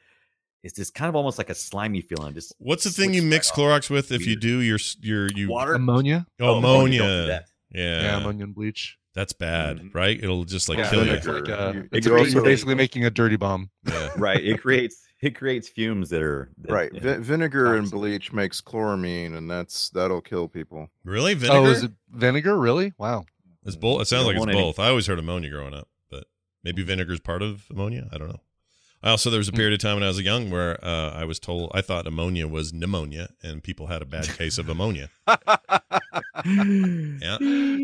Speaker 8: it's just kind of almost like a slimy feeling. Just
Speaker 6: what's the thing you
Speaker 8: slicks right
Speaker 6: mix
Speaker 8: off.
Speaker 6: Clorox with if you
Speaker 8: Weird.
Speaker 6: do your s- your you
Speaker 8: Water?
Speaker 7: Ammonia?
Speaker 6: Oh, ammonia.
Speaker 8: Oh, don't do that.
Speaker 6: Yeah. Mm-hmm.
Speaker 7: Yeah, ammonia and bleach.
Speaker 6: That's bad,
Speaker 8: Mhm.
Speaker 6: right? It'll just like
Speaker 7: yeah,
Speaker 6: kill
Speaker 7: it's
Speaker 6: you.
Speaker 9: vinegar.
Speaker 7: like a-
Speaker 9: You-
Speaker 7: it's
Speaker 9: you
Speaker 7: a- you're
Speaker 9: also-
Speaker 7: basically making a dirty bomb.
Speaker 6: Yeah.
Speaker 8: right. It creates it creates fumes that are that-
Speaker 9: right.
Speaker 8: yeah.
Speaker 9: vi- vinegar and
Speaker 8: Toxic.
Speaker 9: bleach makes chloramine, and that's that'll kill people.
Speaker 6: Really? Vinegar?
Speaker 7: Oh, is it vinegar? Really? Wow.
Speaker 6: It's both. It sounds
Speaker 8: don't
Speaker 6: like it's
Speaker 8: want any.
Speaker 6: both. I always heard ammonia growing up, but maybe vinegar's part of ammonia. I don't know. I also there was a period of time when I was young where uh, I was told I thought ammonia was pneumonia, and people had a bad case of ammonia. Yeah,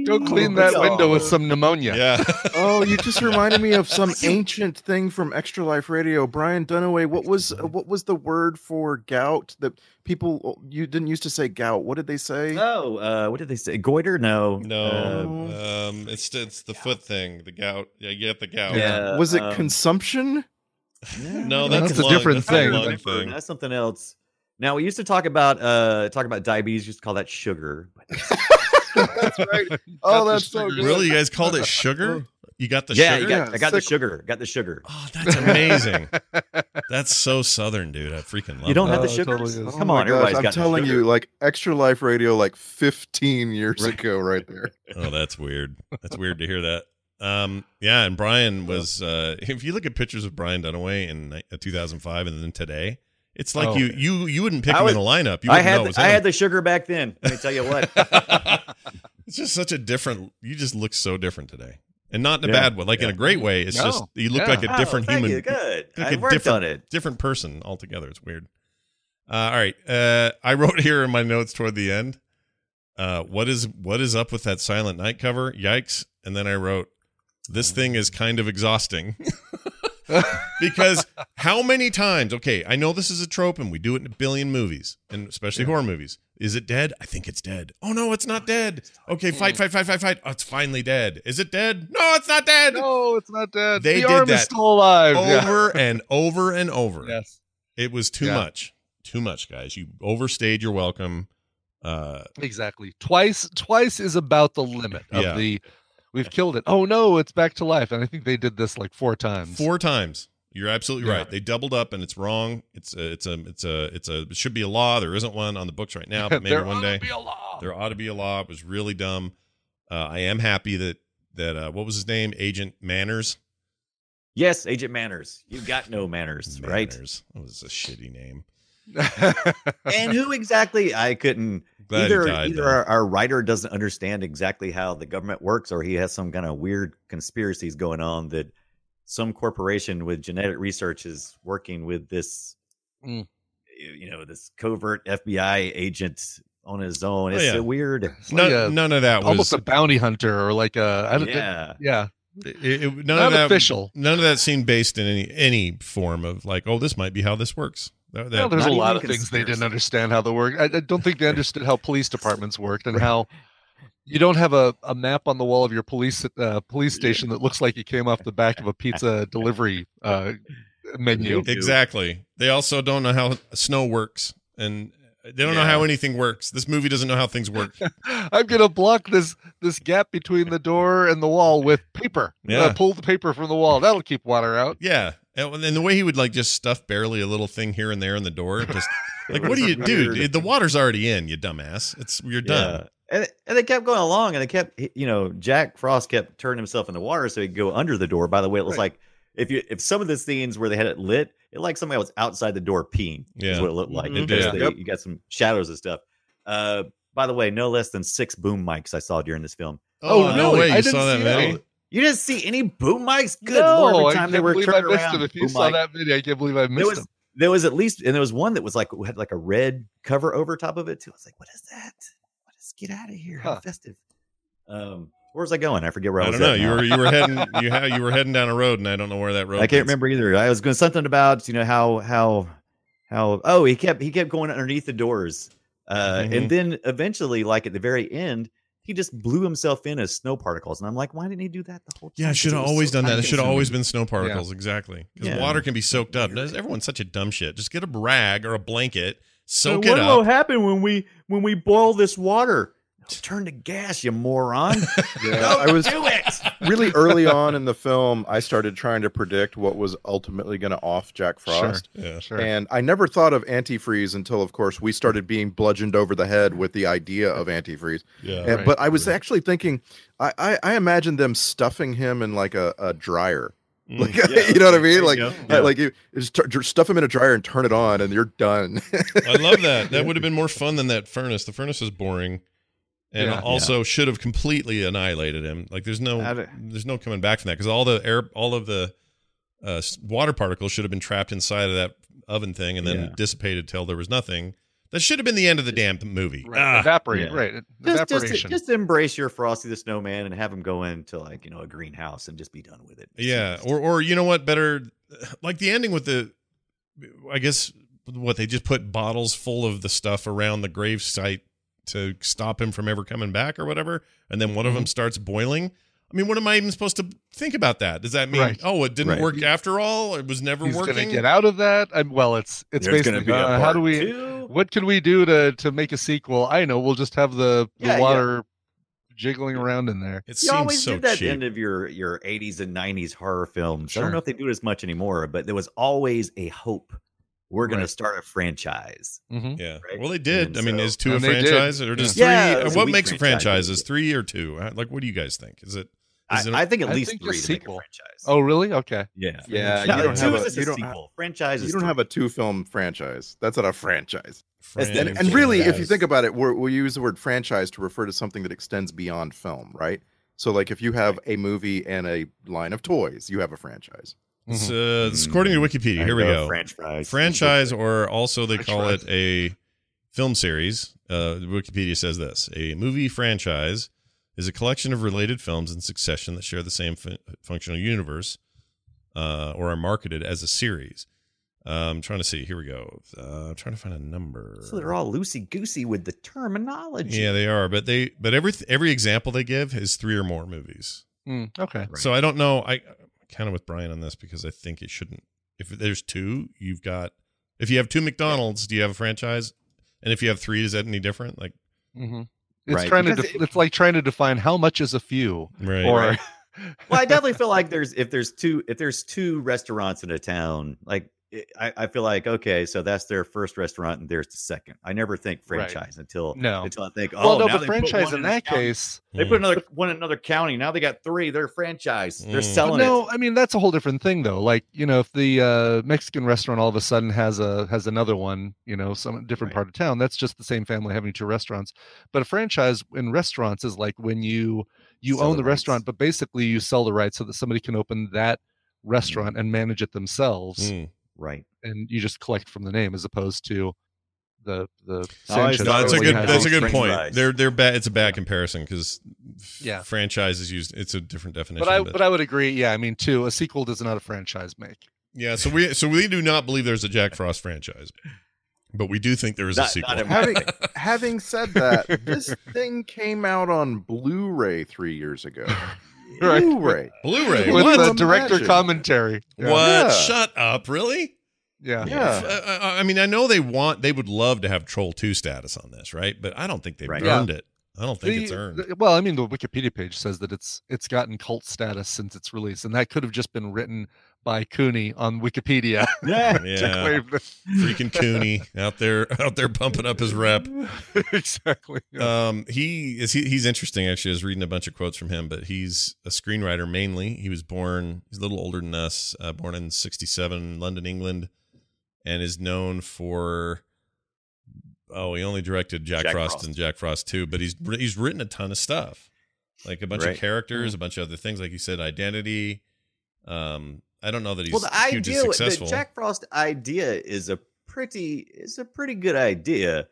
Speaker 7: Go clean that window with some pneumonia.
Speaker 6: yeah.
Speaker 9: Oh, you just reminded me of some ancient thing from Extra Life Radio. Brian Dunaway, what was uh, what was the word for gout that people oh, you didn't used to say gout? What did they say?
Speaker 8: Oh, uh, what did they say? Goiter? No. Uh,
Speaker 6: no, um, it's it's the foot thing, the gout. Oh, Yeah, you get the gout.
Speaker 8: yeah.
Speaker 9: was it
Speaker 8: um,
Speaker 9: consumption?
Speaker 6: No,
Speaker 7: No,
Speaker 6: that's,
Speaker 7: that's a
Speaker 6: lung.
Speaker 7: different
Speaker 6: That's lung
Speaker 7: thing.
Speaker 8: That's different.
Speaker 6: thing.
Speaker 8: That's something else. Now we used to talk about uh talk about diabetes. Used to call that sugar.
Speaker 9: that's right. Oh, that's so good.
Speaker 6: Really, you guys called it sugar? You got the
Speaker 8: yeah,
Speaker 6: sugar?
Speaker 8: you got, I got the
Speaker 9: Sick.
Speaker 8: sugar. Got the sugar.
Speaker 6: Oh, that's amazing. that's so southern, dude. I freaking love.
Speaker 8: You don't have
Speaker 6: that.
Speaker 8: the
Speaker 7: Oh,
Speaker 8: sugar.
Speaker 7: it totally is.
Speaker 8: Come
Speaker 9: my
Speaker 8: on, everybody's
Speaker 9: I'm
Speaker 8: got the
Speaker 9: telling
Speaker 8: sugar.
Speaker 9: you, like Extra Life Radio, like 15 years
Speaker 8: Right.
Speaker 9: ago, right there.
Speaker 6: Oh, that's weird. That's weird to hear that. Um, yeah, and Brian was. Uh, if you look at pictures of Brian Dunaway in ni- uh, 2005 and then today, it's like
Speaker 7: Oh.
Speaker 6: you you you wouldn't pick
Speaker 8: I
Speaker 6: him
Speaker 8: was-
Speaker 6: in a lineup. You
Speaker 8: I
Speaker 6: wouldn't
Speaker 8: had
Speaker 6: know it
Speaker 8: the,
Speaker 6: was
Speaker 8: I
Speaker 6: him.
Speaker 8: had the sugar back then. Let me tell you what.
Speaker 6: it's just such a different. You just look so different today, and not in a
Speaker 8: Yeah.
Speaker 6: bad way. Like in a
Speaker 8: Yeah.
Speaker 6: great way. It's
Speaker 7: No.
Speaker 6: just you look
Speaker 7: Yeah.
Speaker 6: like a different
Speaker 8: oh, thank
Speaker 6: human.
Speaker 8: You. Good.
Speaker 6: like
Speaker 8: I
Speaker 6: a
Speaker 8: worked
Speaker 6: different-
Speaker 8: on it.
Speaker 6: different person altogether. It's weird. Uh, all right, uh, I wrote here in my notes toward the end. Uh, what is what is up with that Silent Night cover? Yikes! And then I wrote, this thing is kind of exhausting because how many times? Okay, I know this is a trope, and we do it in a billion movies, and especially horror movies. Is it dead? I think it's dead. Oh no, it's not dead. Okay, fight, fight, fight, fight, fight. Oh, it's finally dead. Is it dead? No, it's not dead.
Speaker 7: No, it's not dead.
Speaker 6: They
Speaker 7: the
Speaker 6: did
Speaker 7: arm is
Speaker 6: that Oh.
Speaker 7: still alive. Yeah.
Speaker 6: Over and over and over.
Speaker 7: Yes.
Speaker 6: It was too
Speaker 7: Yeah.
Speaker 6: much. Too much, guys. You overstayed your welcome. Uh
Speaker 7: Exactly. Twice twice is about the limit of
Speaker 6: Yeah.
Speaker 7: the we've killed it. Oh no, it's back to life. And I think they did this like four times.
Speaker 6: four times. You're absolutely
Speaker 7: Yeah.
Speaker 6: right. They doubled up and it's wrong. It's a, it's a it's a it's a it should be a law. There isn't one on the books right now, but maybe
Speaker 7: There
Speaker 6: one
Speaker 7: ought
Speaker 6: day
Speaker 7: to be a law.
Speaker 6: there ought to be a law. It was really dumb. Uh, I am happy that that uh, what was his name? Agent Manners.
Speaker 8: Yes, Agent Manners. You got no manners, right?
Speaker 6: Manners. That was a shitty name.
Speaker 8: and who exactly? I couldn't.
Speaker 6: Glad
Speaker 8: either
Speaker 6: he died.
Speaker 8: either
Speaker 6: though.
Speaker 8: our, our writer doesn't understand exactly how the government works, or he has some kind of weird conspiracies going on that some corporation with genetic research is working with this,
Speaker 7: Mm.
Speaker 8: you know, this covert FBI agent on his own.
Speaker 6: Oh,
Speaker 8: It's
Speaker 6: yeah.
Speaker 8: so weird.
Speaker 7: It's like
Speaker 6: none,
Speaker 7: a-
Speaker 6: none of that was
Speaker 7: almost a bounty hunter or like a I don't
Speaker 8: Yeah.
Speaker 7: yeah.
Speaker 6: it, it- none of
Speaker 7: Not
Speaker 6: that
Speaker 7: official.
Speaker 6: None of that seemed based in any any form of like, oh, this might be how this works. That- that-
Speaker 7: Well, there's a
Speaker 8: not even
Speaker 7: lot of things they didn't
Speaker 8: conspiracy.
Speaker 7: understand how they work. I, I don't think they understood how police departments worked and how you don't have a, a map on the wall of your police uh, police station that looks like it came off the back of a pizza delivery uh, menu.
Speaker 8: do.
Speaker 6: Exactly. They also don't know how snow works, and They don't know how anything works. This movie doesn't know how things work.
Speaker 7: I'm gonna block this this gap between the door and the wall with paper.
Speaker 6: Yeah.
Speaker 7: Uh, pull the paper from the wall. That'll keep water out.
Speaker 6: Yeah. And and the way he would like just stuff barely a little thing here and there in the door, just like what do you
Speaker 8: Weird.
Speaker 6: do? The water's already in, you dumbass. It's you're done.
Speaker 8: And, and they kept going along and they kept, you know, Jack Frost kept turning himself in the water so he could go under the door. By the way, it was
Speaker 6: Right.
Speaker 8: like if you if some of the scenes where they had it lit, it like somebody was outside the door peeing.
Speaker 6: Yeah.
Speaker 8: Is what it looked like.
Speaker 6: Mhm. It
Speaker 8: because
Speaker 6: did.
Speaker 8: they-
Speaker 6: Yep.
Speaker 8: You got some shadows and stuff. Uh, by the way, no less than six boom mics I saw during this film.
Speaker 7: Oh,
Speaker 6: no
Speaker 7: really?
Speaker 6: way
Speaker 7: I
Speaker 6: you
Speaker 7: didn't
Speaker 6: saw that
Speaker 7: see that.
Speaker 6: video.
Speaker 8: You didn't see any boom mics? Good
Speaker 7: no,
Speaker 8: lord! Every
Speaker 7: I
Speaker 8: time
Speaker 7: can't
Speaker 8: they were
Speaker 7: believe I
Speaker 8: turned
Speaker 7: missed
Speaker 8: around,
Speaker 7: it. If you
Speaker 8: boom
Speaker 7: saw
Speaker 8: mic.
Speaker 7: that video, I can't believe I
Speaker 8: there
Speaker 7: missed
Speaker 8: was
Speaker 7: them.
Speaker 8: there was at least and there was one that was like had like a red cover over top of it too. I was like, what is that? What is get out of here? How
Speaker 7: Huh.
Speaker 8: festive. Um, where was I going? I forget where I,
Speaker 6: I
Speaker 8: was.
Speaker 6: don't know.
Speaker 8: at
Speaker 6: You
Speaker 8: now.
Speaker 6: were you were heading you ha- you were heading down a road, and I don't know where that road.
Speaker 8: I can't
Speaker 6: leads.
Speaker 8: remember either. I was going something about you know how how how oh he kept he kept going underneath the doors, uh,
Speaker 6: Mhm.
Speaker 8: and then eventually like at the very end he just blew himself in as snow particles, and I'm like, why didn't he do that the whole time?
Speaker 6: Yeah, I should have always done that. It should have always been snow particles, exactly. Because
Speaker 8: Yeah.
Speaker 6: water can be soaked up. That's- Everyone's such a dumb shit. Just get a rag or a blanket,
Speaker 8: So
Speaker 6: soak
Speaker 8: what
Speaker 6: it
Speaker 8: will
Speaker 6: up.
Speaker 8: happen when we when we boil this water? Turn to gas, you moron.
Speaker 9: Yeah, I was
Speaker 8: do it.
Speaker 9: really early on in the film. I started trying to predict what was ultimately going to off Jack Frost.
Speaker 6: Yeah.
Speaker 7: Sure.
Speaker 9: And I never thought of antifreeze until, of course, we started being bludgeoned over the head with the idea of antifreeze.
Speaker 6: Yeah.
Speaker 9: Uh,
Speaker 7: right,
Speaker 9: but I was actually thinking, I, I, I imagine them stuffing him in like a, a dryer.
Speaker 6: Mm.
Speaker 9: Like,
Speaker 8: Yeah,
Speaker 9: you know what I
Speaker 8: there you
Speaker 9: mean? Like,
Speaker 8: go.
Speaker 9: uh, like you you just tur- stuff him in a dryer and turn it on, and you're done.
Speaker 6: I love that. That would have been more fun than that furnace. The furnace is boring, and
Speaker 7: Yeah.
Speaker 6: also should have completely annihilated him. Like there's
Speaker 8: I
Speaker 6: no
Speaker 8: don't-
Speaker 6: there's no coming back from that because all the air, all of the uh, s- water particles should have been trapped inside of that oven thing and then
Speaker 8: Yeah.
Speaker 6: dissipated till there was nothing. That should have been the end of the damn movie.
Speaker 7: Right.
Speaker 6: Ah.
Speaker 7: Evaporate.
Speaker 8: yeah.
Speaker 7: Right.
Speaker 8: just, just
Speaker 7: Evaporation.
Speaker 8: just embrace your Frosty the Snowman and have him go into like you know a greenhouse and just be done with it.
Speaker 6: Yeah, or or you know what? Better like the ending with the, I guess what they just put bottles full of the stuff around the grave site to stop him from ever coming back or whatever, and then
Speaker 7: Mm-hmm.
Speaker 6: one of them starts boiling. I mean, what am I even supposed to think about that? Does that mean
Speaker 7: Right.
Speaker 6: oh, it didn't
Speaker 8: Right.
Speaker 6: work after all? It was never
Speaker 7: He's
Speaker 6: working.
Speaker 7: gonna get out of that. i well, it's it's
Speaker 8: There's gonna be
Speaker 7: basically
Speaker 8: a
Speaker 7: uh, how
Speaker 8: part
Speaker 7: do we?
Speaker 8: two.
Speaker 7: What can we do to to make a sequel? I know. We'll just have the, the
Speaker 8: Yeah, yeah.
Speaker 7: water jiggling around in there.
Speaker 6: It
Speaker 8: you
Speaker 6: seems
Speaker 8: always
Speaker 6: so
Speaker 8: did that at the
Speaker 6: cheap.
Speaker 8: end of your your 80s and 90s horror films. I
Speaker 7: Sure.
Speaker 8: don't know if they do it as much anymore, but there was always a hope. We're going
Speaker 7: Right.
Speaker 8: to start a franchise.
Speaker 7: Mhm.
Speaker 6: yeah.
Speaker 8: right?
Speaker 6: Well, they did.
Speaker 8: And
Speaker 6: I mean,
Speaker 8: so-
Speaker 6: is two a
Speaker 7: And they did.
Speaker 6: franchise or just
Speaker 8: Yeah, it
Speaker 6: three? uh,
Speaker 8: was a
Speaker 6: What
Speaker 8: weak
Speaker 6: makes a
Speaker 8: franchise.
Speaker 6: franchise? Is three or two? I- Like, what do you guys think? Is it?
Speaker 8: I,
Speaker 6: Is it-
Speaker 8: I think at
Speaker 7: I
Speaker 8: least
Speaker 7: think a
Speaker 8: three to make a
Speaker 7: sequel.
Speaker 8: franchise.
Speaker 7: Oh, really? Okay.
Speaker 8: yeah,
Speaker 9: Yeah,
Speaker 8: No,
Speaker 9: you don't
Speaker 8: two
Speaker 9: have
Speaker 8: is
Speaker 9: a-
Speaker 8: just a,
Speaker 9: you don't
Speaker 8: sequel.
Speaker 9: have-
Speaker 8: franchise.
Speaker 9: you don't have a two film franchise. That's not a franchise.
Speaker 8: That's-
Speaker 9: and, and really, if you
Speaker 6: Franchise.
Speaker 9: think about it, we're, we use the word franchise to refer to something that extends beyond film, right? So, like, if you have a movie and a line of toys, you have a franchise.
Speaker 6: It's, uh,
Speaker 7: Mm-hmm.
Speaker 6: it's according to Wikipedia. Here we go.
Speaker 8: Franchise.
Speaker 6: uh, Franchise, or also they call
Speaker 7: Franchise.
Speaker 6: it a film series. Uh, Wikipedia says this: a movie franchise is a collection of related films in succession that share the same fun- functional universe, uh, or are marketed as a series. Uh, I'm trying to see. Here we go. Uh, I'm trying to find a number.
Speaker 8: So they're all loosey goosey with the terminology.
Speaker 6: yeah, they are, but they but every every example they give is three or more movies.
Speaker 7: Mm, okay.
Speaker 6: So I don't know. I kind of with Brian on this because I think it shouldn't. If there's two, you've got. If you have two McDonald's, do you have a franchise? And if you have three, is that any different? Like, Mm-hmm.
Speaker 7: hmm It's
Speaker 8: Right.
Speaker 7: trying to.
Speaker 8: Because
Speaker 7: def- it's like trying to define how much is a few.
Speaker 6: right?
Speaker 7: or
Speaker 8: right. well, I definitely feel like there's if there's two if there's two restaurants in a town, like it- I, I feel like okay, so that's their first restaurant and there's the second. I never think
Speaker 7: Right.
Speaker 8: franchise until
Speaker 7: No. Hmm.
Speaker 8: until I think oh
Speaker 7: well, no,
Speaker 8: now
Speaker 7: but
Speaker 8: they put
Speaker 7: franchise
Speaker 8: one
Speaker 7: in that
Speaker 8: county.
Speaker 7: case.
Speaker 8: they
Speaker 6: Mm.
Speaker 8: put another one in another county. Now they got three. They're franchise.
Speaker 7: Hmm.
Speaker 8: They're
Speaker 6: Mm.
Speaker 8: selling
Speaker 7: no,
Speaker 8: it.
Speaker 7: I mean that's a whole different thing though. Like you know, if the uh, Mexican restaurant all of a sudden has a has another one, you know, some different
Speaker 8: Right.
Speaker 7: part of town, that's just the same family having two restaurants. But a franchise in restaurants is like when you you
Speaker 8: Sell
Speaker 7: own
Speaker 8: the
Speaker 7: the
Speaker 8: rights.
Speaker 7: restaurant, but basically you sell the rights so that somebody can open that restaurant and manage it themselves,
Speaker 6: Mm.
Speaker 8: Hmm. Right.
Speaker 7: and you just collect from the name as opposed to the the.
Speaker 8: always
Speaker 7: Sanchez
Speaker 6: No, that's a
Speaker 7: only
Speaker 6: good.
Speaker 7: has
Speaker 6: That's a
Speaker 7: these
Speaker 6: good
Speaker 7: franchises.
Speaker 6: point.
Speaker 8: fries.
Speaker 6: They're they're bad. It's a bad comparison because
Speaker 7: Yeah.
Speaker 6: franchise is used. It's a different definition.
Speaker 7: But I but I would agree. Yeah, I mean, too, a sequel does not a franchise make.
Speaker 6: yeah. So we so we do not believe there's a Jack Frost franchise, but we do think there is a
Speaker 8: Not-
Speaker 6: sequel.
Speaker 8: not in my-
Speaker 9: Having, having said that, this thing came out on Blu ray three years ago.
Speaker 7: Right.
Speaker 9: Blu ray.
Speaker 6: Blu-ray.
Speaker 7: With
Speaker 6: What?
Speaker 7: the
Speaker 9: Imagine.
Speaker 7: director commentary.
Speaker 6: What?
Speaker 9: Yeah.
Speaker 6: Shut up! Really?
Speaker 7: Yeah.
Speaker 6: Yeah. Uh, I, I mean, I know they want, they would love to have Troll 2 status on this, right? But I don't think they've
Speaker 7: Right.
Speaker 6: earned
Speaker 7: Yeah.
Speaker 6: it. I don't think
Speaker 7: The-
Speaker 6: it's earned.
Speaker 7: the- Well, I mean, the Wikipedia page says that it's it's gotten cult status since its release, and that could have just been written by Cooney on Wikipedia.
Speaker 6: Yeah.
Speaker 7: to claim that-
Speaker 6: Freaking Cooney out there out there pumping up his rep.
Speaker 7: exactly.
Speaker 6: Um he is he, he's interesting actually. I was reading a bunch of quotes from him, but he's a screenwriter mainly. He was born he's a little older than us, uh, born in 67 London, England and is known for oh, he only directed Jack,
Speaker 12: Jack
Speaker 6: Frost,
Speaker 12: Frost.
Speaker 6: and Jack Frost 2, but he's he's written a ton of stuff. Like a bunch
Speaker 8: Right. Mm-hmm.
Speaker 6: of characters, a bunch of other things like you said identity. Um I don't know that he's
Speaker 8: well, the
Speaker 6: hugely
Speaker 8: idea, the
Speaker 6: successful.
Speaker 8: Jack Frost idea is a pretty is a pretty good idea,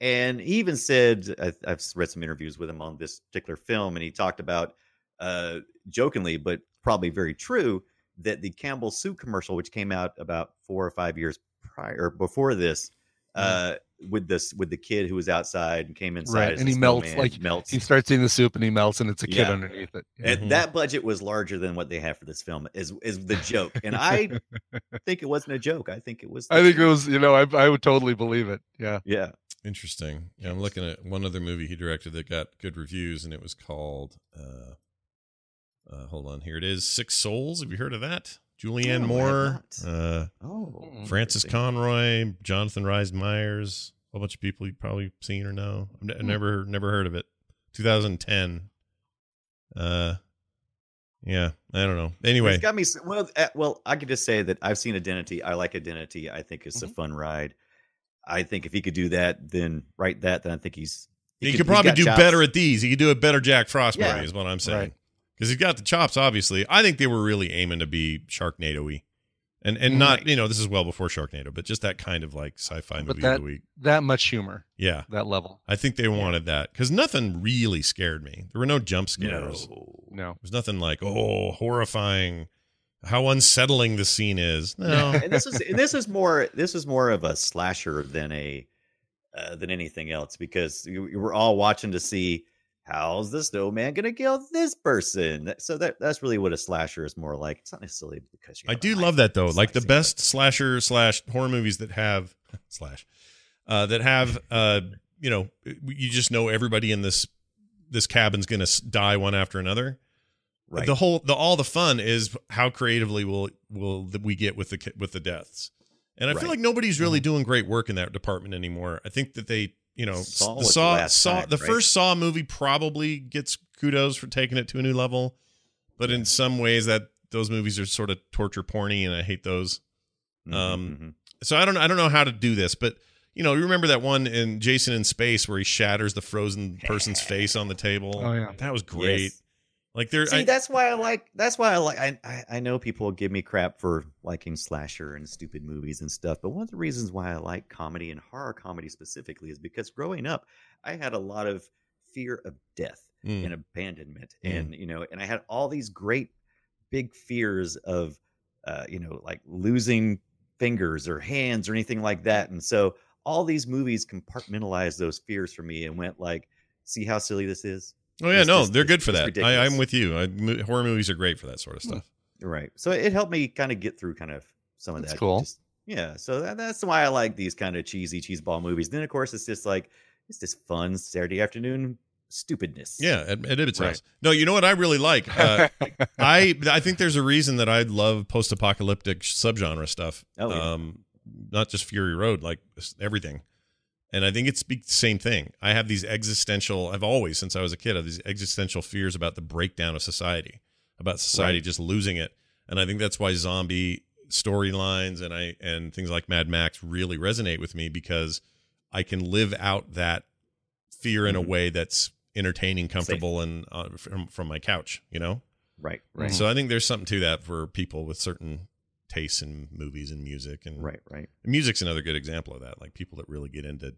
Speaker 8: and he even said I, I've read some interviews with him on this particular film, and he talked about uh, jokingly, but probably very true, that the Campbell Soup commercial, which came out about four or five years prior or before this.
Speaker 7: Hmm.
Speaker 8: Uh, with this, with the kid who was outside and came inside,
Speaker 7: Right,
Speaker 8: as
Speaker 7: and
Speaker 8: a
Speaker 7: he melts
Speaker 8: snowman,
Speaker 7: like
Speaker 8: melts.
Speaker 7: he starts eating the soup and he melts, and it's a kid
Speaker 8: Yeah.
Speaker 7: underneath it.
Speaker 6: Mm-hmm.
Speaker 8: And that budget was larger than what they have for this film. Is is the joke? And I think it wasn't a joke. I think it was. the
Speaker 7: I think it
Speaker 8: truth.
Speaker 7: was, you know, I I would totally believe it. Yeah.
Speaker 8: Yeah.
Speaker 6: Interesting. Yeah, I'm looking at one other movie he directed that got good reviews, and it was called. Uh, uh, hold on, here it is. Six Souls. Have you heard of that? Julianne
Speaker 8: No, I have
Speaker 6: Moore,
Speaker 8: not.
Speaker 6: uh,
Speaker 7: Mm.
Speaker 8: Oh,
Speaker 6: Francis
Speaker 8: interesting.
Speaker 6: Conroy, Jonathan Rhys Meyers, a whole bunch of people you've probably seen or know. I've ne-
Speaker 8: Hmm.
Speaker 6: never never heard of it. 2010. Uh, yeah, I don't know. Anyway,
Speaker 8: it's got me. s- Well, uh, well, I could just say that I've seen Identity. I like Identity. I think
Speaker 7: Mm-hmm.
Speaker 8: it's a fun ride. I think if he could do that, then write that. Then I think he's
Speaker 6: He,
Speaker 8: he's
Speaker 6: could probably
Speaker 8: got
Speaker 6: do
Speaker 8: chops.
Speaker 6: better at these. He could do a better Jack Frost
Speaker 8: Yeah.
Speaker 6: movie, is what I'm saying.
Speaker 8: Right.
Speaker 6: Because he's got the chops, obviously. I think they were really aiming to be Sharknado-y. And and not, you know, this is well before Sharknado, but just that kind of like sci-fi
Speaker 7: But
Speaker 6: movie of
Speaker 7: that
Speaker 6: the week.
Speaker 7: that much humor,
Speaker 6: Yeah.
Speaker 7: that level.
Speaker 6: I think they wanted that. Because nothing really scared me. There were no jump scares.
Speaker 7: No.
Speaker 6: There's nothing like, oh, horrifying. How unsettling the scene is. No.
Speaker 8: and this is and this is more this is more of a slasher than a uh, than anything else because you, you were all watching to see how's the snowman gonna kill this person. That- So that that's really what a slasher is more like. It's not necessarily because you
Speaker 6: I
Speaker 8: have a
Speaker 6: do
Speaker 8: knife
Speaker 6: love that though.
Speaker 8: that's
Speaker 6: Like the
Speaker 8: slicing,
Speaker 6: best slasher slash horror movies that have slash uh, that have uh, you know you just know everybody in this this cabin's gonna s- die one after another.
Speaker 8: Right.
Speaker 6: The whole the all the fun is how creatively will will that we get with the ki- with the deaths. And I feel
Speaker 8: Right. Mm-hmm.
Speaker 6: like nobody's really doing great work in that department anymore. I think that they you know s-
Speaker 8: Saw
Speaker 6: the
Speaker 8: was the
Speaker 6: saw
Speaker 8: last
Speaker 6: saw
Speaker 8: time,
Speaker 6: the
Speaker 8: right?
Speaker 6: first Saw movie probably gets kudos for taking it to a new level but in some ways that those movies are sort of torture porny and I hate those.
Speaker 8: Mhm,
Speaker 6: um
Speaker 8: mhm.
Speaker 6: so I don't I don't know how to do this, but you know, you remember that one in Jason in Space where he shatters the frozen person's face on the table?
Speaker 7: Oh, yeah.
Speaker 6: That was great.
Speaker 8: Yes.
Speaker 6: Like there
Speaker 8: See,
Speaker 6: I,
Speaker 8: that's why I like. That's why I like. I, I I know people give me crap for liking slasher and stupid movies and stuff, but one of the reasons why I like comedy and horror comedy specifically is because growing up, I had a lot of fear of death
Speaker 6: Mm.
Speaker 8: and abandonment,
Speaker 6: Mm.
Speaker 8: and you know, and I had all these great big fears of, uh, you know, like losing fingers or hands or anything like that, and so all these movies compartmentalized those fears for me and went like, see how silly this is.
Speaker 6: Oh yeah,
Speaker 8: It's
Speaker 6: no,
Speaker 8: just-
Speaker 6: they're
Speaker 8: it's-
Speaker 6: good for
Speaker 8: it's
Speaker 6: that. I,
Speaker 8: ridiculous.
Speaker 6: I'm with you. I, mo- horror movies are great for that sort of stuff.
Speaker 8: Right. So it helped me kind of get through kind of some of
Speaker 7: That's
Speaker 8: that.
Speaker 7: cool.
Speaker 8: just- yeah. So that, that's why I like these kind of cheesy cheeseball movies. Then of course it's just like it's just fun Saturday afternoon stupidness.
Speaker 6: Yeah, at, at Ibbot's
Speaker 8: Right.
Speaker 6: house. No, you know what I really like? Uh, I I think there's a reason that I love post-apocalyptic subgenre stuff.
Speaker 8: Oh, yeah.
Speaker 6: Um not just Fury Road, like s- everything. And I think it's the same thing. I have these existential I've always since I was a kid have these existential fears about the breakdown of society, about society
Speaker 8: Right.
Speaker 6: just losing it. And I think that's why zombie storylines and I and things like Mad Max really resonate with me because I can live out that fear in a
Speaker 8: Mhm.
Speaker 6: way that's entertaining, comfortable, and uh, from from my couch. You know,
Speaker 8: Right. Right.
Speaker 6: So I think there's something to that for people with certain tastes in movies and music, and
Speaker 8: right. Right.
Speaker 6: music's another good example of that. Like people that really get into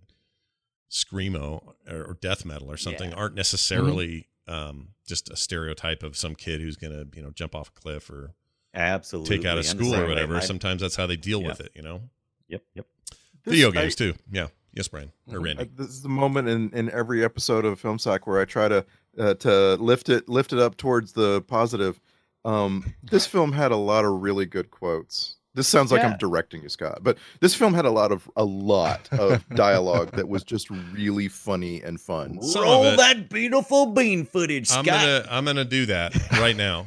Speaker 6: screamo or, or death metal or something
Speaker 8: Yeah.
Speaker 6: aren't necessarily um, just a stereotype of some kid who's gonna you know jump off a cliff or
Speaker 8: Absolutely.
Speaker 6: take out of
Speaker 8: I'm the
Speaker 6: school
Speaker 8: same
Speaker 6: or
Speaker 8: way.
Speaker 6: whatever.
Speaker 8: My-
Speaker 6: Sometimes that's how they deal
Speaker 8: Yeah.
Speaker 6: with it. You know,
Speaker 8: Yep. Yep.
Speaker 7: Mm-hmm.
Speaker 12: This-
Speaker 6: video
Speaker 12: I-
Speaker 6: games too. Yeah. Yes, Brian or
Speaker 8: Mm-hmm.
Speaker 6: Randy.
Speaker 12: Uh, This is the moment in, in every episode of Film Sack where I try to uh, to lift it lift it up towards the positive. Um, this film had a lot of really good quotes. This sounds like
Speaker 7: Yeah.
Speaker 12: I'm directing you, Scott. But this film had a lot of a lot of dialogue that was just really funny and fun.
Speaker 6: Some
Speaker 8: Roll
Speaker 6: of it.
Speaker 8: that beautiful bean footage,
Speaker 6: I'm
Speaker 8: Scott.
Speaker 6: gonna I'm gonna do that right now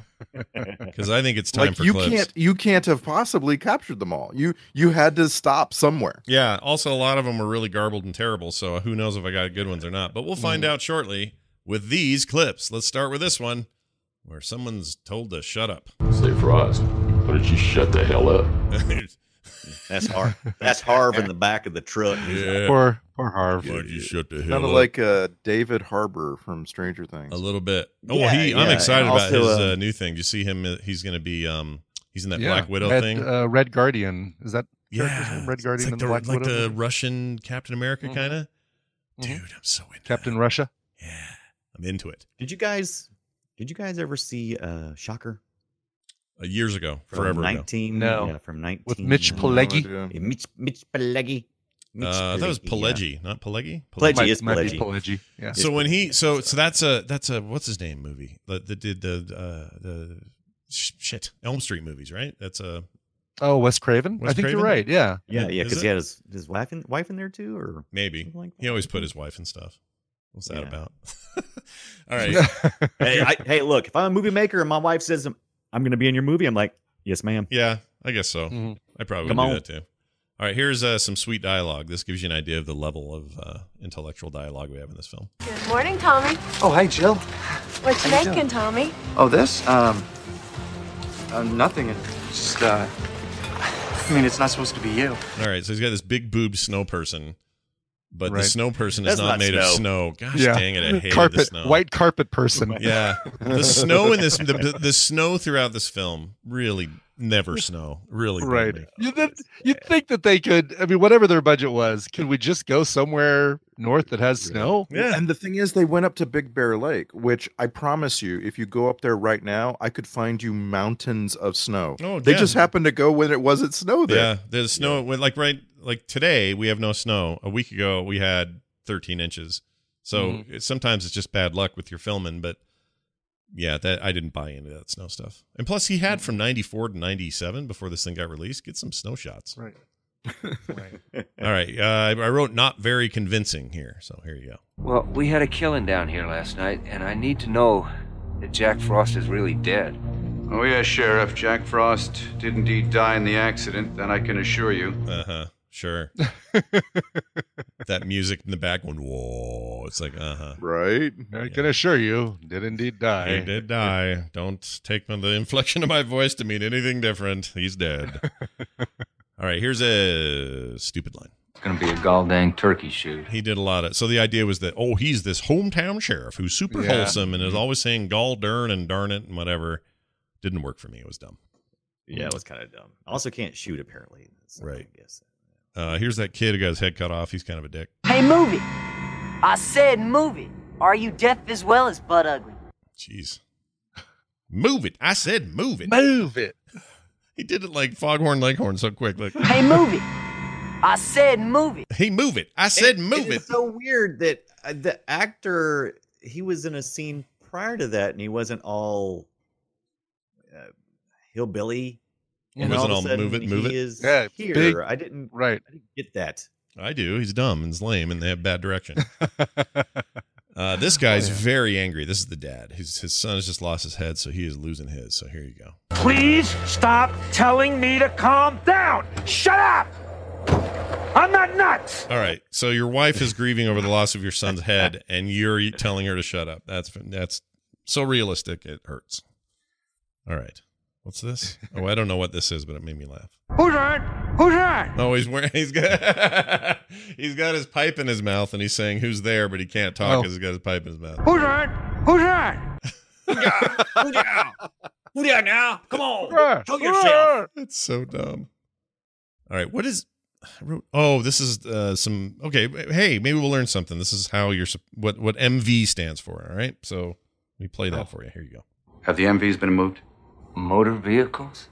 Speaker 6: because I think it's time
Speaker 12: like
Speaker 6: for
Speaker 12: you
Speaker 6: clips.
Speaker 12: can't
Speaker 8: e
Speaker 12: you can't have possibly captured them all. You you had to stop somewhere.
Speaker 6: Yeah. Also, a lot of them were really garbled and terrible. So who knows if I got good ones or not? But we'll find out shortly with these clips. Let's start with this one where someone's told to shut up.
Speaker 13: Say, Frost, why don't you shut the hell up?
Speaker 8: That's Harv. That's Harv in the back of the truck.
Speaker 6: Yeah.
Speaker 7: Poor, poor Harv.
Speaker 6: Why'd you shut the
Speaker 12: Kind of like uh, David Harbour from Stranger Things.
Speaker 6: A little bit. Oh,
Speaker 8: Yeah,
Speaker 6: he. I'm
Speaker 8: yeah,
Speaker 6: excited
Speaker 8: and
Speaker 6: about his
Speaker 8: also,
Speaker 6: uh,
Speaker 8: um,
Speaker 6: new thing. Do you see him? He's going to be. Um, he's in that
Speaker 7: Yeah,
Speaker 6: Black Widow
Speaker 7: Red,
Speaker 6: thing.
Speaker 7: Uh, Red Guardian. Is that character's
Speaker 6: yeah,
Speaker 7: name? Red
Speaker 6: it's
Speaker 7: Guardian
Speaker 6: like
Speaker 7: and
Speaker 6: the,
Speaker 7: Black
Speaker 6: like
Speaker 7: Widow.
Speaker 6: the Russian Captain America
Speaker 7: Mhm.
Speaker 6: kind of.
Speaker 7: Mhm.
Speaker 6: Dude, I'm so into
Speaker 7: Captain Russia.
Speaker 6: Yeah, I'm into it.
Speaker 8: Did you guys? Did you guys ever see uh, Shocker?
Speaker 6: Uh, years ago,
Speaker 8: From
Speaker 6: forever ago.
Speaker 8: Nineteen.
Speaker 7: No.
Speaker 8: yeah, from nineteen.
Speaker 7: With Mitch
Speaker 6: Mm-hmm.
Speaker 8: uh,
Speaker 7: Pileggi.
Speaker 12: Yeah.
Speaker 8: yeah, Mitch Mitch Pileggi. Mitch
Speaker 6: Uh, that was
Speaker 8: Pileggi,
Speaker 6: Pelegi, not Pelegi.
Speaker 8: Pileggi
Speaker 7: Might-
Speaker 8: is
Speaker 7: might be
Speaker 8: Pileggi.
Speaker 7: Pileggi, Yeah.
Speaker 6: So when he so so that's a that's a what's his name movie that that did the uh the sh- shit Elm Street movies right that's a
Speaker 7: Oh, Wes Craven.
Speaker 6: Wes
Speaker 7: I think
Speaker 6: Craven?
Speaker 7: you're right. Yeah.
Speaker 8: yeah. Yeah, yeah,
Speaker 6: Uh, Is
Speaker 8: because
Speaker 6: it?
Speaker 8: he had his, his wife in wife in there too, or
Speaker 6: maybe
Speaker 8: something like that.
Speaker 6: he always put his wife and stuff what's that
Speaker 8: Yeah.
Speaker 6: about all right
Speaker 8: hey, I, hey, look, if I'm a movie maker and my wife says I'm, I'm going to be in your movie, I'm like, yes, ma'am.
Speaker 6: yeah I guess so
Speaker 7: Mhm.
Speaker 6: I probably would
Speaker 8: Come
Speaker 6: do
Speaker 8: on.
Speaker 6: that too all right here's uh, some sweet dialogue this gives you an idea of the level of uh, intellectual dialogue we have in this film
Speaker 14: Good morning, Tommy.
Speaker 15: Oh, hey, Jill.
Speaker 14: What you
Speaker 15: How you
Speaker 14: making, Tommy?
Speaker 15: Oh, this? Um, uh, nothing. It's Just, uh, I mean, it's not supposed to be you.
Speaker 6: all right so he's got this big boob snow person but
Speaker 7: Right.
Speaker 6: the snow person is
Speaker 8: That's
Speaker 6: not,
Speaker 8: not
Speaker 6: made of snow
Speaker 8: snow.
Speaker 6: gosh
Speaker 7: yeah.
Speaker 6: dang it I hated
Speaker 7: carpet.
Speaker 6: the snow
Speaker 7: White carpet person.
Speaker 6: Yeah, the snow in this the, the snow throughout this film really never snow really bummed
Speaker 7: Right.
Speaker 6: me.
Speaker 7: You would you'd think that they could. I mean, whatever their budget was, could we just go somewhere north that has snow?
Speaker 6: Yeah,
Speaker 12: And the thing is, they went up to Big Bear Lake, which I promise you, if you go up there right now, I could find you mountains of snow.
Speaker 6: Oh,
Speaker 12: they
Speaker 6: yeah.
Speaker 12: just happened to go when it wasn't snow there.
Speaker 6: yeah. There's snow when like right like today we have no snow. A week ago we had 13 inches. So it- sometimes it's just bad luck with your filming, but yeah, that I didn't buy into that snow stuff. And plus, he had from 94 to 97 before this thing got released. Get some snow shots.
Speaker 7: Right. right.
Speaker 6: All right, uh, I wrote not very convincing here, so here you go.
Speaker 16: Well, we had a killing down here last night, and I need to know that Jack Frost is really dead.
Speaker 17: Oh, yeah, Sheriff. Jack Frost did indeed die in the accident, that I can assure you.
Speaker 6: Uh huh. Sure. that music in the back one. Whoa. It's like, uh huh.
Speaker 12: Right?
Speaker 7: I can assure you, did indeed die.
Speaker 6: He did die. Don't take the inflection of my voice to mean anything different. He's dead. All right, here's a stupid line.
Speaker 4: It's gonna be a goddamn turkey shoot.
Speaker 6: He did a lot of. So the idea was that oh, he's this hometown sheriff who's super
Speaker 7: Yeah.
Speaker 6: wholesome and is
Speaker 8: Mm-hmm.
Speaker 6: always saying gall darn and darn it and whatever. Didn't work for me. It was dumb.
Speaker 8: Yeah, it was kind of dumb. Also, can't shoot apparently. so
Speaker 6: Right.
Speaker 8: I guess.
Speaker 6: Uh, here's that kid who got his head cut off. He's kind of a dick.
Speaker 18: Hey, movie! I said movie! Are you deaf as well as butt ugly?
Speaker 6: Jeez. Move it. I said move it.
Speaker 7: Move it.
Speaker 6: He did it like Foghorn Leghorn so quick. Like
Speaker 18: Hey, movie! I said movie!
Speaker 6: he move it. I said move it.
Speaker 8: It's so weird that uh, the actor he was in a scene prior to that, and he wasn't all uh, hillbilly.
Speaker 6: He
Speaker 8: and
Speaker 6: wasn't
Speaker 8: of a
Speaker 6: all move it,
Speaker 8: sudden
Speaker 6: move it.
Speaker 8: he is
Speaker 7: Yeah,
Speaker 8: here.
Speaker 7: big-
Speaker 8: I didn't
Speaker 7: Right.
Speaker 8: get that.
Speaker 6: I do. He's dumb and he's lame, and they have bad direction. uh, this guy's very angry. This is the dad. His his son has just lost his head, so he is losing his. So here you go.
Speaker 19: Please stop telling me to calm down. Shut up. I'm not nuts.
Speaker 6: All right. So your wife is grieving over the loss of your son's head, and you're telling her to shut up. That's that's so realistic. It hurts. All right. What's this? Oh, I don't know what this is, but it made me laugh.
Speaker 19: Who's that? Who's that?
Speaker 6: Oh, he's wearing. He's got. he's got his pipe in his mouth, and he's saying, "Who's there?" But he can't talk
Speaker 7: Oh.
Speaker 6: because he's got his pipe in his mouth.
Speaker 19: Who's that? Who's that? Who's that? Who's that now? Come on. Show yourself.
Speaker 6: That's so dumb. All right, what is? I wrote- Oh, this is uh, some. Okay, hey, maybe we'll learn something. This is how you're sup- what what MV stands for. All right, so let me play that for you. Here you go.
Speaker 17: Have the MVs been moved? Motor vehicles?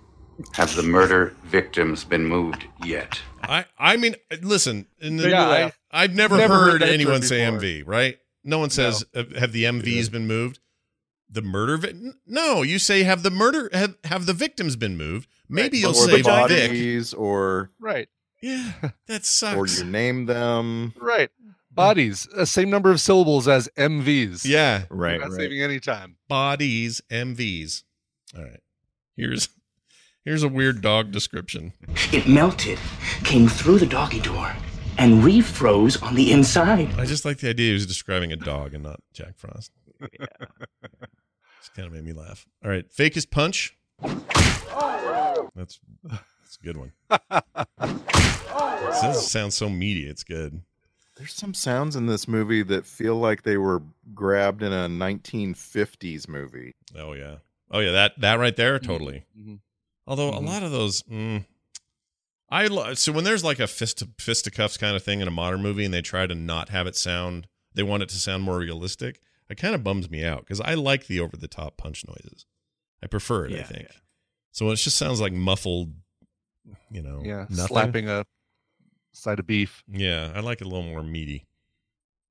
Speaker 17: Have the murder victims been moved yet?
Speaker 6: I I mean, uh, listen, in the,
Speaker 7: Yeah,
Speaker 6: I,
Speaker 7: I-
Speaker 6: I've never,
Speaker 7: never heard
Speaker 6: heard
Speaker 7: that term
Speaker 6: anyone say
Speaker 7: before.
Speaker 6: MV. Right? No one says uh, have the MVs been moved. The murder? Vi- n- no, you say have the murder have, have the victims been moved? Maybe you'll
Speaker 12: or
Speaker 6: say
Speaker 12: the
Speaker 6: by Vic.
Speaker 12: bodies, or
Speaker 7: Right.
Speaker 6: Yeah, that
Speaker 12: or
Speaker 6: sucks.
Speaker 12: you name them.
Speaker 7: Right. Bodies, uh, same number of syllables as MVs.
Speaker 6: yeah,
Speaker 7: You're not saving any time.
Speaker 6: Bodies, MVs. All right. Here's here's a weird dog description.
Speaker 14: It melted, came through the doggy door, and refroze on the inside.
Speaker 6: I just like the idea he was describing a dog and not Jack Frost. It's kind of made me laugh. All right, fake is punch. That's that's a good one. This sounds so meaty. It's good.
Speaker 12: There's some sounds in this movie that feel like they were grabbed in a 1950s movie.
Speaker 6: Oh yeah. Oh yeah. That that right there.
Speaker 7: Mm-hmm.
Speaker 6: Totally. Although a lot of those, mm, I lo- so when there's like a fist fisticuffs kind of thing in a modern movie, and they try to not have it sound, they want it to sound more realistic. It kind of bums me out because I like the over the top punch noises. I prefer it. I
Speaker 7: Yeah,
Speaker 6: think. So it just sounds like muffled, you know,
Speaker 7: Yeah.
Speaker 6: nothing.
Speaker 7: Slapping a side of beef.
Speaker 6: Yeah, I like it a little more meaty.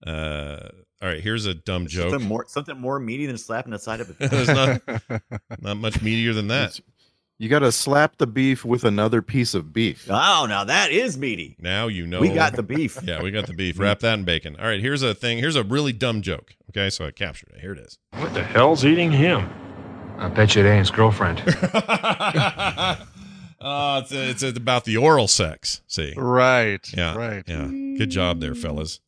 Speaker 6: Uh, all right, here's a dumb joke.
Speaker 8: Something more, something more meaty than slapping the side of a.
Speaker 6: There's not not much meatier than that.
Speaker 12: You got to slap the beef with another piece of beef.
Speaker 8: oh, now that is meaty.
Speaker 6: Now you know
Speaker 8: We got the beef.
Speaker 6: Yeah, we got the beef. Wrap that in bacon. All right, here's a thing. Here's a really dumb joke. Okay, so I captured it. Here it is.
Speaker 13: What the hell's eating him? I bet you it ain't his girlfriend.
Speaker 6: Uh, it's, it's about the oral sex. See,
Speaker 7: Right.
Speaker 6: yeah,
Speaker 7: Right.
Speaker 6: yeah. Good job there, fellas.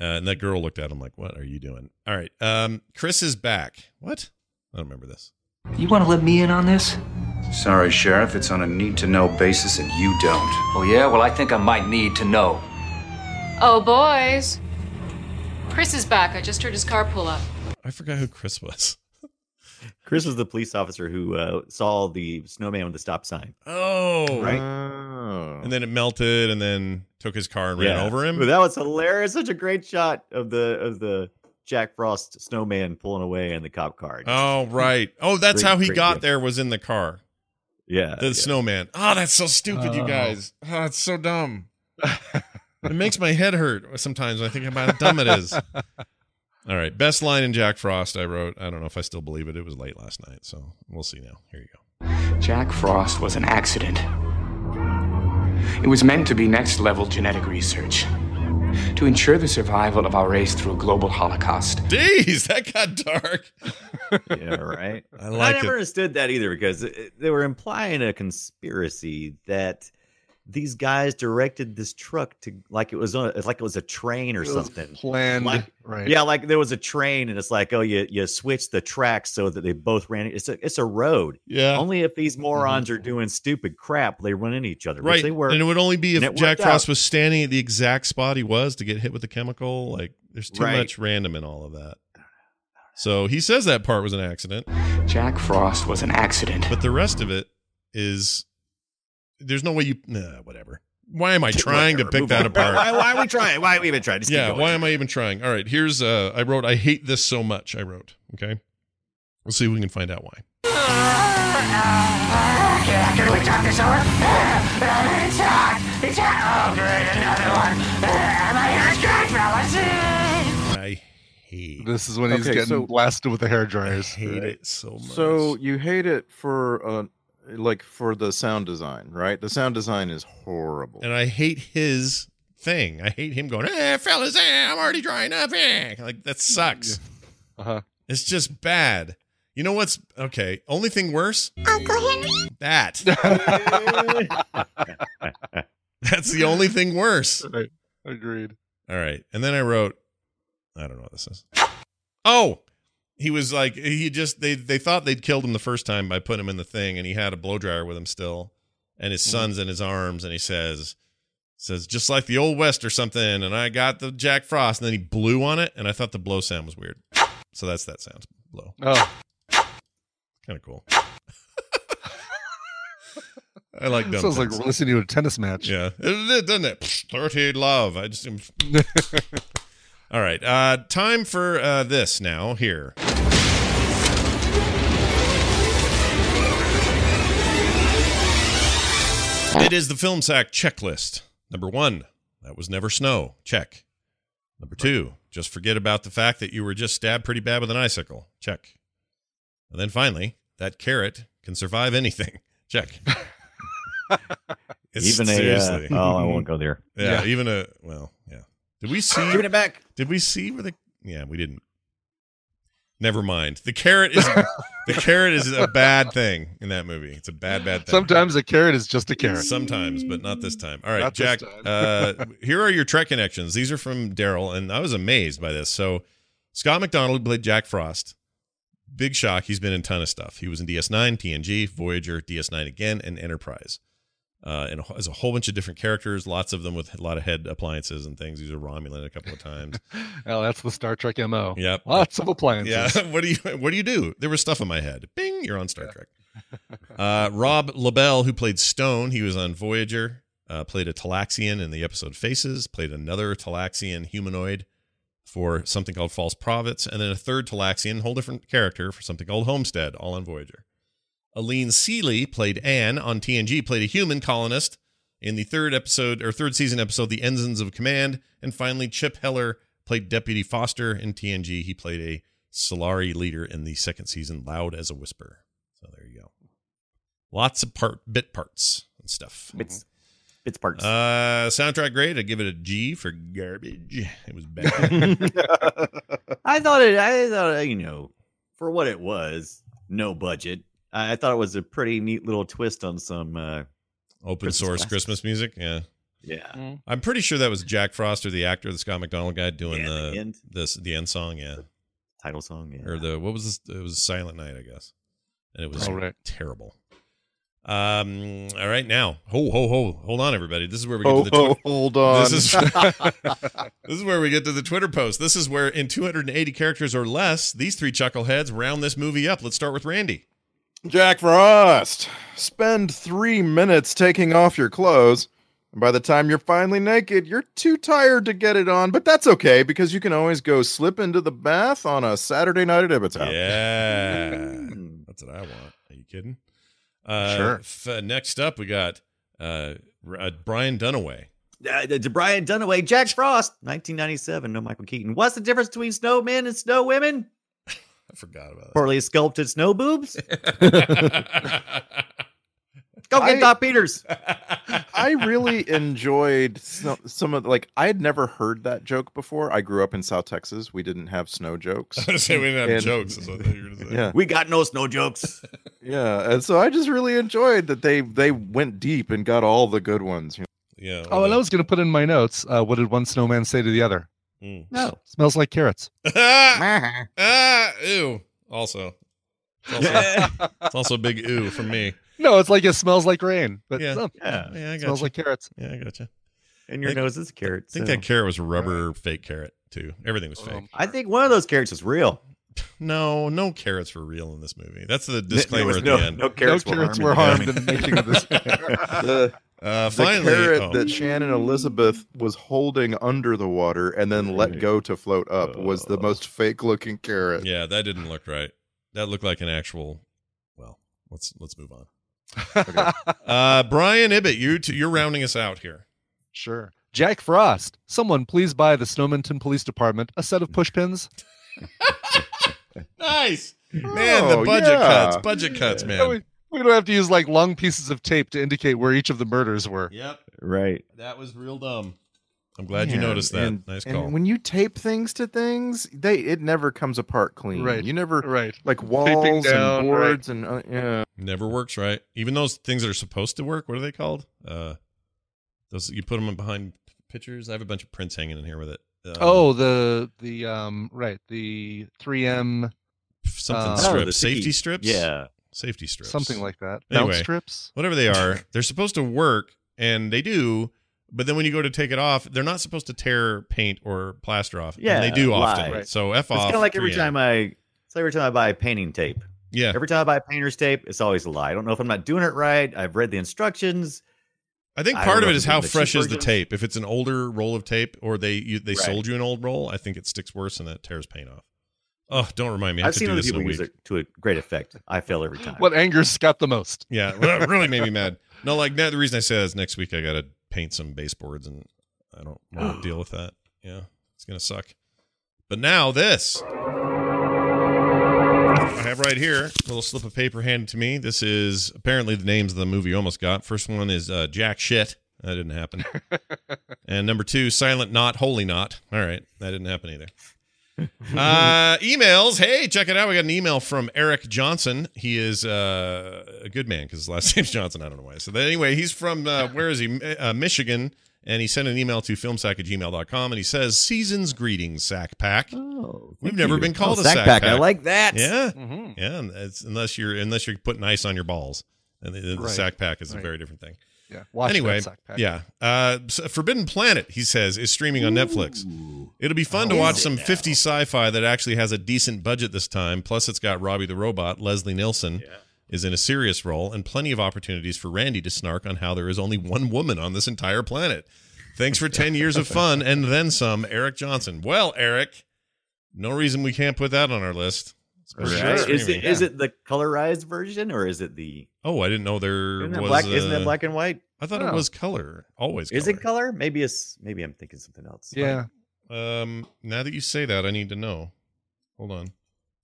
Speaker 6: Uh, and that girl looked at him like, "What are you doing?" All right, um, Chris is back. What? I don't remember this.
Speaker 17: You want to let me in on this? Sorry, Sheriff. It's on a need to know basis and you don't.
Speaker 16: Oh, yeah? Well, I think I might need to know.
Speaker 10: Oh, boys. Chris is back. I just heard his car pull up.
Speaker 6: I forgot who Chris was.
Speaker 8: Chris was the police officer who uh, saw the snowman with the stop sign.
Speaker 6: Oh,
Speaker 8: Right.
Speaker 6: And then it melted, and then took his car and ran over him.
Speaker 8: But that was hilarious. Such a great shot of the of the Jack Frost snowman pulling away in the cop car.
Speaker 6: Oh right. Oh, that's
Speaker 8: Great-
Speaker 6: how he
Speaker 8: great
Speaker 6: got
Speaker 8: gift.
Speaker 6: there was in the car.
Speaker 8: Yeah.
Speaker 6: The snowman. Oh, that's so stupid, you
Speaker 7: Oh.
Speaker 6: guys. Oh, it's so dumb. it makes my head hurt sometimes when I think about how dumb it is. All right. Best line in Jack Frost I wrote. I don't know if I still believe it. It was late last night, so we'll see now. Here you go.
Speaker 14: Jack Frost was an accident. It was meant to be next level genetic research to ensure the survival of our race through a global holocaust.
Speaker 6: Jeez, that got dark.
Speaker 8: yeah, right.
Speaker 6: I
Speaker 8: And
Speaker 6: like
Speaker 8: I never
Speaker 6: it.
Speaker 8: understood that either because it- they were implying a conspiracy that these guys directed this truck to like it was on like it was a train or
Speaker 7: It was
Speaker 8: something.
Speaker 7: planned.
Speaker 8: Like-
Speaker 7: right.
Speaker 8: Yeah, like there was a train, and it's like, oh, you you switch the tracks so that they both ran. It's a it's a road.
Speaker 6: Yeah. Mm-hmm.
Speaker 8: Only if these morons are doing stupid crap, they run into each other. Which
Speaker 6: Right.
Speaker 8: they were.
Speaker 6: And it would only be
Speaker 8: and
Speaker 6: if
Speaker 8: it
Speaker 6: Jack
Speaker 8: worked
Speaker 6: Frost
Speaker 8: out.
Speaker 6: was standing at the exact spot he was to get hit with the chemical. Like there's too
Speaker 14: Right.
Speaker 6: much random in all of that. So he says that part was an accident.
Speaker 14: Jack Frost was an accident.
Speaker 6: But the rest of it is there's no way you nah, whatever. Why am I trying to
Speaker 8: Whatever,
Speaker 6: pick
Speaker 8: move
Speaker 6: that
Speaker 8: on.
Speaker 6: apart?
Speaker 8: Why, why are we trying? Why are we even trying? Just keep
Speaker 6: yeah,
Speaker 8: going.
Speaker 6: why am I even trying? All right, here's uh I wrote I hate this so much, I wrote. Okay. We'll see if we can find out why.
Speaker 2: Can we talk this over? It's hot. It's hot. Oh, great. Another one. My hair's great, fellas.
Speaker 6: I hate
Speaker 7: This is when he's
Speaker 12: Okay,
Speaker 7: getting
Speaker 12: so-
Speaker 7: blasted with the hair dryers.
Speaker 6: hate it so much.
Speaker 12: So you hate it for uh, like for the sound design, right? The sound design is horrible.
Speaker 6: And I hate his thing. I hate him going, eh, fellas, eh, I'm already drying up. Eh. Like that sucks.
Speaker 7: Uh-huh.
Speaker 6: It's just bad. You know what's okay? Only thing worse?
Speaker 2: Uncle Henry.
Speaker 6: That. That's the only thing worse.
Speaker 7: Right. Agreed.
Speaker 6: All right. And then I wrote, I don't know what this is. Oh, he was like, he just, they, they thought they'd killed him the first time by putting him in the thing and he had a blow dryer with him still. And
Speaker 7: Mm-hmm.
Speaker 6: his son's in his arms and he says, says, just like the old West or something. And I got the Jack Frost. And then he blew on it. And I thought the blow sound was weird. So that's that sound blow.
Speaker 7: Oh.
Speaker 6: Kind of cool. I like dumb
Speaker 7: Sounds like
Speaker 6: things.
Speaker 7: we're listening to a tennis match.
Speaker 6: Yeah, it, it, doesn't it? Psh, Thirty love. I just. All right, uh, time for uh, this now. Here, it is the film sack checklist. Number one, that was never snow. Check. Number two, just forget about the fact that you were just stabbed pretty bad with an icicle. Check. And then finally, that carrot can survive anything. Check. It's-
Speaker 8: Even a, uh,
Speaker 6: seriously.
Speaker 8: oh, I won't go there.
Speaker 6: Yeah,
Speaker 8: Yeah.
Speaker 6: even a well, yeah. Did we see?
Speaker 8: Giving it back.
Speaker 6: Did we see where the? Yeah, we didn't. Never mind. The carrot is the carrot is a bad thing in that movie. It's a bad, bad thing.
Speaker 7: Sometimes a carrot is just a carrot.
Speaker 6: Sometimes, but not this time. All right,
Speaker 7: Not this
Speaker 6: Jack.
Speaker 7: time.
Speaker 6: uh, here are your Trek connections. These are from Daryl, and I was amazed by this. So, Scott McDonald played Jack Frost. Big shock. He's been in a ton of stuff. He was in DS9, TNG, Voyager, DS9 again, and Enterprise. Uh, and has a whole bunch of different characters, lots of them with a lot of head appliances and things. He's a Romulan a couple of times.
Speaker 7: Oh, that's the Star Trek MO.
Speaker 6: Yep.
Speaker 7: Lots of appliances.
Speaker 6: yeah. What do you What do you do? There was stuff in my head. Bing. You're on Star Trek. Uh, Rob Labelle, who played Stone, he was on Voyager, uh, played a Talaxian in the episode Faces, played another Talaxian humanoid for something called False Prophets, and then a third Talaxian, whole different character, for something called Homestead, all on Voyager. Aline Seeley played Anne on TNG, played a human colonist in the third episode or third season episode, The Ensigns of Command. And finally, Chip Heller played Deputy Foster in TNG. He played a Solari leader in the second season, Loud as a Whisper. So there you go. Lots of part bit parts and stuff.
Speaker 8: Bits, bits parts.
Speaker 6: Uh, soundtrack grade. I give it a G for garbage. It was bad.
Speaker 8: I thought it. I thought uh, you know, for what it was, no budget. I, I thought it was a pretty neat little twist on some uh,
Speaker 6: Open source Christmas music. Yeah.
Speaker 8: Yeah.
Speaker 6: I'm pretty sure that was Jack Foster, the actor, the Scott McDonald guy, doing
Speaker 8: Yeah,
Speaker 6: the,
Speaker 8: the end.
Speaker 6: this the end song, yeah,
Speaker 8: title song, yeah,
Speaker 6: or the what was this? It was Silent Night, I guess, and it was
Speaker 7: Oh, right.
Speaker 6: terrible. Um. All right, now, ho ho ho, hold on, everybody. This is where we get
Speaker 9: Ho,
Speaker 6: to the
Speaker 9: ho,
Speaker 6: Twi-
Speaker 9: hold on.
Speaker 6: This is this is where we get to the Twitter post. This is where, in 280 characters or less, these three chuckleheads round this movie up. Let's start with Randy.
Speaker 9: Jack Frost, spend three minutes taking off your clothes. And by the time you're finally naked, you're too tired to get it on, but that's okay because you can always go slip into the bath on a Saturday night at Ibbottown.
Speaker 6: Yeah, that's what I want. Are you kidding? Uh,
Speaker 9: Sure.
Speaker 6: f- next up, we got uh, R- uh, Brian Dunaway.
Speaker 8: Uh, the- the Brian Dunaway, Jack Frost, 1997. No Michael Keaton. What's the difference between snowmen and snow women?
Speaker 6: I forgot about
Speaker 8: Poorly sculpted snow boobs. Go
Speaker 9: I-
Speaker 8: get Doc Peters.
Speaker 9: I really enjoyed some, some of like I had never heard that joke before. I grew up in South Texas. We didn't have snow jokes.
Speaker 6: I was gonna say we didn't have
Speaker 9: And-
Speaker 6: jokes. Is what you were gonna say.
Speaker 9: Yeah.
Speaker 8: We got no snow jokes.
Speaker 9: Yeah, and so I just really enjoyed that they they went deep and got all the good ones. You
Speaker 6: Yeah.
Speaker 7: Oh, and I was going to put in my notes. Uh, what did one snowman say to the other?
Speaker 6: Mm.
Speaker 8: No.
Speaker 7: Smells like carrots.
Speaker 6: ah, ah, ew. Also, it's also, it's also a big ooh from me.
Speaker 7: No, it's like it smells like rain. But
Speaker 6: Yeah.
Speaker 7: no,
Speaker 8: Yeah.
Speaker 6: Yeah, I
Speaker 7: smells
Speaker 6: gotcha.
Speaker 7: like carrots.
Speaker 6: Yeah, I gotcha.
Speaker 8: And your
Speaker 6: Think-
Speaker 8: nose is a carrot.
Speaker 6: I think
Speaker 8: so.
Speaker 6: that carrot was rubber, fake carrot too. Everything was
Speaker 7: Um,
Speaker 6: fake.
Speaker 8: I think one of those carrots was real.
Speaker 6: Oh. No, no carrots were real in this movie. That's the
Speaker 8: there
Speaker 6: disclaimer
Speaker 8: was
Speaker 6: at
Speaker 8: no-
Speaker 6: the end.
Speaker 8: no carrots
Speaker 7: No were carrots harmed. were harmed in the making of this.
Speaker 9: the,
Speaker 6: Uh,
Speaker 9: the
Speaker 6: finally,
Speaker 9: carrot
Speaker 6: oh.
Speaker 9: that Shannon Elizabeth was holding under the water and then let go to float up was
Speaker 6: Oh.
Speaker 9: the most fake looking carrot.
Speaker 6: yeah, that didn't look right. That looked like an actual. Well, let's let's move on. Uh, Brian Ibbett, you t- you're rounding us out here.
Speaker 7: Sure. Jack Frost. Someone please buy the Snowminton Police Department a set of pushpins.
Speaker 6: Nice man. the
Speaker 9: Oh,
Speaker 6: budget
Speaker 9: yeah.
Speaker 6: cuts, budget cuts,
Speaker 7: That
Speaker 6: man.
Speaker 7: way We don't have to use like long pieces of tape to indicate where each of the murders were.
Speaker 6: Yep,
Speaker 8: Right.
Speaker 6: that was real dumb. I'm glad you
Speaker 9: Yeah,
Speaker 6: noticed that.
Speaker 9: and-
Speaker 6: nice
Speaker 9: and
Speaker 6: call.
Speaker 9: when you tape things to things, they it never comes apart clean.
Speaker 7: Right.
Speaker 9: You never
Speaker 7: Right.
Speaker 9: like walls
Speaker 7: down,
Speaker 9: and boards and uh, yeah.
Speaker 6: Never works right. Even those things that are supposed to work, what are they called? Uh, those you put them behind pictures. I have a bunch of prints hanging in here with it. Um,
Speaker 7: oh, the the um right the 3M
Speaker 6: something
Speaker 9: oh,
Speaker 7: uh,
Speaker 6: strips,
Speaker 8: the
Speaker 6: safety
Speaker 8: sticky-
Speaker 6: strips.
Speaker 8: Yeah.
Speaker 6: safety strips,
Speaker 7: something like that.
Speaker 6: Anyway.
Speaker 7: Bounce strips.
Speaker 6: whatever they are. they're supposed to work, and they do. But then when you go to take it off, they're not supposed to tear paint or plaster off. and they
Speaker 8: Yeah,
Speaker 6: do often.
Speaker 8: lies.
Speaker 7: Right.
Speaker 6: So f off.
Speaker 8: It's kind of like every
Speaker 6: 3M.
Speaker 8: time I, it's like every time I buy painting tape.
Speaker 6: Yeah.
Speaker 8: Every time I buy painter's tape, it's always a lie. I don't know if I'm not doing it right. I've read the instructions.
Speaker 6: I think
Speaker 8: I
Speaker 6: part
Speaker 8: don't
Speaker 6: of
Speaker 8: know
Speaker 6: it
Speaker 8: if
Speaker 6: is
Speaker 8: it's
Speaker 6: how
Speaker 8: the
Speaker 6: fresh
Speaker 8: cheap
Speaker 6: is the
Speaker 8: version.
Speaker 6: tape. If it's an older roll of tape, or they you, they
Speaker 8: Right.
Speaker 6: sold you an old roll, I think it sticks worse and it tears paint off. Oh, don't remind me. I have
Speaker 8: I've
Speaker 6: to
Speaker 8: seen
Speaker 6: do
Speaker 8: other
Speaker 6: this in
Speaker 8: people
Speaker 6: a week.
Speaker 8: use it to a great effect. I fail every time.
Speaker 7: What angers Scott the most?
Speaker 6: Yeah, well, that really made me mad. No, like now the reason I say that is next week I got to paint some baseboards and I don't want to deal with that. Yeah, it's gonna suck. But now this. I have right here a little slip of paper handed to me. This is apparently the names of the movie you almost got. First one is uh, Jack Shit. That didn't happen. and number two, Silent Not, Holy Not. All right. That didn't happen either. Uh, emails. Hey, check it out. We got an email from Eric Johnson. He is uh, a good man because his last name's Johnson. I don't know why. So, then, anyway, he's from, uh, where is he? Mi- Uh, Michigan. And he sent an email to filmsack at gmail.com and he says, Season's greetings, Sack Pack. Oh, We've never
Speaker 8: you.
Speaker 6: been called
Speaker 8: Oh,
Speaker 6: a
Speaker 8: Sack
Speaker 6: Sack,
Speaker 8: Pack. I like that.
Speaker 6: Yeah.
Speaker 7: Mm-hmm.
Speaker 8: Mhm.
Speaker 6: Yeah. and it's- unless you're unless you're putting ice on your balls. And the, the
Speaker 7: Right.
Speaker 6: Sack Pack is a
Speaker 7: Right.
Speaker 6: very different thing.
Speaker 7: Yeah. Watch that
Speaker 6: anyway,
Speaker 7: Sack Pack.
Speaker 6: yeah. Uh, so Forbidden Planet, he says, is streaming on Netflix. It'll be fun to
Speaker 7: Oh,
Speaker 6: watch
Speaker 7: is it
Speaker 6: some
Speaker 7: now?
Speaker 6: 50 sci-fi that actually has a decent budget this time. Plus, it's got Robbie the Robot, Leslie Nielsen is in a serious role, and plenty of opportunities for Randy to snark on how there is only one woman on this entire planet. Thanks for 10 years of fun and then some, Eric Johnson. Well, Eric, no reason we can't put that on our list. It's pretty
Speaker 8: Right?
Speaker 6: good
Speaker 8: Is it
Speaker 6: streaming.
Speaker 8: is it the colorized version or is it the
Speaker 6: Oh, I didn't know there
Speaker 8: isn't that
Speaker 6: was.
Speaker 8: black? Isn't
Speaker 6: uh,
Speaker 8: that black and white?
Speaker 6: I thought it
Speaker 8: Oh.
Speaker 6: was color. Always.
Speaker 8: Is it color? Maybe it's maybe I'm thinking something else.
Speaker 6: Yeah. Um. Now that you say that, I need to know. Hold on.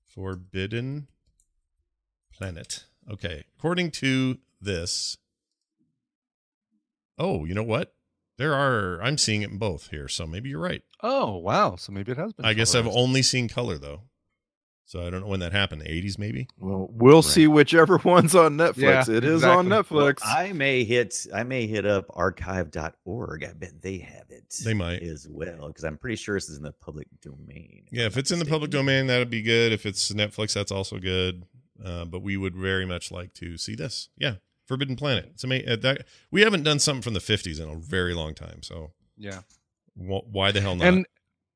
Speaker 6: Forbidden Planet. Okay. According to this. Oh, you know what? There are. I'm seeing it in both here, so maybe you're right.
Speaker 7: Oh wow! So maybe it has been.
Speaker 6: I guess I've
Speaker 7: colorized.
Speaker 6: only seen color though, so I don't know when that happened. 80s maybe.
Speaker 9: Well, we'll see whichever one's on Netflix. it is on
Speaker 8: Well,
Speaker 9: Netflix.
Speaker 8: I may hit I may hit up archive.org. I bet they have it.
Speaker 6: They might.
Speaker 8: as well because I'm pretty sure this is in the public domain.
Speaker 6: Yeah, if it's in the public domain, that'd be good. If it's Netflix, that's also good. Uh, but we would very much like to see this. Yeah, Forbidden Planet. It's amazing. Uh, that we haven't done something from the '50s in a very long time. So
Speaker 7: Yeah.
Speaker 6: wh- why the hell not?
Speaker 7: and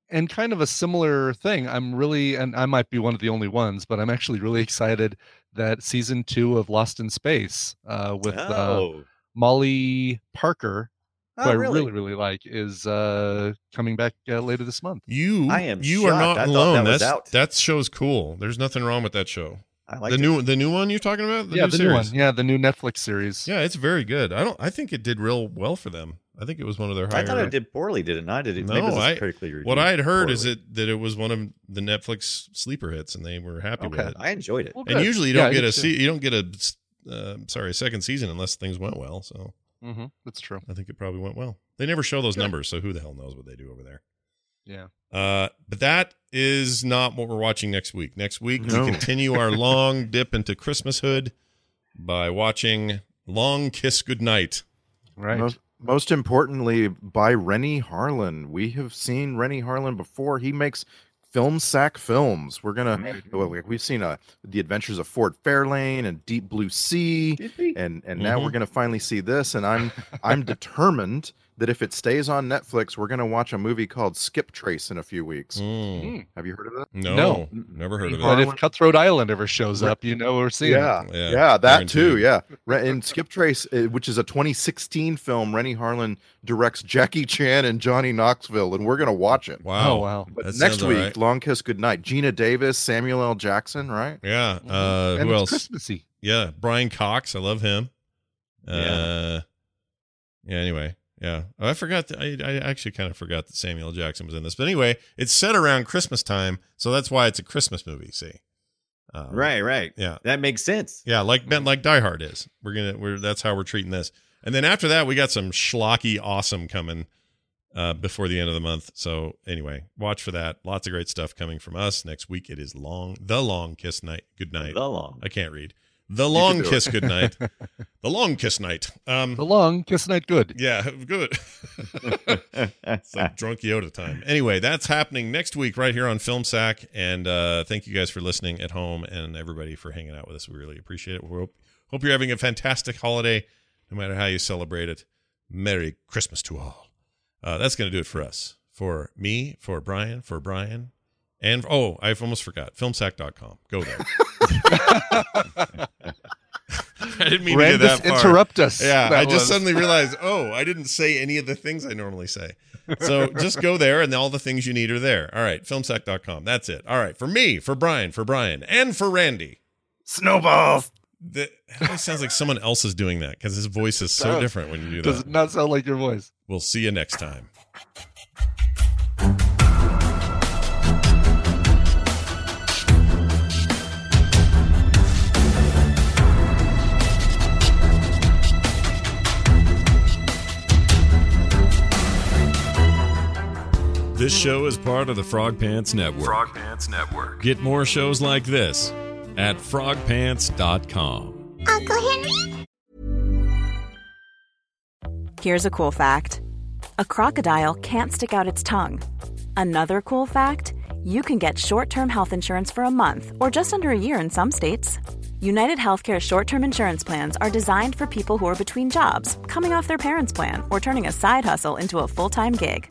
Speaker 7: and kind of a similar thing i'm really and i might be one of the only ones but i'm actually really excited that season two of lost in space uh with uh,
Speaker 8: Oh.
Speaker 7: molly parker who
Speaker 8: Oh,
Speaker 7: i
Speaker 8: really?
Speaker 7: really really like is uh coming back uh, later this month
Speaker 6: you
Speaker 8: I am
Speaker 6: you are
Speaker 8: shocked.
Speaker 6: not
Speaker 8: I thought
Speaker 6: alone.
Speaker 8: that was
Speaker 6: That's
Speaker 8: out.
Speaker 6: that show's cool. There's nothing wrong with that show.
Speaker 8: I
Speaker 6: the new the new one you're talking about.
Speaker 7: yeah the new one
Speaker 6: series?
Speaker 7: yeah the new netflix series
Speaker 6: Yeah, it's very good. I don't. I think it did real well for them. I think it was one of their higher.
Speaker 8: I thought it did poorly, did it not? Did it?
Speaker 6: No,
Speaker 8: maybe this is
Speaker 6: I,
Speaker 8: critically reviewed
Speaker 6: what I had heard is
Speaker 8: poorly.
Speaker 6: it that it was one of the Netflix sleeper hits, and they were happy with
Speaker 8: Okay.
Speaker 6: it.
Speaker 8: I enjoyed it. Well,
Speaker 6: and
Speaker 8: good.
Speaker 6: usually you
Speaker 8: Yeah,
Speaker 6: don't
Speaker 8: I
Speaker 6: get
Speaker 8: did
Speaker 6: a
Speaker 8: too.
Speaker 6: se- you don't get a uh, sorry a second season unless things went well. So
Speaker 8: Mm-hmm.
Speaker 7: Mhm, that's true
Speaker 6: I think it probably went well. They never show those numbers, so who the hell knows what they do over there.
Speaker 7: yeah
Speaker 6: Uh, but that is not what we're watching next week. Next week
Speaker 7: No.
Speaker 6: we continue our long dip into Christmas hood by watching Long Kiss Goodnight.
Speaker 7: right
Speaker 12: Most, most importantly, by Rennie Harlan. We have seen Rennie Harlan before. He makes film sack films. We're gonna. Well, we- we've seen uh, the Adventures of Ford Fairlane and Deep Blue Sea, and and now
Speaker 6: Mm-hmm.
Speaker 12: we're
Speaker 9: Mhm.
Speaker 12: gonna finally see this. And I'm I'm determined that if it stays on Netflix, we're gonna watch a movie called Skip Trace in a few weeks.
Speaker 7: Mm.
Speaker 12: Have you heard of that?
Speaker 6: No,
Speaker 7: No.
Speaker 6: never heard of
Speaker 7: but
Speaker 6: it.
Speaker 7: if cutthroat island ever shows up you know we're seeing
Speaker 12: yeah,
Speaker 7: it.
Speaker 12: yeah, that too. Yeah, Re- and Skip Trace, uh, which is a 2016 film, Rennie Harlan directs Jackie Chan and Johnny Knoxville, and we're gonna watch it.
Speaker 6: Wow.
Speaker 7: Oh, wow.
Speaker 12: But
Speaker 6: That sounds
Speaker 12: next
Speaker 6: all
Speaker 12: week,
Speaker 6: right.
Speaker 12: Long Kiss Goodnight, Gina Davis, Samuel L. Jackson, right?
Speaker 6: Yeah. Uh, who else?
Speaker 12: And it's
Speaker 7: Mm-hmm. Christmassy.
Speaker 6: Yeah, Brian Cox. I love him. Uh, yeah. Anyway, yeah. Oh, I forgot. That, I I actually kind of forgot that Samuel Jackson was in this. But anyway, it's set around Christmas time, so that's why it's a Christmas movie. See. Um,
Speaker 8: Right, right.
Speaker 6: Yeah.
Speaker 8: That makes sense.
Speaker 6: Yeah, like Ben, like Die Hard is. We're gonna. We're that's how we're treating this. And then after that, we got some schlocky awesome coming uh, before the end of the month. So anyway, watch for that. Lots of great stuff coming from us next week. It is long, the long kiss night. Good night.
Speaker 8: The long.
Speaker 6: I can't read. The
Speaker 7: can
Speaker 6: long
Speaker 7: do it.
Speaker 6: kiss. Good night. the long kiss night. Um,
Speaker 7: the long kiss night good
Speaker 6: yeah, good. it's like drunk Yoda time. Anyway, that's happening next week right here on Film Sack. And uh, thank you guys for listening at home and everybody for hanging out with us. We really appreciate it. We hope, hope you're having a fantastic holiday, no matter how you celebrate it. Merry Christmas to all. Uh, that's going to do it for us. For me, for Brian, for Brian, and oh, I've almost forgot. Filmsack.com. Go there. I didn't mean to
Speaker 7: Brandis,
Speaker 6: get that far.
Speaker 7: interrupt us.
Speaker 6: Yeah,
Speaker 7: That
Speaker 6: I just
Speaker 7: was-
Speaker 6: suddenly realized, oh, I didn't say any of the things I normally say. So just go there, and all the things you need are there. All right, filmsack.com. That's it. All right, for me, for Brian, for Brian, and for Randy.
Speaker 12: Snowballs.
Speaker 6: That it always sounds like someone else is doing that because his voice is so
Speaker 7: Sounds-
Speaker 6: different when you do
Speaker 7: does
Speaker 6: that.
Speaker 7: not sound like your voice
Speaker 6: We'll see you next time. This show is part of the Frog Pants Network.
Speaker 20: Frog Pants Network.
Speaker 6: Get more shows like this at frogpants.com.
Speaker 21: Uncle Henry?
Speaker 22: Here's a cool fact a crocodile can't stick out its tongue. Another cool fact you can get short term health insurance for a month or just under a year in some states. United Healthcare short term insurance plans are designed for people who are between jobs, coming off their parents' plan, or turning a side hustle into a full time gig.